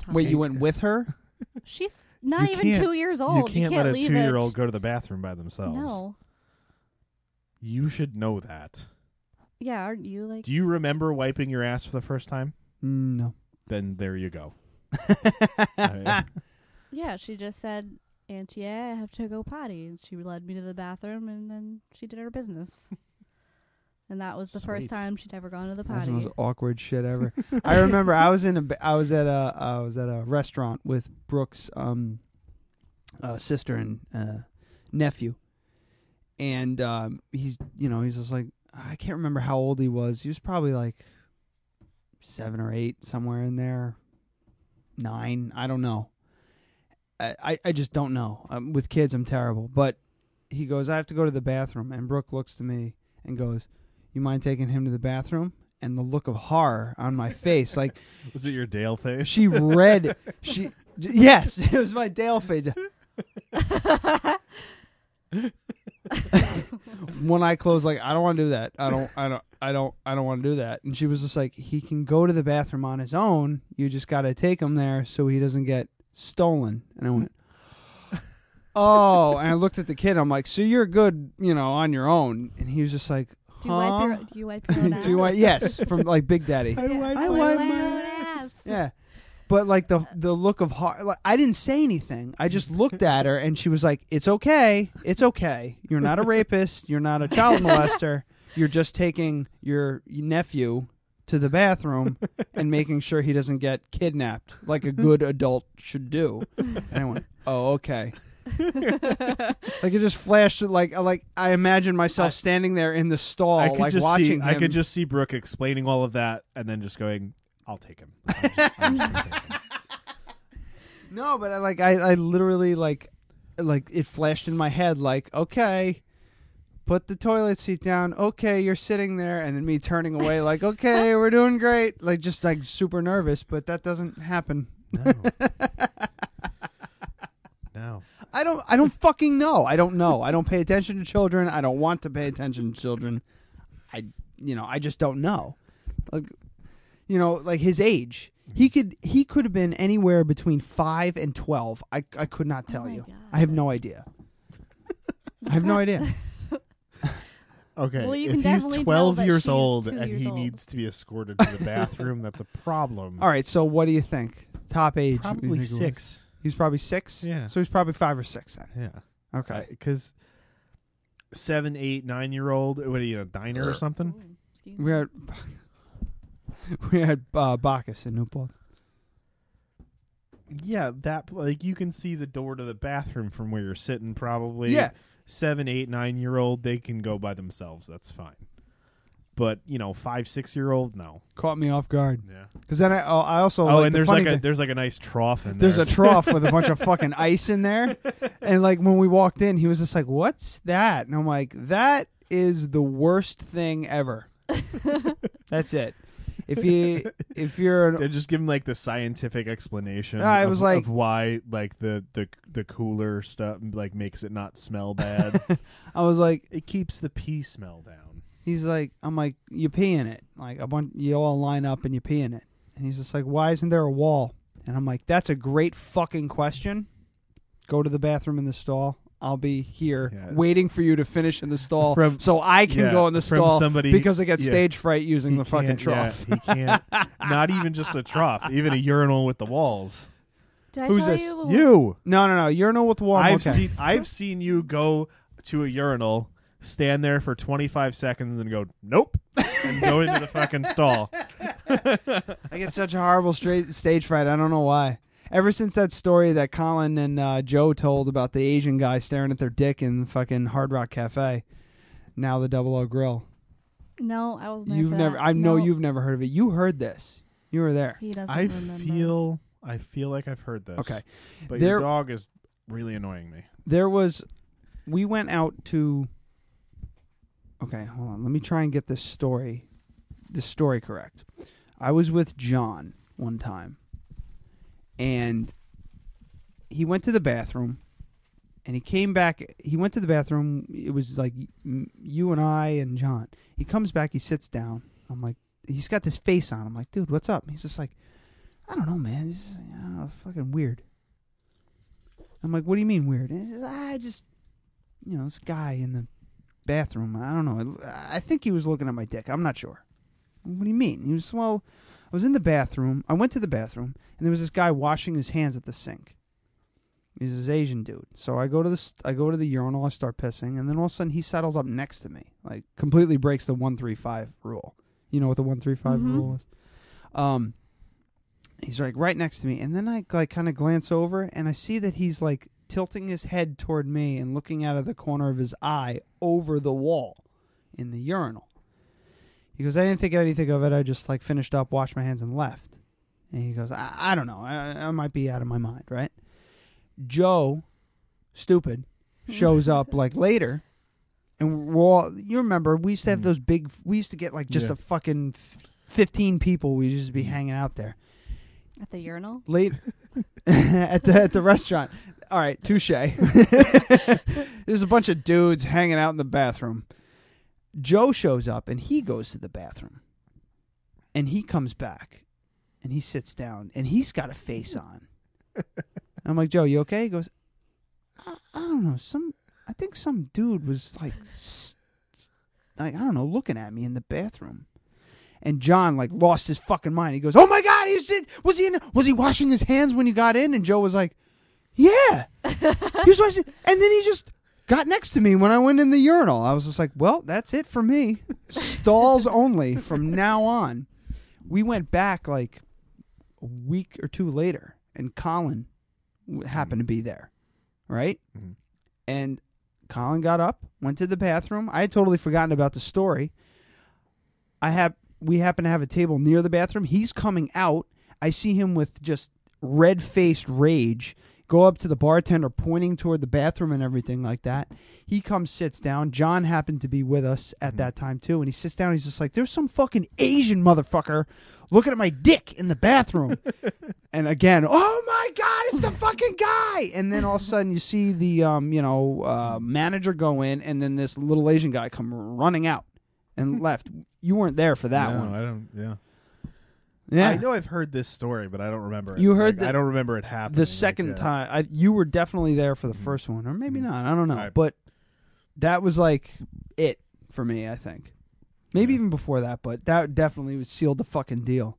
S20: Topic.
S6: Wait, you went with her?
S20: She's not
S3: You
S20: even
S3: can't-
S20: two years old.
S3: You can't, let a
S20: Oh, leave
S3: two year
S20: it.
S3: old go to the bathroom by themselves.
S20: No.
S3: You should know that.
S20: Yeah, aren't you like?
S3: Do you remember wiping your ass for the first time?
S6: Mm, No.
S3: Then there you go.
S20: yeah, she just said, "Auntie, I have to go potty," and she led me to the bathroom, and then she did her business. and that was the first
S6: Sweet.
S20: time she'd ever gone to the
S6: That's the
S20: potty.
S6: most awkward shit ever. I remember I was in a ba- I was at a uh, I was at a restaurant with Brooks' um, uh, sister and uh, nephew, and um, he's you know he's just like I can't remember how old he was. He was probably like seven or eight somewhere in there, nine. I don't know. I I, I just don't know. Um, with kids, I'm terrible. But he goes, I have to go to the bathroom, and Brooke looks to me and goes, "You mind taking him to the bathroom?" And the look of horror on my face, like
S3: Was it your Dale face?
S6: she read she yes it was my Dale face when i closed like i don't want to do that i don't i don't i don't i don't want to do that and she was just like he can go to the bathroom on his own you just got to take him there so he doesn't get stolen and i went oh and i looked at the kid i'm like so you're good you know on your own and he was just like
S20: do you wipe your
S6: huh?
S20: Do you wipe your own ass?
S6: do you want yes from like big daddy
S20: Yeah.
S6: I
S20: wipe
S6: wipe my
S20: my own ass.
S6: yeah. But like the the look of heart, like I didn't say anything. I just looked at her, and she was like, "It's okay, it's okay. You're not a rapist. You're not a child molester. You're just taking your nephew to the bathroom and making sure he doesn't get kidnapped, like a good adult should do." And I went, "Oh, okay." like it just flashed. Like like I imagined myself standing there in the stall,
S3: I could
S6: like
S3: just
S6: watching
S3: see.
S6: him.
S3: I could just see Brooke explaining all of that and then just going, "I'll take him."
S6: No, but I like I, I literally like like it flashed in my head like, okay, put the toilet seat down. Okay, you're sitting there and then me turning away like, okay, we're doing great. Like just like super nervous, but that doesn't happen.
S3: No. no.
S6: I don't I don't fucking know. I don't know. I don't pay attention to children. I don't want to pay attention to children. I you know, I just don't know. Like you know, like his age. He could he could have been anywhere between 5 and 12. I I could not tell you. I have no idea. I have no idea.
S3: Okay.
S20: Well, you
S3: if
S20: can
S3: he's
S20: definitely tell
S3: twelve
S20: that
S3: years
S20: she's
S3: old
S20: two
S3: and
S20: years
S3: he
S20: old.
S3: needs to be escorted to the bathroom, that's a problem.
S6: All right, so what do you think? Top age? what do you
S3: Probably
S6: think it was?
S3: six.
S6: He's probably 6.
S3: Yeah.
S6: So he's probably 5 or 6 then.
S3: Yeah.
S6: Okay.
S3: Because seven, eight, nine year old, what are you, a diner or something?
S20: Excuse me.
S6: We had we had uh, Bacchus in New Paltz.
S3: Yeah, that like you can see the door to the bathroom from where you're sitting. Probably,
S6: Yeah.
S3: Seven, eight, nine year old, they can go by themselves. That's fine. But you know, five, six year old, no.
S6: Caught me off guard.
S3: Yeah.
S6: Because then I, oh, I also
S3: Oh,
S6: like,
S3: and
S6: the
S3: there's
S6: funny
S3: like a
S6: thing-
S3: there's like a nice trough in there.
S6: There's a trough with a bunch of fucking ice in there. And like when we walked in, he was just like, "What's that?" And I'm like, "That is the worst thing ever." That's it. If you if you're an
S3: They just give him like the scientific explanation.
S6: No, I
S3: of-
S6: was like-
S3: of why like the the the cooler stuff like makes it not smell bad.
S6: I was like,
S3: it keeps the pee smell down.
S6: He's like, I'm like, you pee in it. Like a bunch, you all line up and you pee in it. And he's just like, why isn't there a wall? And I'm like, that's a great fucking question. Go to the bathroom in the stall. I'll be here waiting for you to finish in the stall
S3: From-
S6: so I can
S3: yeah,
S6: go in the
S3: from
S6: stall
S3: somebody-
S6: because I get
S3: yeah.
S6: stage fright using the fucking
S3: can't- yeah,
S6: trough.
S3: he can't. not even just a trough, even a urinal with the walls.
S20: Did I
S3: Who's
S20: tell
S3: this?
S20: you?
S3: You.
S6: No, no, no. Urinal with wall.
S3: I've
S6: okay.
S3: seen I've seen you go to a urinal, stand there for 25 seconds, and then go nope, and go into the fucking stall.
S6: I get such a horrible straight stage fright. I don't know why. Ever since that story that Colin and uh, Joe told about the Asian guy staring at their dick in fucking Hard Rock Cafe, now the Double O Grill.
S20: No, I was.
S6: You've never, I know you've never heard of it. You heard this. You were there.
S20: He doesn't
S3: I
S20: remember.
S3: feel I feel like I've heard this.
S6: Okay.
S3: but
S6: There-
S3: your dog is really annoying me.
S6: There was, we went out to. Okay, hold on. Let me try and get this story, this story correct. I was with John one time, and he went to the bathroom, and he came back. He went to the bathroom. It was like mm, you and I and John. He comes back. He sits down. I'm like, he's got this face on. I'm like, dude, what's up? He's just like, I don't know, man. This is uh, fucking weird. I'm like, what do you mean weird? And he says, I just, you know, this guy in the bathroom. I don't know. I I think he was looking at my dick. I'm not sure. What do you mean? He was well. I was in the bathroom. I went to the bathroom, and there was this guy washing his hands at the sink. He's this Asian dude. So I go to the st- I go to the urinal. I start pissing, and then all of a sudden he settles up next to me, like completely breaks the one three five rule. You know what the one
S20: Mhm.
S6: rule is? Um, he's like right next to me, and then I like kind of glance over, and I see that he's like tilting his head toward me and looking out of the corner of his eye over the wall in the urinal. He goes, I didn't think anything of it. I just like finished up, washed my hands, and left. And he goes, I, I don't know. I, I might be out of my mind, right? Joe, stupid, shows up like later. And we're all, you remember, we used to have those big, we used to get like just
S20: Yeah.
S6: a fucking f- 15 people. We used to be hanging out there
S20: At the urinal.
S6: late at the at the restaurant. All right, touche. There's a bunch of dudes hanging out in the bathroom. Joe shows up and he goes to the bathroom. And he comes back and he sits down and he's got a face on. I'm like, Joe, you okay? He goes, I, I don't know. Some, I think some dude was like, s- s- like I don't know, looking at me in the bathroom. And John like lost his fucking mind. He goes, "Oh my god, he did. Was he in? Was he washing his hands when you got in?" And Joe was like, "Yeah, he was washing." And then he just got next to me when I went in the urinal. I was just like, "Well, that's it for me. Stalls only from now on." We went back like a week or two later, and Colin w- happened to be there, right? And Colin got up, went to the bathroom. I had totally forgotten about the story. I have we happen to have a table near the bathroom. He's coming out. I see him with just red faced rage. Go up to the bartender, pointing toward the bathroom and everything like that. He comes, sits down. John happened to be with us at that time too, and he sits down. He's just like, "There's some fucking Asian motherfucker looking at my dick in the bathroom." and again, oh my god, it's the fucking guy! And then all of a sudden, you see the um, you know, uh, manager go in, and then this little Asian guy come running out and left. You weren't there for that
S3: No,
S6: one.
S3: I don't. Yeah.
S6: Yeah.
S3: I know I've heard this story, but I don't remember. it.
S6: You heard
S3: Like,
S6: the-
S3: I don't remember it happening.
S6: the second
S3: yeah.
S6: time, I, you were definitely there for the
S3: Hmm.
S6: first one, or maybe not. I don't know, but that was like it for me. I think maybe even before that, but that definitely was sealed the fucking deal.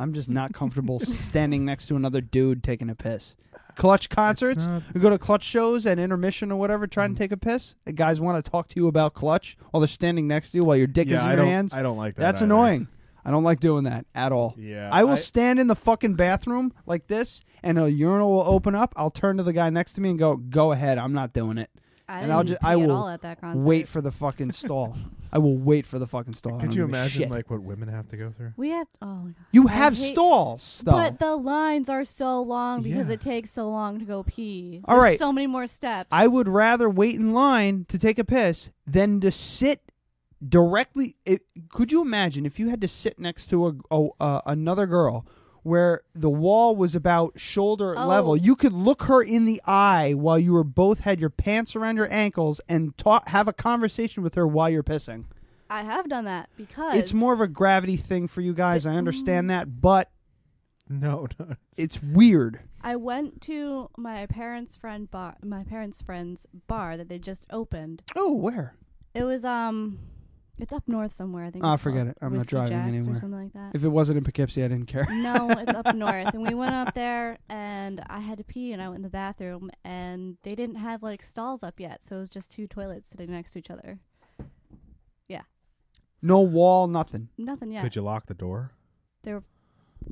S6: I'm just not comfortable standing next to another dude taking a piss. clutch concerts, we go to clutch shows at intermission or whatever, trying
S3: Mm-hmm.
S6: to take a piss. The guys want to talk to you about clutch while they're standing next to you while your dick
S3: Yeah,
S6: is in
S3: I
S6: your
S3: don't-
S6: hands.
S3: I don't like that
S6: That's
S3: either.
S6: annoying. I don't like doing that at all.
S3: Yeah,
S6: I will
S3: I-
S6: stand in the fucking bathroom like this, and a urinal will open up. I'll turn to the guy next to me and go, "Go ahead, I'm not doing it."
S20: I
S6: and I'll
S20: didn't
S6: just I
S20: pee at
S6: will
S20: all at that concert.
S6: wait for the fucking stall. I will wait for the fucking stall. I
S3: Could
S6: don't
S3: you
S6: give a
S3: imagine
S6: shit.
S3: like what women have to go through?
S20: We have. Oh my god.
S6: You
S20: I
S6: have
S20: hate-
S6: stalls, though.
S20: But the lines are so long because
S6: Yeah.
S20: it takes so long to go pee.
S6: All
S20: There's
S6: right.
S20: So many more steps.
S6: I would rather wait in line to take a piss than to sit directly. It, could you imagine if you had to sit next to a, a uh, another girl where the wall was about shoulder
S20: Oh.
S6: level? You could look her in the eye while you were both had your pants around your ankles and talk, have a conversation with her while you're pissing.
S20: I have done that because
S6: It's more of a gravity thing for you guys. I understand that, but
S3: no, no,
S6: it's weird.
S20: I went to my parents' friend bar, my parents' friend's bar that they just opened.
S6: Oh, where?
S20: It was um, it's up north somewhere. I think.
S6: Ah,
S20: it's
S6: forget
S20: called
S6: it. I'm
S20: Whiskey
S6: not driving
S20: Jack's
S6: anywhere.
S20: Or something like that.
S6: If it wasn't in Poughkeepsie, I didn't care.
S20: no, it's up north, and we went up there, and I had to pee, and I went in the bathroom, and they didn't have like stalls up yet, so it was just two toilets sitting next to each other. Yeah,
S6: no wall, nothing.
S20: nothing yet.
S3: Could you lock the door?
S20: There, were-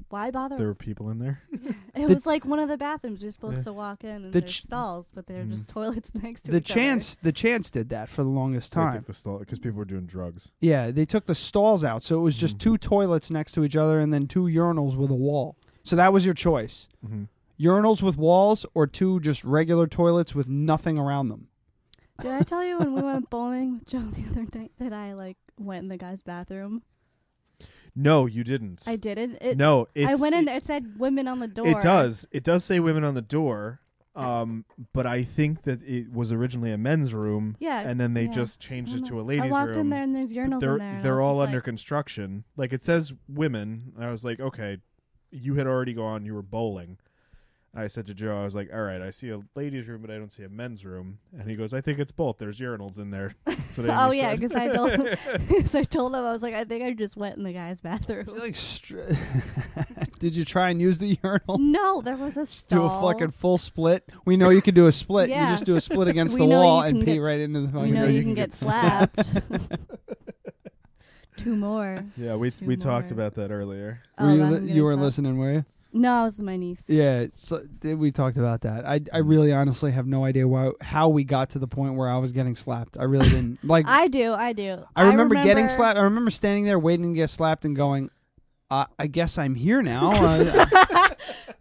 S20: why bother?
S3: There were people in there.
S20: it
S6: The-
S20: was like one of the bathrooms you're supposed
S6: Yeah.
S20: to walk in, and
S6: The
S20: there's
S6: ch-
S20: stalls, but they're
S3: Mm.
S20: just toilets next to
S6: the
S20: each
S6: chance the chance did that for the longest
S3: They
S6: time
S3: took the stall because people were doing drugs.
S6: yeah they took the stalls out so it was
S3: Mm-hmm.
S6: just two toilets next to each other and then two urinals with a wall so that was your choice
S3: Mhm.
S6: urinals with walls or two just regular toilets with nothing around them
S20: other. Did I tell you when we went bowling with Joe the other night that I like went in the guy's bathroom?
S3: No, you didn't.
S20: I didn't. It,
S3: No,
S20: I
S3: it's-
S20: went in there. It said women on the door.
S3: It does. It does say women on the door. Um, but I think that it was originally a men's room.
S20: Yeah,
S3: And then they
S20: yeah.
S3: just changed
S20: I
S3: it
S20: don't
S3: to
S20: know.
S3: a
S20: I
S3: ladies' room.
S20: walked in there and there's
S3: but
S20: urinals in
S3: they're,
S20: there, and I
S3: They're
S20: was
S3: all
S20: just
S3: under
S20: like-
S3: construction. Like it says women. And I was like, okay, you had already gone. You were bowling. And I said to Joe, I was like, all right, I see a ladies' room, but I don't see a men's room. And he goes, I think it's both. There's urinals in there. That's what
S20: oh
S3: Amy
S20: yeah,
S3: said.
S20: because I told because I told him I was like I think I just went in the guy's bathroom.
S6: did you try and use the urinal
S20: no, there was a
S6: do
S20: Mm, stall.
S6: a fucking full split we know you can do a split
S20: Yeah.
S6: you just do a split against
S20: We
S6: the
S20: know
S6: wall
S20: you
S6: and
S20: can
S6: pee
S20: get-
S6: right into the fucking
S20: we know you can get slapped. Two more.
S3: Yeah, we
S20: Two
S3: we talked
S20: more.
S3: about that earlier.
S20: Oh,
S6: were you,
S20: I'm
S6: li-
S20: getting
S6: you weren't
S20: slapped.
S6: listening were you
S20: No, I was with my niece.
S6: Yeah, so th- we talked about that. I
S20: Mm-hmm.
S6: I really honestly have no idea why how we got to the point where I was getting slapped. I really didn't like.
S20: I do. I do.
S6: I remember, getting
S20: remember-
S6: slapped. I remember standing there waiting to get slapped and going, uh, I guess I'm here now. Uh,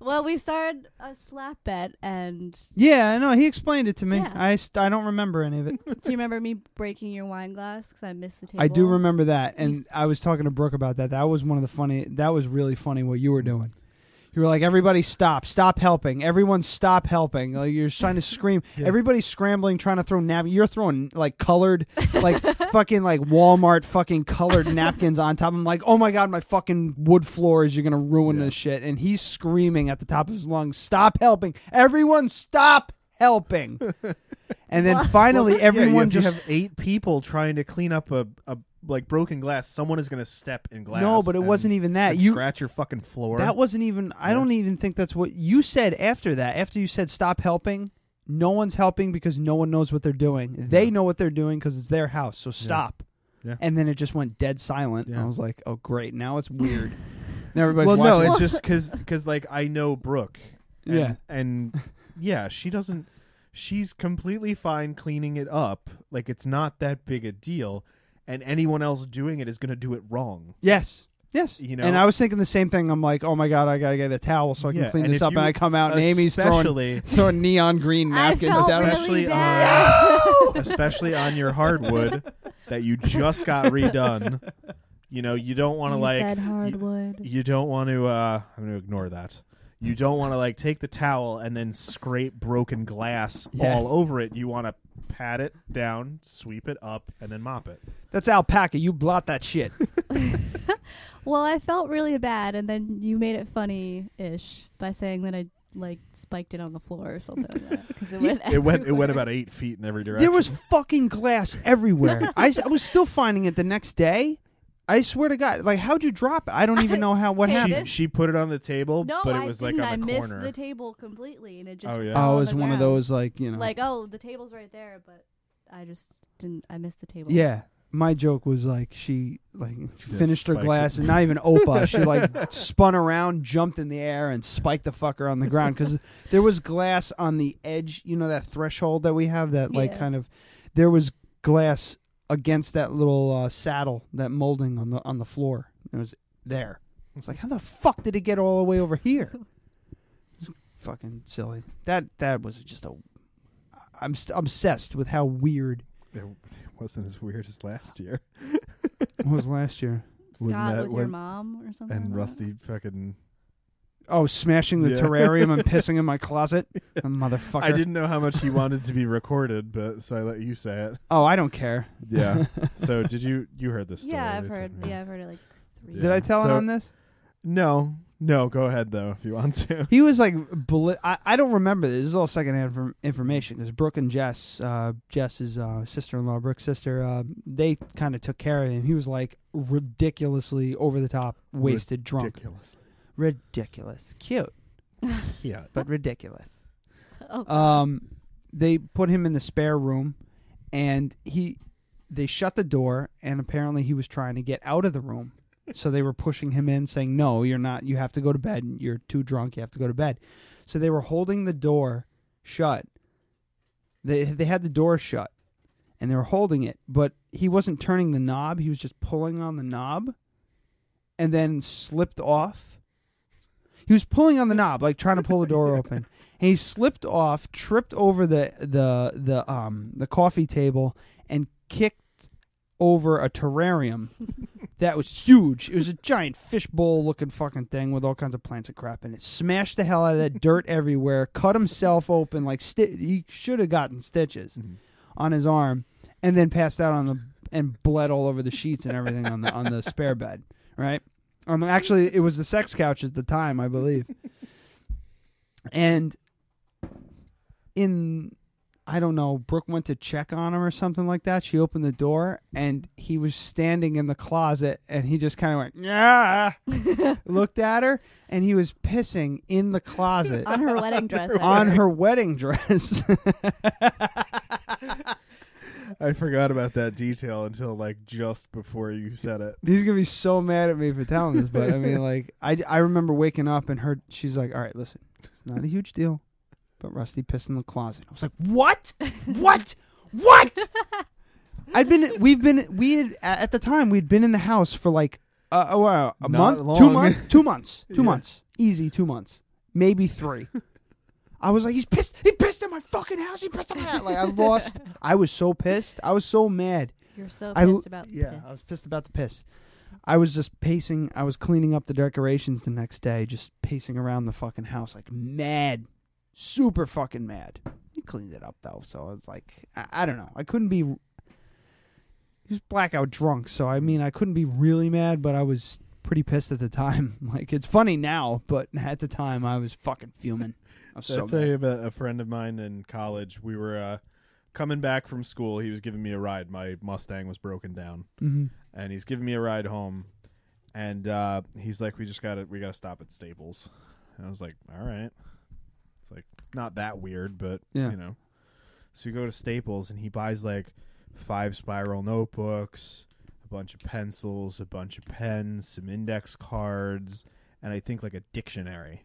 S20: Well, we started a slap bet, and
S6: yeah, no, he explained it to me.
S20: Yeah.
S6: I st- I don't remember any of it.
S20: do you remember me breaking your wine glass because I missed the table?
S6: I do remember that,
S20: You
S6: and I was talking to Brooke about that. That was one of the funny. That was really funny what you were doing. You were like, "Everybody stop! Stop helping! Everyone stop helping!" Like you're trying to scream. Everybody's scrambling, trying to throw nap. You're throwing like colored, like fucking like Walmart fucking colored napkins on top. I'm like, "Oh my god, my fucking wood floors! You're gonna ruin this shit!" And he's screaming at the top of his lungs, "Stop helping! Everyone stop helping!" and then finally,
S3: Well, yeah,
S6: Oh, everyone
S3: if
S6: just
S3: you have eight people trying to clean up a, a like broken glass. Someone is going to step in glass.
S6: No, but it
S3: and-
S6: wasn't even that.
S3: and
S6: You-
S3: scratch your fucking floor.
S6: That wasn't even. I don't even think that's what you said after that. After you said stop helping, no one's helping because no one knows what they're doing. They know what they're doing because it's their house. So stop.
S3: Yeah.
S6: And then it just went dead silent. And I was like, oh great, now it's weird. and everybody's
S3: well, no,
S6: watching.
S3: it's just because like I know Brooke. And,
S6: Yeah.
S3: and yeah, she doesn't. She's completely fine cleaning it up. Like it's not that big a deal, and anyone else doing it is going to do it wrong.
S6: yes. Yes,
S3: You know?
S6: and I was thinking the same thing. I'm like, oh my god, I gotta get a towel so I can
S3: Yeah,
S6: clean
S3: and
S6: this
S3: if
S6: up. and
S3: you-
S6: I come out, and Amy's
S3: especially-
S6: throwing, throwing neon green
S20: I
S6: napkins
S20: felt
S6: down.
S20: Oh, really
S3: Especially
S20: bad.
S3: especially on your hardwood that you just got redone. You know, you don't want to
S20: You
S3: like
S20: said
S3: you-
S20: hardwood.
S3: You, don't want to. uh I'm going to ignore that. You don't want to like take the towel and then scrape broken glass
S6: Yeah.
S3: all over it. You want to pat it down, sweep it up, and then mop it.
S6: That's alpaca. You blot that shit.
S20: Well, I felt really bad, and then you made it funny-ish by saying that I like spiked it on the floor or something like that because it went.
S3: It went. It went about eight feet in every direction.
S6: There was fucking glass everywhere. I, s- I was still finding it the next day. I swear to God, like how'd you drop it? I don't even know how what
S20: Hey,
S6: happened.
S20: this-
S21: She put it on the table,
S20: No,
S21: but it
S20: I
S21: was like
S20: didn't.
S21: on
S20: I
S21: the
S20: missed
S21: corner.
S20: the table completely, and it just
S21: Oh, yeah.
S20: fell
S6: Oh,
S20: on
S6: it's
S20: the
S6: one of
S20: ground.
S6: those, like, you know.
S20: like oh the table's right there, but I just didn't. I missed the table.
S6: Yeah. My joke was like she like finished her
S20: spiked
S6: glass
S20: it.
S6: and not even opa. she like spun around, jumped in the air, and spiked the fucker on the ground because there was glass on the edge. You know that threshold that we have that like
S20: Yeah.
S6: kind of there was glass against that little uh, saddle, that molding on the on the floor. It was there. I was like, how the fuck did it get all the way over here? Fucking silly. That that was just a. I'm st- obsessed with how weird
S3: It wasn't as weird as last year.
S6: it was last year.
S3: Wasn't
S20: Scott
S3: that
S20: with your
S3: was-
S20: mom or something.
S3: And
S20: like
S3: Rusty fucking.
S6: Oh, smashing the
S3: Yeah.
S6: terrarium and pissing in my closet, A motherfucker.
S3: I didn't know how much he wanted to be recorded, but so I let you say it.
S6: Oh, I don't care.
S3: Yeah. so did you? You heard this? Story,
S20: Yeah, I've
S3: it's-
S20: heard. Yeah, I've heard it like three.
S3: Yeah.
S6: Did I tell it
S3: So-
S6: on this?
S3: No, no. Go ahead though, if you want to.
S6: He was like, bli- I, I don't remember this. This is all secondhand inform- information because Brooke and Jess, uh, Jess's uh, sister-in-law, Brooke's sister, uh, they kind of took care of him. He was like ridiculously over the top, wasted,
S3: Ridiculously.
S6: drunk, ridiculous, cute,
S3: Yeah.
S6: but ridiculous.
S20: Oh,
S6: um, they put him in the spare room, and he, they shut the door, and apparently he was trying to get out of the room, so they were pushing him in, saying, "No, you're not. You have to go to bed. You're too drunk. You have to go to bed." So they were holding the door shut. They they had the door shut, and they were holding it, but he wasn't turning the knob. He was just pulling on the knob, and then slipped off. He was pulling on the knob, like trying to pull the door open. And he slipped off, tripped over the the the um the coffee table, and kicked over a terrarium that was huge. It was a giant fishbowl looking fucking thing with all kinds of plants and crap in it. Smashed the hell out of that dirt everywhere. Cut himself open like sti- he should have gotten stitches on his arm, and then passed out on the and bled all over the sheets and everything on the on the spare bed. Right? Um, actually, it was the sex couch at the time, I believe. And in I don't know, Brooke went to check on him or something like that. She opened the door and he was standing in the closet and he just kind of went, "Yeah." looked at her and he was pissing in the closet
S20: On her wedding dress, I
S6: On
S20: heard.
S6: her wedding dress.
S3: I forgot about that detail until like just before you said it.
S6: He's gonna be so mad at me for telling this, but I mean, like, I, I remember waking up and her. She's like, "All right, listen, it's not a huge deal, but Rusty pissed in the closet." I was like, "What? What? What?" I'd been, we've been, we had a- at the time we'd been in the house for like uh, a, a,
S3: Not
S6: a month, two
S3: long.
S6: months, two months, two
S3: Yeah.
S6: months, easy, two months, maybe three. I was like, "He's pissed! He pissed in my fucking house! He pissed in my house!" Like I lost. I was so pissed. I was so mad.
S20: You're so
S6: I l-
S20: Oh, pissed about the
S6: yeah, I
S20: piss.
S6: was pissed about the piss. I was just pacing. I was cleaning up the decorations the next day, just pacing around the fucking house like mad, super fucking mad. He cleaned it up though, so I was like, I, I don't know. I couldn't be. He was blackout drunk, so I mean, I couldn't be really mad, but I was pretty pissed at the time. Like it's funny now, but at the time I was fucking fuming. I was so
S3: I'll tell
S6: mad.
S3: you about a friend of mine in college. We were uh, coming back from school. He was giving me a ride. My Mustang was broken down,
S6: Mhm.
S3: and he's giving me a ride home. And uh, he's like, "We just got to, we got to stop at Staples." And I was like, "All right." It's like not that weird, but
S6: Yeah.
S3: you know. So we go to Staples, and he buys like five spiral notebooks, a bunch of pencils, a bunch of pens, some index cards, and I think like a dictionary.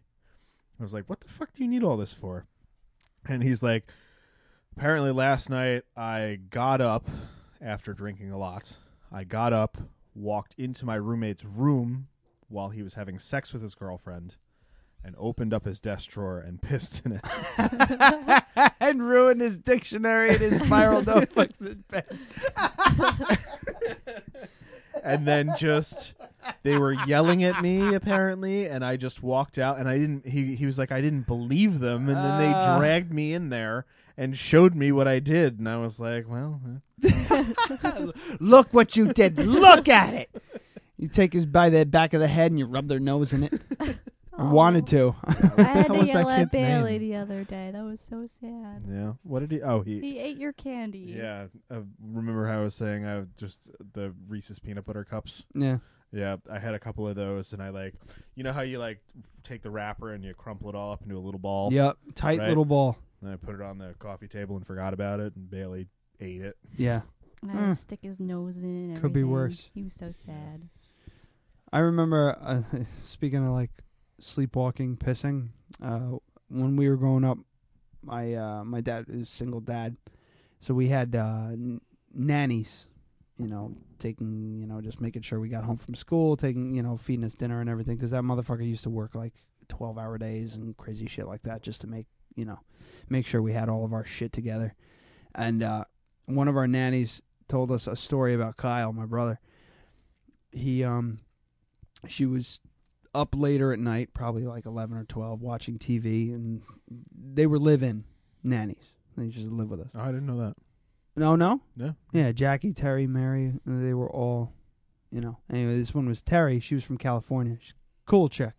S3: I was like, what the fuck do you need all this for? And he's like, apparently last night I got up after drinking a lot. I got up, walked into my roommate's room while he was having sex with his girlfriend, and opened up his desk drawer and pissed in it.
S6: and ruined his dictionary and his spiral notebooks. and pens.
S3: and then just they were yelling at me apparently and i just walked out and i didn't he, he was like i didn't believe them and then
S6: Ah.
S3: they dragged me in there and showed me what i did and i was like well uh,
S6: Look what you did. Look at it. You take his by the back of the head and you rub their nose in it. I wanted to.
S20: I had to yell at Bailey the other day. That was so sad.
S3: Yeah. What did he? Oh, he.
S20: He ate your candy.
S3: Yeah. I remember how I was saying I just the Reese's peanut butter cups.
S6: Yeah.
S3: Yeah, I had a couple of those, and I like, you know how you like take the wrapper and you crumple it all up into a little ball.
S6: Yep, tight
S3: right?
S6: little ball.
S3: And I put it on the coffee table and forgot about it, and Bailey ate it.
S6: Yeah,
S20: I had to stick his nose in it. and
S6: Mm. Could be
S20: everything.
S6: worse.
S20: He was so sad.
S6: I remember uh, speaking of like sleepwalking, pissing. Uh, when we were growing up, my uh, my dad was single dad, so we had uh, n- nannies. You know, taking you know just making sure we got home from school, taking you know feeding us dinner and everything, because that motherfucker used to work like twelve hour days and crazy shit like that just to make you know make sure we had all of our shit together. And uh, one of our nannies told us a story about Kyle, my brother. He um she was up later at night, probably like 11 or 12, watching TV, and they were live-in nannies. They just live with us.
S3: Oh, I didn't know that.
S6: No, no?
S3: Yeah.
S6: Yeah, Jackie, Terry, Mary, they were all, you know. Anyway, this one was Terry. She was from California. She's a cool chick.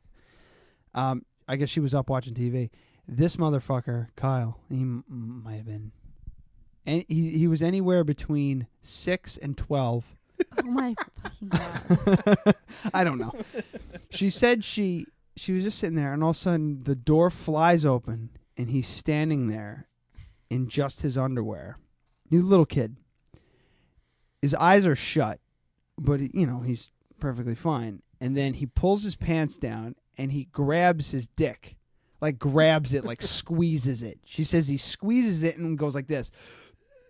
S6: Um, I guess she was up watching TV. This motherfucker, Kyle, he m- might have been, and he he was anywhere between six and twelve.
S20: Oh my fucking god!
S6: I don't know. She said she she was just sitting there, and all of a sudden the door flies open, and he's standing there in just his underwear. He's a little kid. His eyes are shut, but he- you know he's perfectly fine. And then he pulls his pants down and he grabs his dick, like grabs it, like squeezes it. She says he squeezes it and goes like this,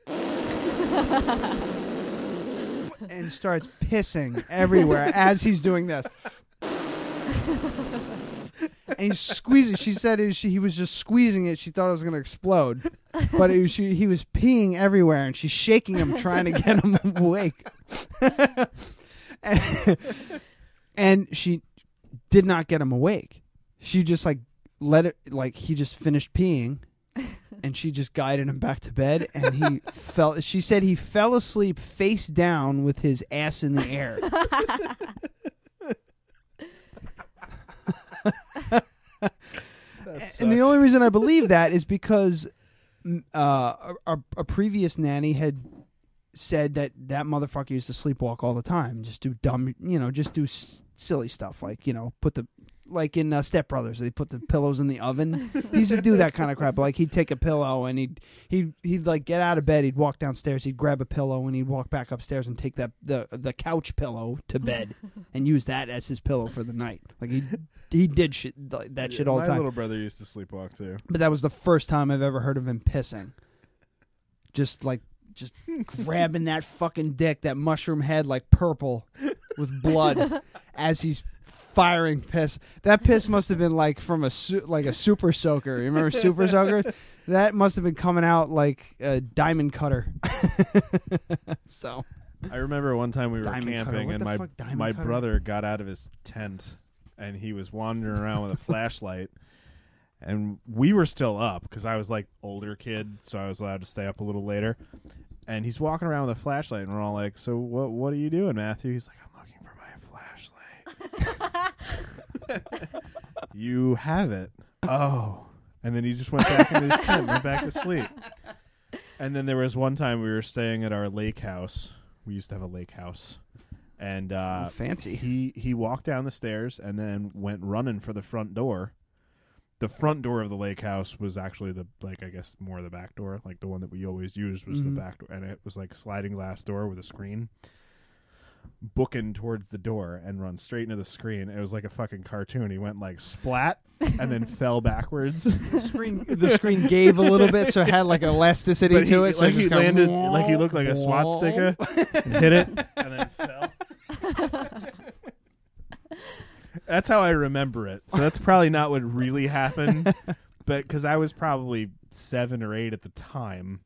S6: and starts pissing everywhere as he's doing this. and he's squeezing. She said it was, she, he was just squeezing it. She thought it was going to explode, but it was, she, he was peeing everywhere, and she's shaking him, trying to get him awake. and, and she did not get him awake. She just like let it like he just finished peeing, and she just guided him back to bed. And he fell. She said he fell asleep face down with his ass in the air. and the only reason I believe that is because mm, uh, a, a previous nanny had said that that motherfucker used to sleepwalk all the time, just do dumb, you know, just do s- silly stuff like you know, put the like in uh, Step Brothers, they put the pillows in the oven. he used to do that kind of crap. Like he'd take a pillow and he'd he he'd like get out of bed, he'd walk downstairs, he'd grab a pillow and he'd walk back upstairs and take that the the couch pillow to bed and use that as his pillow for the night. Like he he did shit like that shit all
S3: My
S6: the time.
S3: little brother used to sleepwalk too.
S6: But that was the first time I've ever heard of him pissing. Just like just grabbing that fucking dick, that mushroom head like purple with blood as he's firing piss. That piss must have been like from a su- like a super soaker. You remember super soaker? That must have been coming out like a diamond cutter. so
S3: I remember one time we were
S6: Diamond cutter.
S3: camping
S6: What
S3: and
S6: the
S3: my
S6: fuck, diamond
S3: my
S6: cutter?
S3: brother got out of his tent and he was wandering around with a flashlight and we were still up because I was like older kid so I was allowed to stay up a little later and he's walking around with a flashlight and we're all like so what what are you doing Matthew he's like I'm looking for my flashlight you have it oh and then he just went back into his tent went back to sleep and then there was one time we were staying at our lake house. We used to have a lake house, and uh,
S6: Oh, fancy.
S3: He he walked down the stairs and then went running for the front door. The front door of the lake house was actually the like I guess more the back door, like the one that we always used was
S6: Mhm.
S3: the back door, and it was like sliding glass door with a screen. Booking towards the door and run straight into the screen. It was like a fucking cartoon. He went like splat and then fell backwards.
S6: screen the screen gave a little bit, so it had like elasticity
S3: But
S6: to
S3: he-
S6: it. So
S3: like
S6: it just
S3: he
S6: kinda
S3: landed, like he looked like a SWAT sticker, hit it, and then fell. That's how I remember it. So that's probably not what really happened, but because I was probably seven or eight at the time.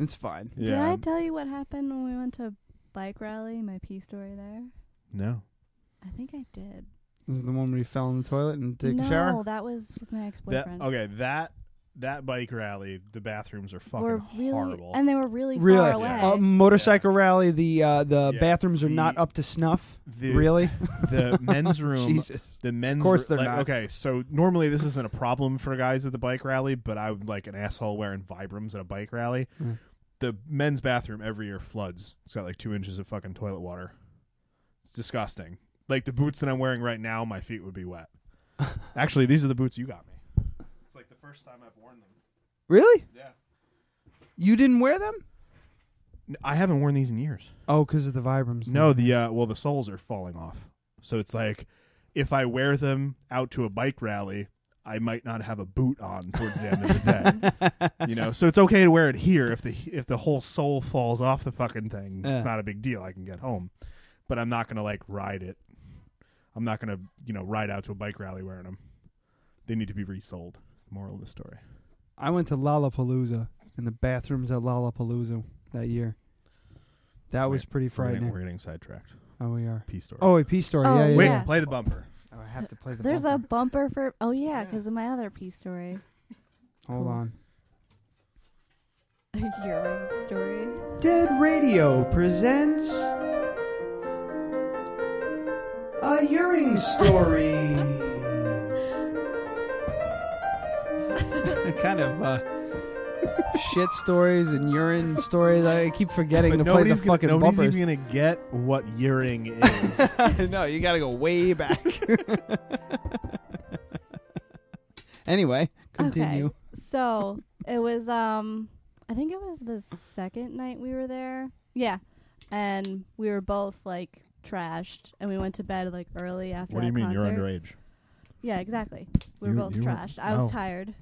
S6: It's fine.
S3: Yeah.
S20: Did I tell you what happened when we went to bike rally? My pee story there.
S3: no.
S20: I think I did.
S6: This is the one where you fell in the toilet and take
S20: no,
S6: a shower.
S20: that was with my ex
S3: That,
S20: boyfriend.
S3: okay, that that bike rally, the bathrooms are fucking
S20: were really
S3: horrible.
S20: and they were really,
S6: Really,
S20: far away.
S6: Uh, motorcycle rally. The uh, the
S3: Yeah.
S6: bathrooms are
S3: The-
S6: not up to snuff.
S3: the-
S6: really,
S3: the men's room
S6: Jesus.
S3: the men's
S6: Of course
S3: ro-
S6: they're
S3: like,
S6: not.
S3: okay so normally this isn't a problem for guys at the bike rally but i would like an asshole wearing vibrams at a bike rally
S6: Mm.
S3: the men's bathroom every year floods it's got like two inches of fucking toilet water it's disgusting like the boots that i'm wearing right now my feet would be wet actually these are the boots you got me it's like the first time i've worn them
S6: Really?
S3: Yeah.
S6: You didn't wear them?
S3: N- i haven't worn these in years
S6: Oh, because of the Vibrams.
S3: No, the uh, well, the soles are falling off. So it's like if I wear them out to a bike rally, I might not have a boot on towards the end of the day. you know, so it's okay to wear it here if the if the whole sole falls off the fucking thing.
S12: Yeah.
S3: It's not a big deal. I can get home, but I'm not gonna like ride it. I'm not gonna you know ride out to a bike rally wearing them. They need to be resold. It's the moral of the story.
S6: I went to Lollapalooza and the bathrooms at Lollapalooza that year. That was
S3: Wait,
S6: pretty
S3: we're getting-
S6: frightening.
S3: We're getting sidetracked.
S6: Oh, we are.
S3: Peace story.
S6: Oh, a peace story.
S20: Oh,
S6: yeah, yeah.
S3: Wait,
S20: yeah.
S3: play the bumper.
S6: Oh, I have to play the.
S20: There's
S6: bumper.
S20: a bumper for oh yeah, because of my other pee story,
S6: Hold on.
S20: your story.
S6: Dead Radio presents a urine story. kind of uh, shit stories and urine stories. I keep forgetting
S3: But
S6: to play the
S3: nobody's gonna-
S6: fucking
S3: nobody's
S6: bumpers.
S3: even gonna get what yearing is.
S6: no, you got to go way back. anyway, continue.
S20: Okay. So it was um I think it was the second night we were there. Yeah. And we were both like trashed and we went to bed like early after
S3: What do you
S20: that
S3: mean you're
S20: concert.
S3: underage?
S20: Yeah, exactly. We were
S3: You-
S20: both
S3: you were-
S20: trashed. I was
S3: oh.
S20: tired.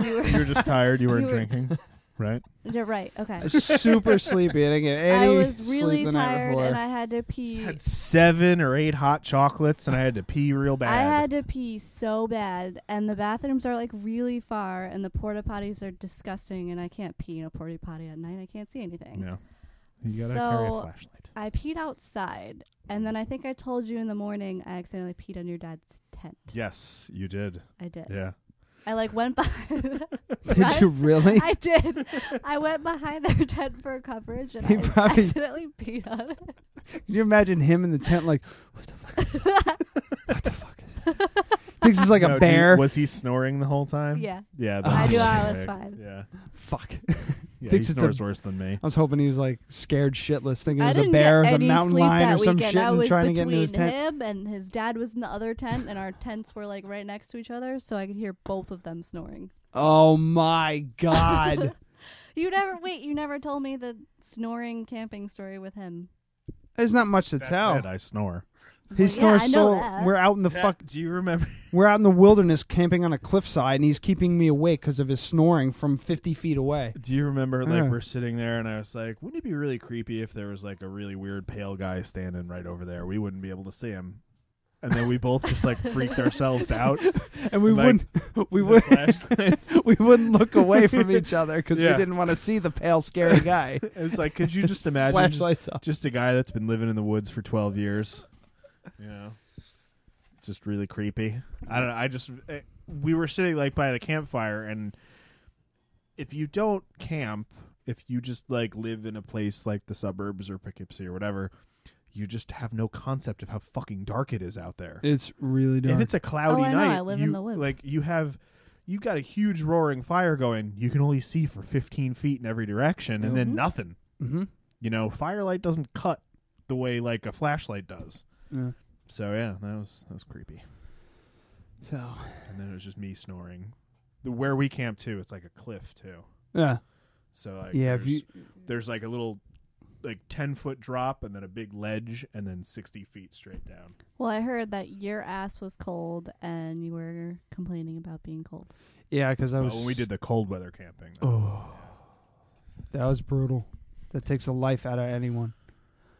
S20: we were
S3: you were just tired. You weren't drinking, right?
S20: You're right. Okay.
S6: I was super sleepy. I didn't get
S20: I
S6: any
S20: was
S6: sleep
S20: really
S6: the night
S20: tired
S6: before.
S20: and I had to pee.
S3: Had seven or eight hot chocolates, and I had to pee real bad.
S20: I had to pee so bad, and the bathrooms are like really far, and the porta potties are disgusting, and I can't pee in a porta potty at night. I can't see anything.
S3: No. You gotta
S20: so
S3: carry a flashlight.
S20: I peed outside, and then I think I told you in the morning I accidentally peed on your dad's tent.
S3: Yes, you did.
S20: I did.
S3: Yeah.
S20: I like went by.
S6: Did you really?
S20: I did. I went behind their tent for coverage, and
S6: He
S20: I
S6: probably-
S20: accidentally peed on it.
S6: Can you imagine him in the tent like, what the fuck is that? What the fuck is that? Thinks it's like
S3: No,
S6: a
S3: do you-
S6: bear.
S3: was he snoring the whole time?
S20: Yeah.
S3: Yeah.
S20: I
S3: that's
S20: knew
S3: what
S20: I
S3: I'm
S20: was
S3: saying.
S20: fine.
S3: Yeah.
S6: Fuck.
S3: Yeah,
S6: Thinks
S3: he
S6: it's a-
S3: snores worse than me.
S6: I was hoping he was like scared shitless, thinking
S20: I
S6: it was a
S20: didn't
S6: bear,
S20: get
S6: it was a
S20: any
S6: mountain
S20: sleep
S6: lion,
S20: that
S6: or some
S20: weekend.
S6: shit,
S20: I
S6: and
S20: was
S6: trying to
S20: between
S6: get into his tent.
S20: him and his dad was in the other tent, and our tents were like right next to each other, so I could hear both of them snoring.
S6: Oh my god!
S20: You never wait. You never told me the snoring camping story with him.
S6: There's not much to
S3: That's
S6: tell.
S3: it. I snore.
S6: He
S20: yeah,
S6: snores
S20: I know
S6: so
S20: that.
S6: we're out in the
S3: That-
S6: fuck.
S3: Do you remember?
S6: We're out in the wilderness camping on a cliffside, and he's keeping me awake because of his snoring from 50 feet away.
S3: Do you remember?
S6: Yeah.
S3: Like we're sitting there, and I was like, "Wouldn't it be really creepy if there was like a really weird pale guy standing right over there? We wouldn't be able to see him." And then we both just like freaked ourselves out,
S6: And we
S3: Like,
S6: wouldn't, we
S3: the
S6: wouldn't,
S3: flashlights.
S6: we wouldn't look away from each other because we
S3: Yeah.
S6: didn't want to see the pale, scary guy.
S3: It's like, could you just imagine
S6: Flashlights
S3: just,
S6: up.
S3: just a guy that's been living in the woods for twelve years? You know, just really creepy. I don't. know. I just eh, we were sitting like by the campfire, and if you don't camp, if you just like live in a place like the suburbs or Poughkeepsie or whatever, you just have no concept of how fucking dark it is out there.
S6: It's really dark.
S3: If it's a cloudy
S20: Oh, I know.
S3: night,
S20: I live in
S3: you,
S20: the woods.
S3: like you have, you got a huge roaring fire going. You can only see for fifteen feet in every direction, and then nothing.
S6: Mm-hmm.
S3: You know, firelight doesn't cut the way like a flashlight does.
S6: Yeah.
S3: So yeah, that was that was creepy.
S6: So
S3: And then it was just me snoring. The where we camp too, it's like a cliff too.
S6: yeah,
S3: So like
S6: Yeah, if
S3: there's, there's like a little like ten foot drop and then a big ledge and then sixty feet straight down.
S20: Well, I heard that your ass was cold, and you were complaining about being cold.
S6: yeah, because I
S3: But
S6: was
S3: when we did the cold weather camping. that-
S6: Oh, that was brutal. That takes the life out of anyone.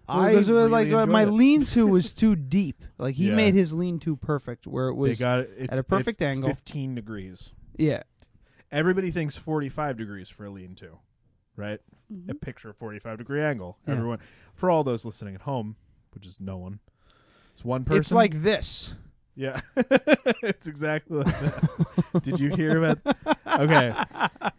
S3: I
S6: Because it was
S3: really
S6: like uh,
S3: enjoyed
S6: my
S3: it.
S6: lean-to was too deep. Like he
S3: Yeah.
S6: made his lean-to perfect, where it was
S3: they got it it's,
S6: at a perfect
S3: it's
S6: angle.
S3: fifteen degrees.
S6: Yeah,
S3: Everybody thinks forty five degrees for a lean to, right?
S20: Mhm.
S3: a picture of 45 degree angle.
S6: Yeah.
S3: Everyone, for all those listening at home, which is no one, it's one person.
S6: it's like this.
S3: Yeah, it's exactly like that. Did you hear about? Okay,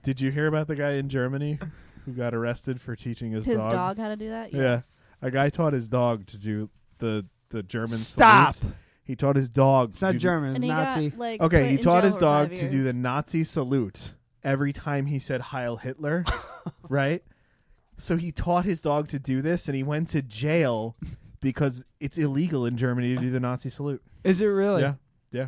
S3: did you hear about the guy in Germany who got arrested for teaching his,
S20: His
S3: dog?
S20: dog how to do that? Yes.
S3: Yeah, a guy taught his dog to do the the German
S6: Stop.
S3: salute. He taught his dog. It's
S6: not German, it's And he got, Nazi. like,
S3: okay,
S6: put
S3: he
S6: in
S3: taught
S6: jail
S3: his
S6: for
S3: dog
S6: five
S3: to do
S6: years.
S3: the Nazi salute every time he said "Heil Hitler," right? So he taught his dog to do this, and he went to jail because it's illegal in Germany to do the Nazi salute.
S6: Is it really?
S3: Yeah, yeah.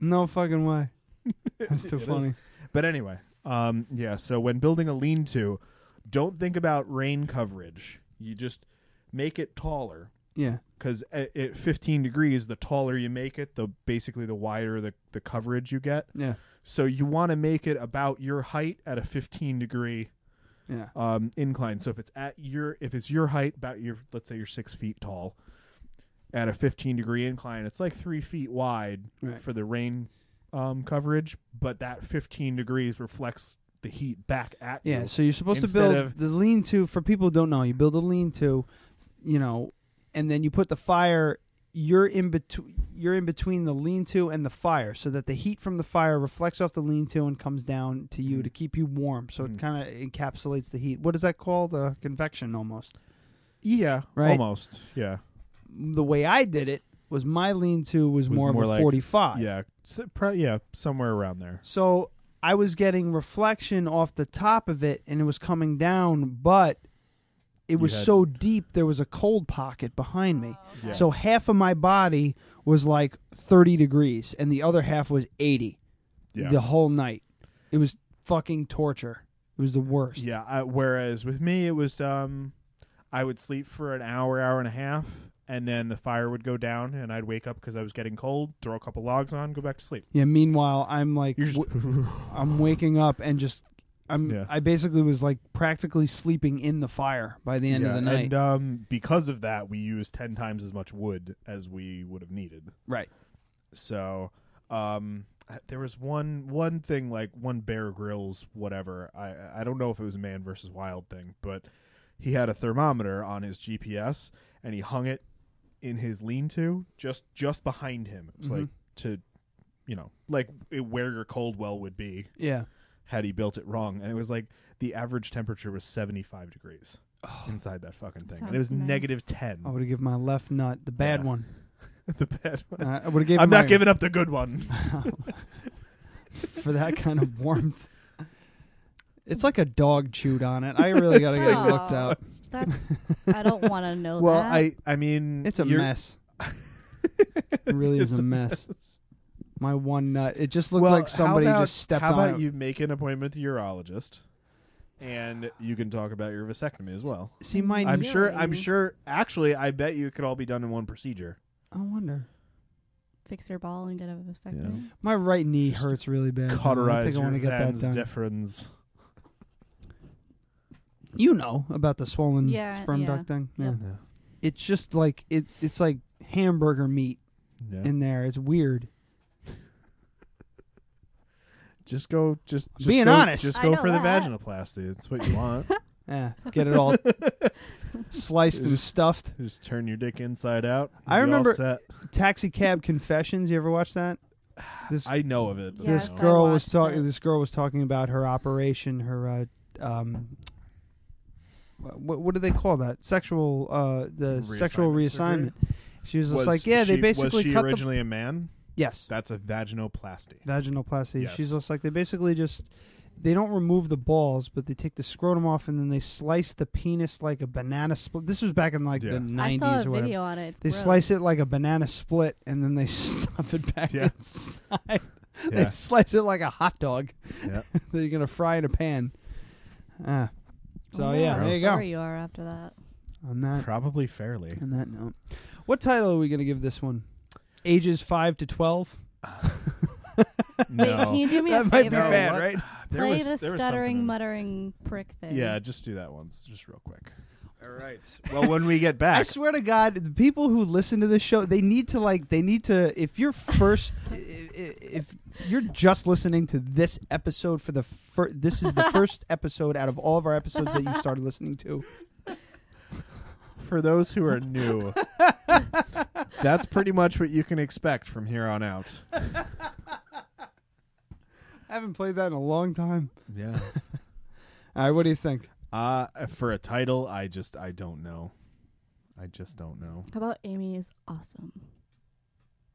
S6: No fucking way. That's too
S3: It is.
S6: funny.
S3: But anyway, um, yeah. So when building a lean-to, don't think about rain coverage. You just make it taller.
S6: Yeah.
S3: Because at, at 15 degrees, the taller you make it, the basically the wider the, the coverage you get.
S6: Yeah.
S3: So you want to make it about your height at a 15 degree
S6: Yeah.
S3: um, incline. So if it's at your if it's your height, about your let's say you're six feet tall, at a 15 degree incline, it's like three feet wide
S6: Right.
S3: for the rain um, coverage, but that 15 degrees reflects the heat back at you.
S6: Yeah, so you're supposed to
S3: instead
S6: build
S3: of-
S6: the lean to for people who don't know, you build a lean to, you know, and then you put the fire you're in between you're in between the lean to and the fire so that the heat from the fire reflects off the lean to and comes down to
S3: Mm-hmm.
S6: you to keep you warm. So it kind of encapsulates the heat. What is that called? Uh, convection almost.
S3: yeah,
S6: Right?
S3: almost, yeah.
S6: The way I did it was my lean to was,
S3: was
S6: more, of a
S3: like-
S6: 45.
S3: Yeah, s- pro- yeah, somewhere around there.
S6: So I was getting reflection off the top of it and it was coming down, but it was
S3: had-
S6: so deep there was a cold pocket behind me.
S3: Yeah.
S6: So half of my body was like 30 degrees and the other half was 80
S3: Yeah.
S6: the whole night. It was fucking torture. It was the worst.
S3: Yeah. I, whereas with me, it was um, I would sleep for an hour, hour and a half, and then the fire would go down, and I'd wake up because I was getting cold, throw a couple logs on, go back to sleep.
S6: Yeah, meanwhile, I'm like w- I'm waking up and just I'm
S3: Yeah.
S6: I basically was like practically sleeping in the fire by the end
S3: Yeah,
S6: of the night.
S3: And um, because of that, we used ten times as much wood as we would have needed.
S6: Right.
S3: So, um, there was one one thing like one Bear Grylls whatever. I I don't know if it was a man versus wild thing, but he had a thermometer on his GPS and he hung it in his lean-to just just behind him. It was like
S6: Mhm.
S3: to, you know, like it, where your cold well would be.
S6: Yeah.
S3: Had he built it wrong, and it was like the average temperature was seventy five degrees inside that fucking thing, and it
S6: Oh,
S3: was
S6: Sounds nice. Oh,
S3: negative ten.
S6: I would have given my left nut the bad
S3: Yeah.
S6: one.
S3: the bad one.
S6: Uh, I would have given.
S3: I'm
S6: my-
S3: not giving up the good one.
S6: for that kind of warmth. It's like a dog chewed on it. I really got to get it looked
S20: Aw,
S6: out.
S20: That's I don't want to know
S3: well,
S20: that.
S3: I I mean
S6: It's a
S3: you're-
S6: mess. It really is a mess. My one nut. It just looks
S3: Well,
S6: like
S3: how
S6: somebody
S3: about-
S6: just stepped
S3: How
S6: on
S3: about
S6: it.
S3: you make an appointment with a urologist, and you can talk about your vasectomy as well.
S6: See, my
S3: I'm sure. I'm
S6: knee-
S3: sure. Actually, I bet you it could all be done in one procedure.
S6: I wonder.
S20: Fix your ball and get a vasectomy.
S6: My right knee hurts really bad. I
S3: Cauterize
S6: think I
S3: your
S6: want to get that
S3: fans
S6: done.
S3: difference.
S6: you know about the swollen
S20: Yeah,
S6: sperm
S20: yeah.
S6: duct thing.
S20: Yep.
S3: Yeah.
S6: It's just like it. It's like hamburger meat
S3: Yeah.
S6: in there. It's weird.
S3: Just go. Just, just
S6: being
S3: go-
S6: honest.
S3: Just
S6: I
S3: go
S6: know
S3: for
S6: that.
S3: the vaginoplasty. It's what you want.
S6: Yeah, get it all sliced and
S3: Just-
S6: stuffed.
S3: Just turn your dick inside out.
S6: I
S3: You'll be all
S6: remember
S3: set.
S6: Taxi Cab Confessions. You ever watch that? This
S3: I know of it. but
S6: this
S3: no.
S6: girl was talking. This girl was talking about her operation. Her uh, um, what what do they call that? Sexual uh, the sexual
S3: Reassignment
S6: reassignment. She was, just
S3: Was
S6: like, yeah, they
S3: she-
S6: basically
S3: was she
S6: cut
S3: originally a man.
S6: Yes.
S3: That's a vaginoplasty.
S6: the vaginoplasty.
S3: Yes.
S6: She's just like they basically just they don't remove the balls, but they take the scrotum off and then they slice the penis like a banana split. This was back in like the
S20: I
S6: nineties
S20: saw a
S6: or whatever.
S20: video on it. It's
S6: they
S20: gross.
S6: slice it like a banana split and then they stuff it back
S3: Yeah.
S6: inside.
S3: Yeah.
S6: They slice it like a hot dog
S3: Yeah.
S6: that you're gonna fry in a pan. Ah. so
S20: I wonder
S6: yeah,
S20: how
S6: there you go.
S20: sore you are after that.
S6: On that,
S3: Probably fairly.
S6: on that note, what title are we gonna give this one? Ages five to twelve.
S20: Wait, can you do me
S6: that
S20: a
S6: might
S20: favor?
S6: be bad, right?
S3: There
S20: Play
S3: was-
S20: the
S3: there was something
S20: stuttering,
S3: in-
S20: muttering prick thing.
S3: Yeah, just do that once, just real quick.
S6: All right.
S3: Well, when we get
S6: I
S3: back,
S6: swear to God, the people who listen to this show, they need to like, they need to. If you're first, i- i- if you're just listening to this episode for the first, this is the first episode out of all of our episodes that you started listening to.
S3: for those who are new, That's pretty much what you can expect from here on out.
S6: I haven't played that in a long time.
S3: Yeah.
S6: All right, what do you think?
S3: Uh for a title, I just I don't know. I just don't know.
S20: How about Amy is awesome?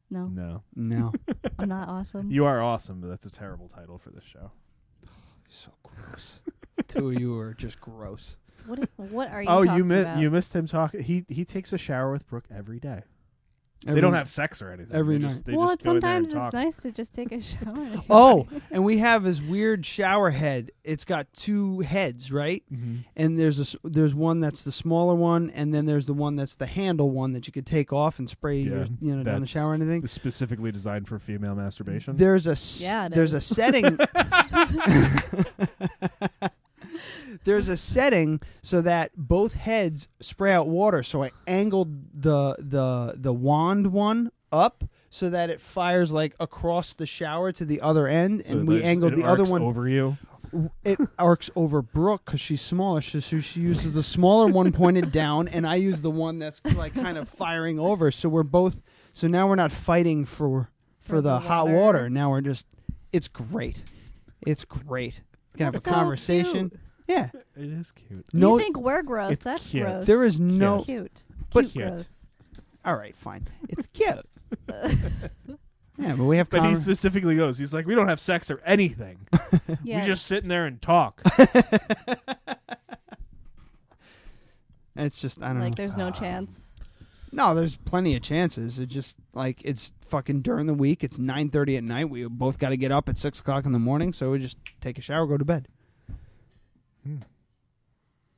S20: No.
S3: No.
S6: No.
S20: I'm not awesome.
S3: You are awesome, but that's a terrible title for this show.
S6: So gross. Two of you are just gross.
S20: What i- what are you
S3: oh, you
S20: talking
S3: missed
S20: about?
S3: you missed him talking. He he takes a shower with Brooke every day. they don't have sex or anything.
S6: Every
S3: They
S6: night.
S3: just- they
S20: well,
S3: just
S20: it's
S3: go in there and
S20: sometimes it's
S3: talk.
S20: nice to just take a shower.
S6: Oh, and we have his weird shower head. It's got two heads, right? And there's a s there's one that's the smaller one, and then there's the one that's the handle one that you could take off and spray your, you know down the
S3: that's
S6: shower and anything.
S3: Specifically designed for female masturbation.
S6: There's a s-
S20: Yeah, it
S6: there's
S20: is.
S6: a setting. there's a setting so that both heads spray out water. So I angled the the the wand one up so that it fires like across the shower to the other end,
S3: So
S6: and we
S3: there's-
S6: angled
S3: it
S6: the other
S3: arcs
S6: one
S3: over you.
S6: w- it arcs over Brooke because she's smaller, so, so she uses the smaller one pointed down, and I use the one that's like kind of firing over. So we're both. So now we're not fighting for for,
S20: For
S6: the,
S20: the
S6: hot
S20: water.
S6: water. Now we're just. It's great. It's great. You can have a
S20: That's so
S6: conversation.
S20: cute.
S6: Yeah.
S3: It is cute.
S6: No.
S20: you think we're gross?
S3: It's
S20: That's
S3: cute.
S20: gross.
S6: there is no.
S20: cute. cute.
S6: But-
S20: Cute
S3: Cute.
S20: gross.
S6: All right. Fine. It's cute. yeah, but we have.
S3: But he
S6: conver-
S3: specifically goes, he's like, we don't have sex or anything.
S20: Yeah.
S3: We just sit in there and talk.
S6: it's just I don't
S20: like
S6: know.
S20: there's
S3: Ah.
S20: no chance.
S6: No, there's plenty of chances. It just like it's fucking during the week. It's nine thirty at night. We both got to get up at six o'clock in the morning, so we just take a shower, go to bed.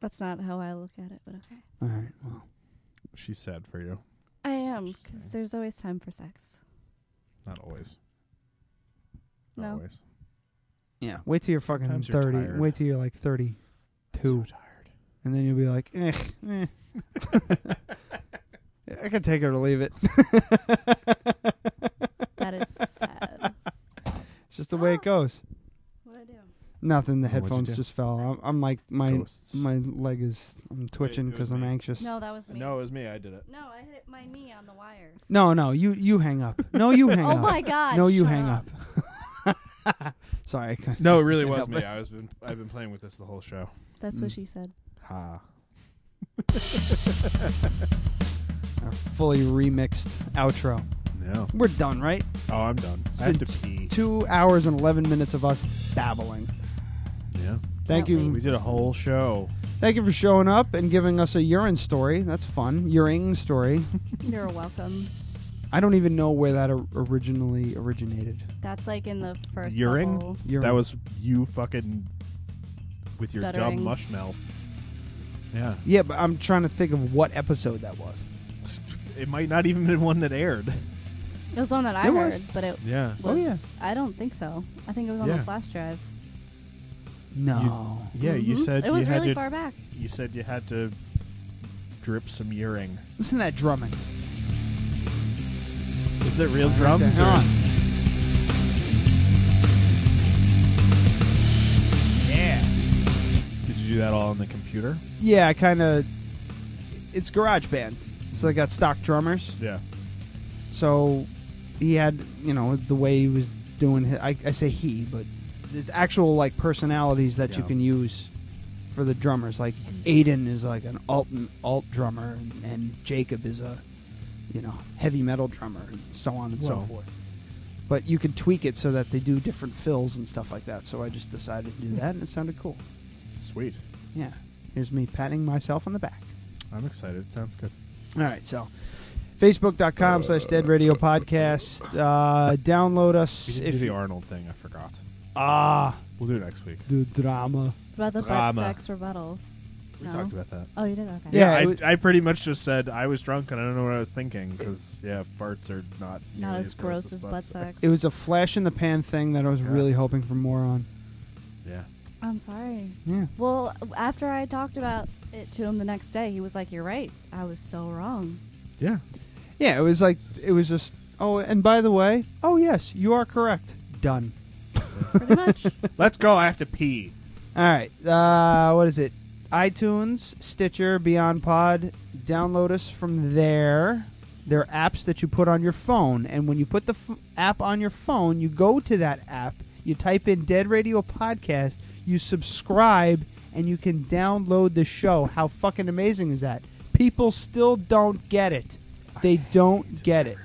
S20: That's not how I look at it, but okay.
S6: All right. Well,
S3: She's sad for you.
S20: I am because there's always time for sex.
S3: Not always.
S20: No.
S3: always.
S6: yeah. Wait till you're fucking
S3: Sometimes you're
S6: 30
S3: tired.
S6: wait till you're like thirty-two,
S3: tired.
S6: and then you'll be like, eh, eh. I can take her to leave it.
S20: That is sad.
S6: It's just the way it goes.
S20: What I do?
S6: Nothing. The
S3: Oh, what'd you
S6: headphones
S3: do?
S6: just fell. I'm, I'm like my
S3: Ghosts.
S6: my leg is I'm twitching
S3: it was
S6: because I'm
S3: me.
S6: anxious.
S20: No, that was me.
S3: No, it was me. I did it.
S20: No, I hit my knee on the wire.
S6: No, no, you you hang up. No, you hang
S20: Oh
S6: up.
S20: my God,
S6: No, you
S20: shut
S6: hang
S20: up.
S6: up. Sorry, I couldn't.
S3: No, it really
S6: Yeah,
S3: was me.
S6: but-
S3: I was been I've been playing with this the whole show.
S20: That's
S6: Mm.
S20: what she said.
S3: Ha.
S6: A uh, fully remixed outro.
S3: No.
S6: We're done, right?
S3: Oh, I'm done. I have
S6: been
S3: to pee.
S6: Two hours and eleven minutes of us babbling.
S3: Yeah.
S6: Thank
S20: Can't
S3: We
S6: you,
S3: did a whole show.
S6: thank you for showing up and giving us a urine story. That's fun. Urine story.
S20: You're welcome.
S6: I don't even know where that or- originally originated.
S20: That's like in the first.
S3: Uring?
S20: couple.
S6: Urine.
S3: That was you fucking with your
S20: Stuttering.
S3: dumb mush mouth. Yeah.
S6: Yeah, but I'm trying to think of what episode that was.
S3: It might not even been one that aired.
S20: It was one that I
S6: It was.
S20: heard, but it
S3: Yeah.
S20: was.
S6: Oh, yeah.
S20: I don't think so. I think it was on
S3: Yeah.
S20: the flash drive.
S6: No.
S3: Yeah, you
S20: Mhm.
S3: said
S20: it
S3: you
S20: was
S3: had
S20: really
S3: to,
S20: far back.
S3: You said you had to drip some urine.
S6: Listen to that drumming.
S3: Is it real
S6: Right
S3: drums?
S6: there.
S3: or-
S6: Hang on.
S3: Did you do that all on the computer?
S6: Yeah, I kind of. It's GarageBand, so they got stock drummers.
S3: Yeah.
S6: So he had, you know, the way he was doing. His, I, I say he, but there's actual like personalities that you
S3: Yeah.
S6: can use for the drummers. Like Aiden is like an alt alt drummer, and, and Jacob is a, you know, heavy metal drummer, and so on and
S3: Well.
S6: so forth. But you could tweak it so that they do different fills and stuff like that. So I just decided to do that, and it sounded cool.
S3: Sweet.
S6: Yeah. Here's me patting myself on the back.
S3: I'm excited. Sounds good.
S6: All right, so facebook.com slash dead radio podcast. Uh, download
S3: We
S6: us
S3: didn't do
S6: if
S3: the
S6: you
S3: Arnold thing. I forgot.
S6: ah
S3: We'll do it next week.
S6: the drama.
S20: About the
S3: Drama.
S20: butt sex rebuttal.
S3: We
S20: No?
S3: talked about that.
S20: Oh, you did. Okay.
S6: Yeah,
S3: I,
S6: it was-
S3: I pretty much just said I was drunk and I don't know what I was thinking because yeah, farts are not
S20: Not
S3: nearly
S20: as gross as butt sex.
S6: It was a flash in the pan thing that I was
S3: Yeah.
S6: really hoping for more on.
S3: Yeah,
S20: I'm sorry.
S6: Yeah,
S20: Well, after I talked about it to him the next day, he was like, "You're right. I was so wrong."
S3: yeah.
S6: yeah. It was like it was just. Oh, and by the way, oh yes, you are correct. Done.
S20: Pretty much.
S3: Let's go. I have to pee.
S6: All right. Uh, what is it? iTunes, Stitcher, Beyond Pod. Download us from there. There are apps that you put on your phone, and when you put the f- app on your phone, you go to that app, you type in Dead Radio Podcast, you subscribe, and you can download the show. How fucking amazing is that? People still don't get it. They don't get it.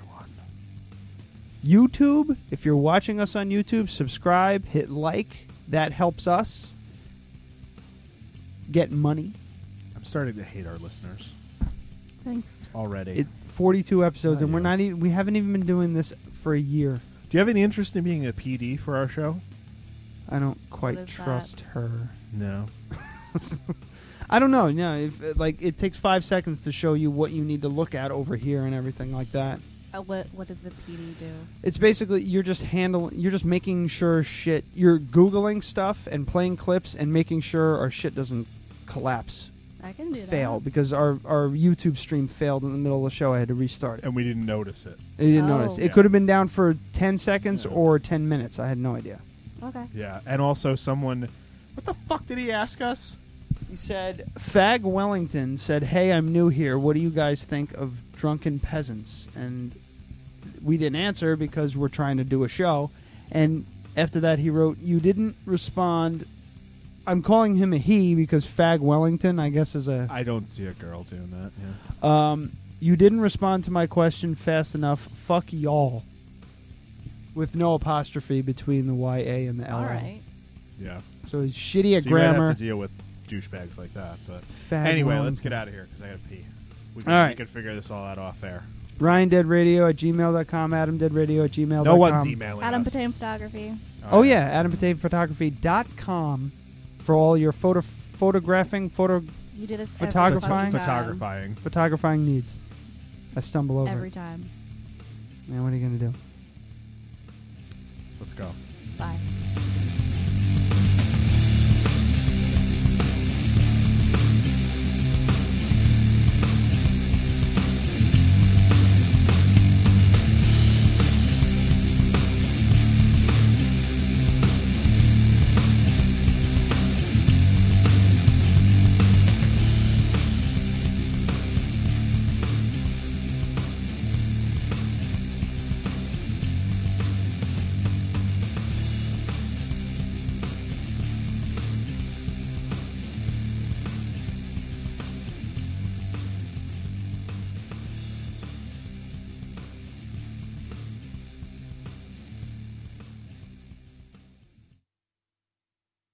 S6: YouTube, if you're watching us on YouTube, subscribe, hit like. That helps us get money.
S3: I'm starting to hate our listeners
S20: Thanks.
S3: already.
S6: It, 42 episodes,
S3: Oh,
S6: and we're
S3: yeah.
S6: not even, we haven't even been doing this for a year.
S3: Do you have any interest in being a PD for our show?
S6: I don't quite
S20: is that?
S6: trust her.
S3: No.
S6: I don't know. No, if, uh, like it takes five seconds to show you what you need to look at over here and everything like that.
S20: Uh, what What does the PD do?
S6: It's basically you're just handling, you're just making sure shit. You're googling stuff and playing clips and making sure our shit doesn't collapse,
S20: I can do that.
S6: fail because our our YouTube stream failed in the middle of the show. I had to restart it.
S3: And we didn't notice it.
S6: I didn't
S20: Oh.
S6: notice. It
S20: Yeah.
S6: could have been down for ten seconds or ten minutes. I had no idea.
S20: Okay.
S3: Yeah. And also, someone. What the fuck did he ask us?
S6: He said, Fag Wellington said, Hey, I'm new here. What do you guys think of drunken peasants? And we didn't answer because we're trying to do a show. And after that, he wrote, You didn't respond. I'm calling him a he because Fag Wellington, I guess, is a.
S3: I don't see a girl doing that. Yeah.
S6: Um, you didn't respond to my question fast enough. Fuck y'all. With no apostrophe between the YA and the LA.
S20: All right.
S3: Yeah.
S6: So he's shitty at
S3: so You might
S6: grammar.
S3: have to deal with douchebags like that. But
S6: Fag
S3: anyway,
S6: Wellington.
S3: let's get out of here because I got to pee. We can,
S6: All right.
S3: we can figure this all out off air.
S6: RyanDeadRadio at gmail.com, AdamDeadRadio at gmail.com.
S3: No one's emailing
S20: Adam
S3: us.
S20: Potato Photography.
S6: Oh, yeah, AdamPotatoPhotography.com for all your photo photographing, photo
S20: You do this
S6: Photographing?
S20: every fucking time.
S3: Photographing.
S6: photographing needs. I stumble over.
S20: Every
S6: it.
S20: time.
S6: Now what are you gonna do?
S3: Let's go.
S20: Bye.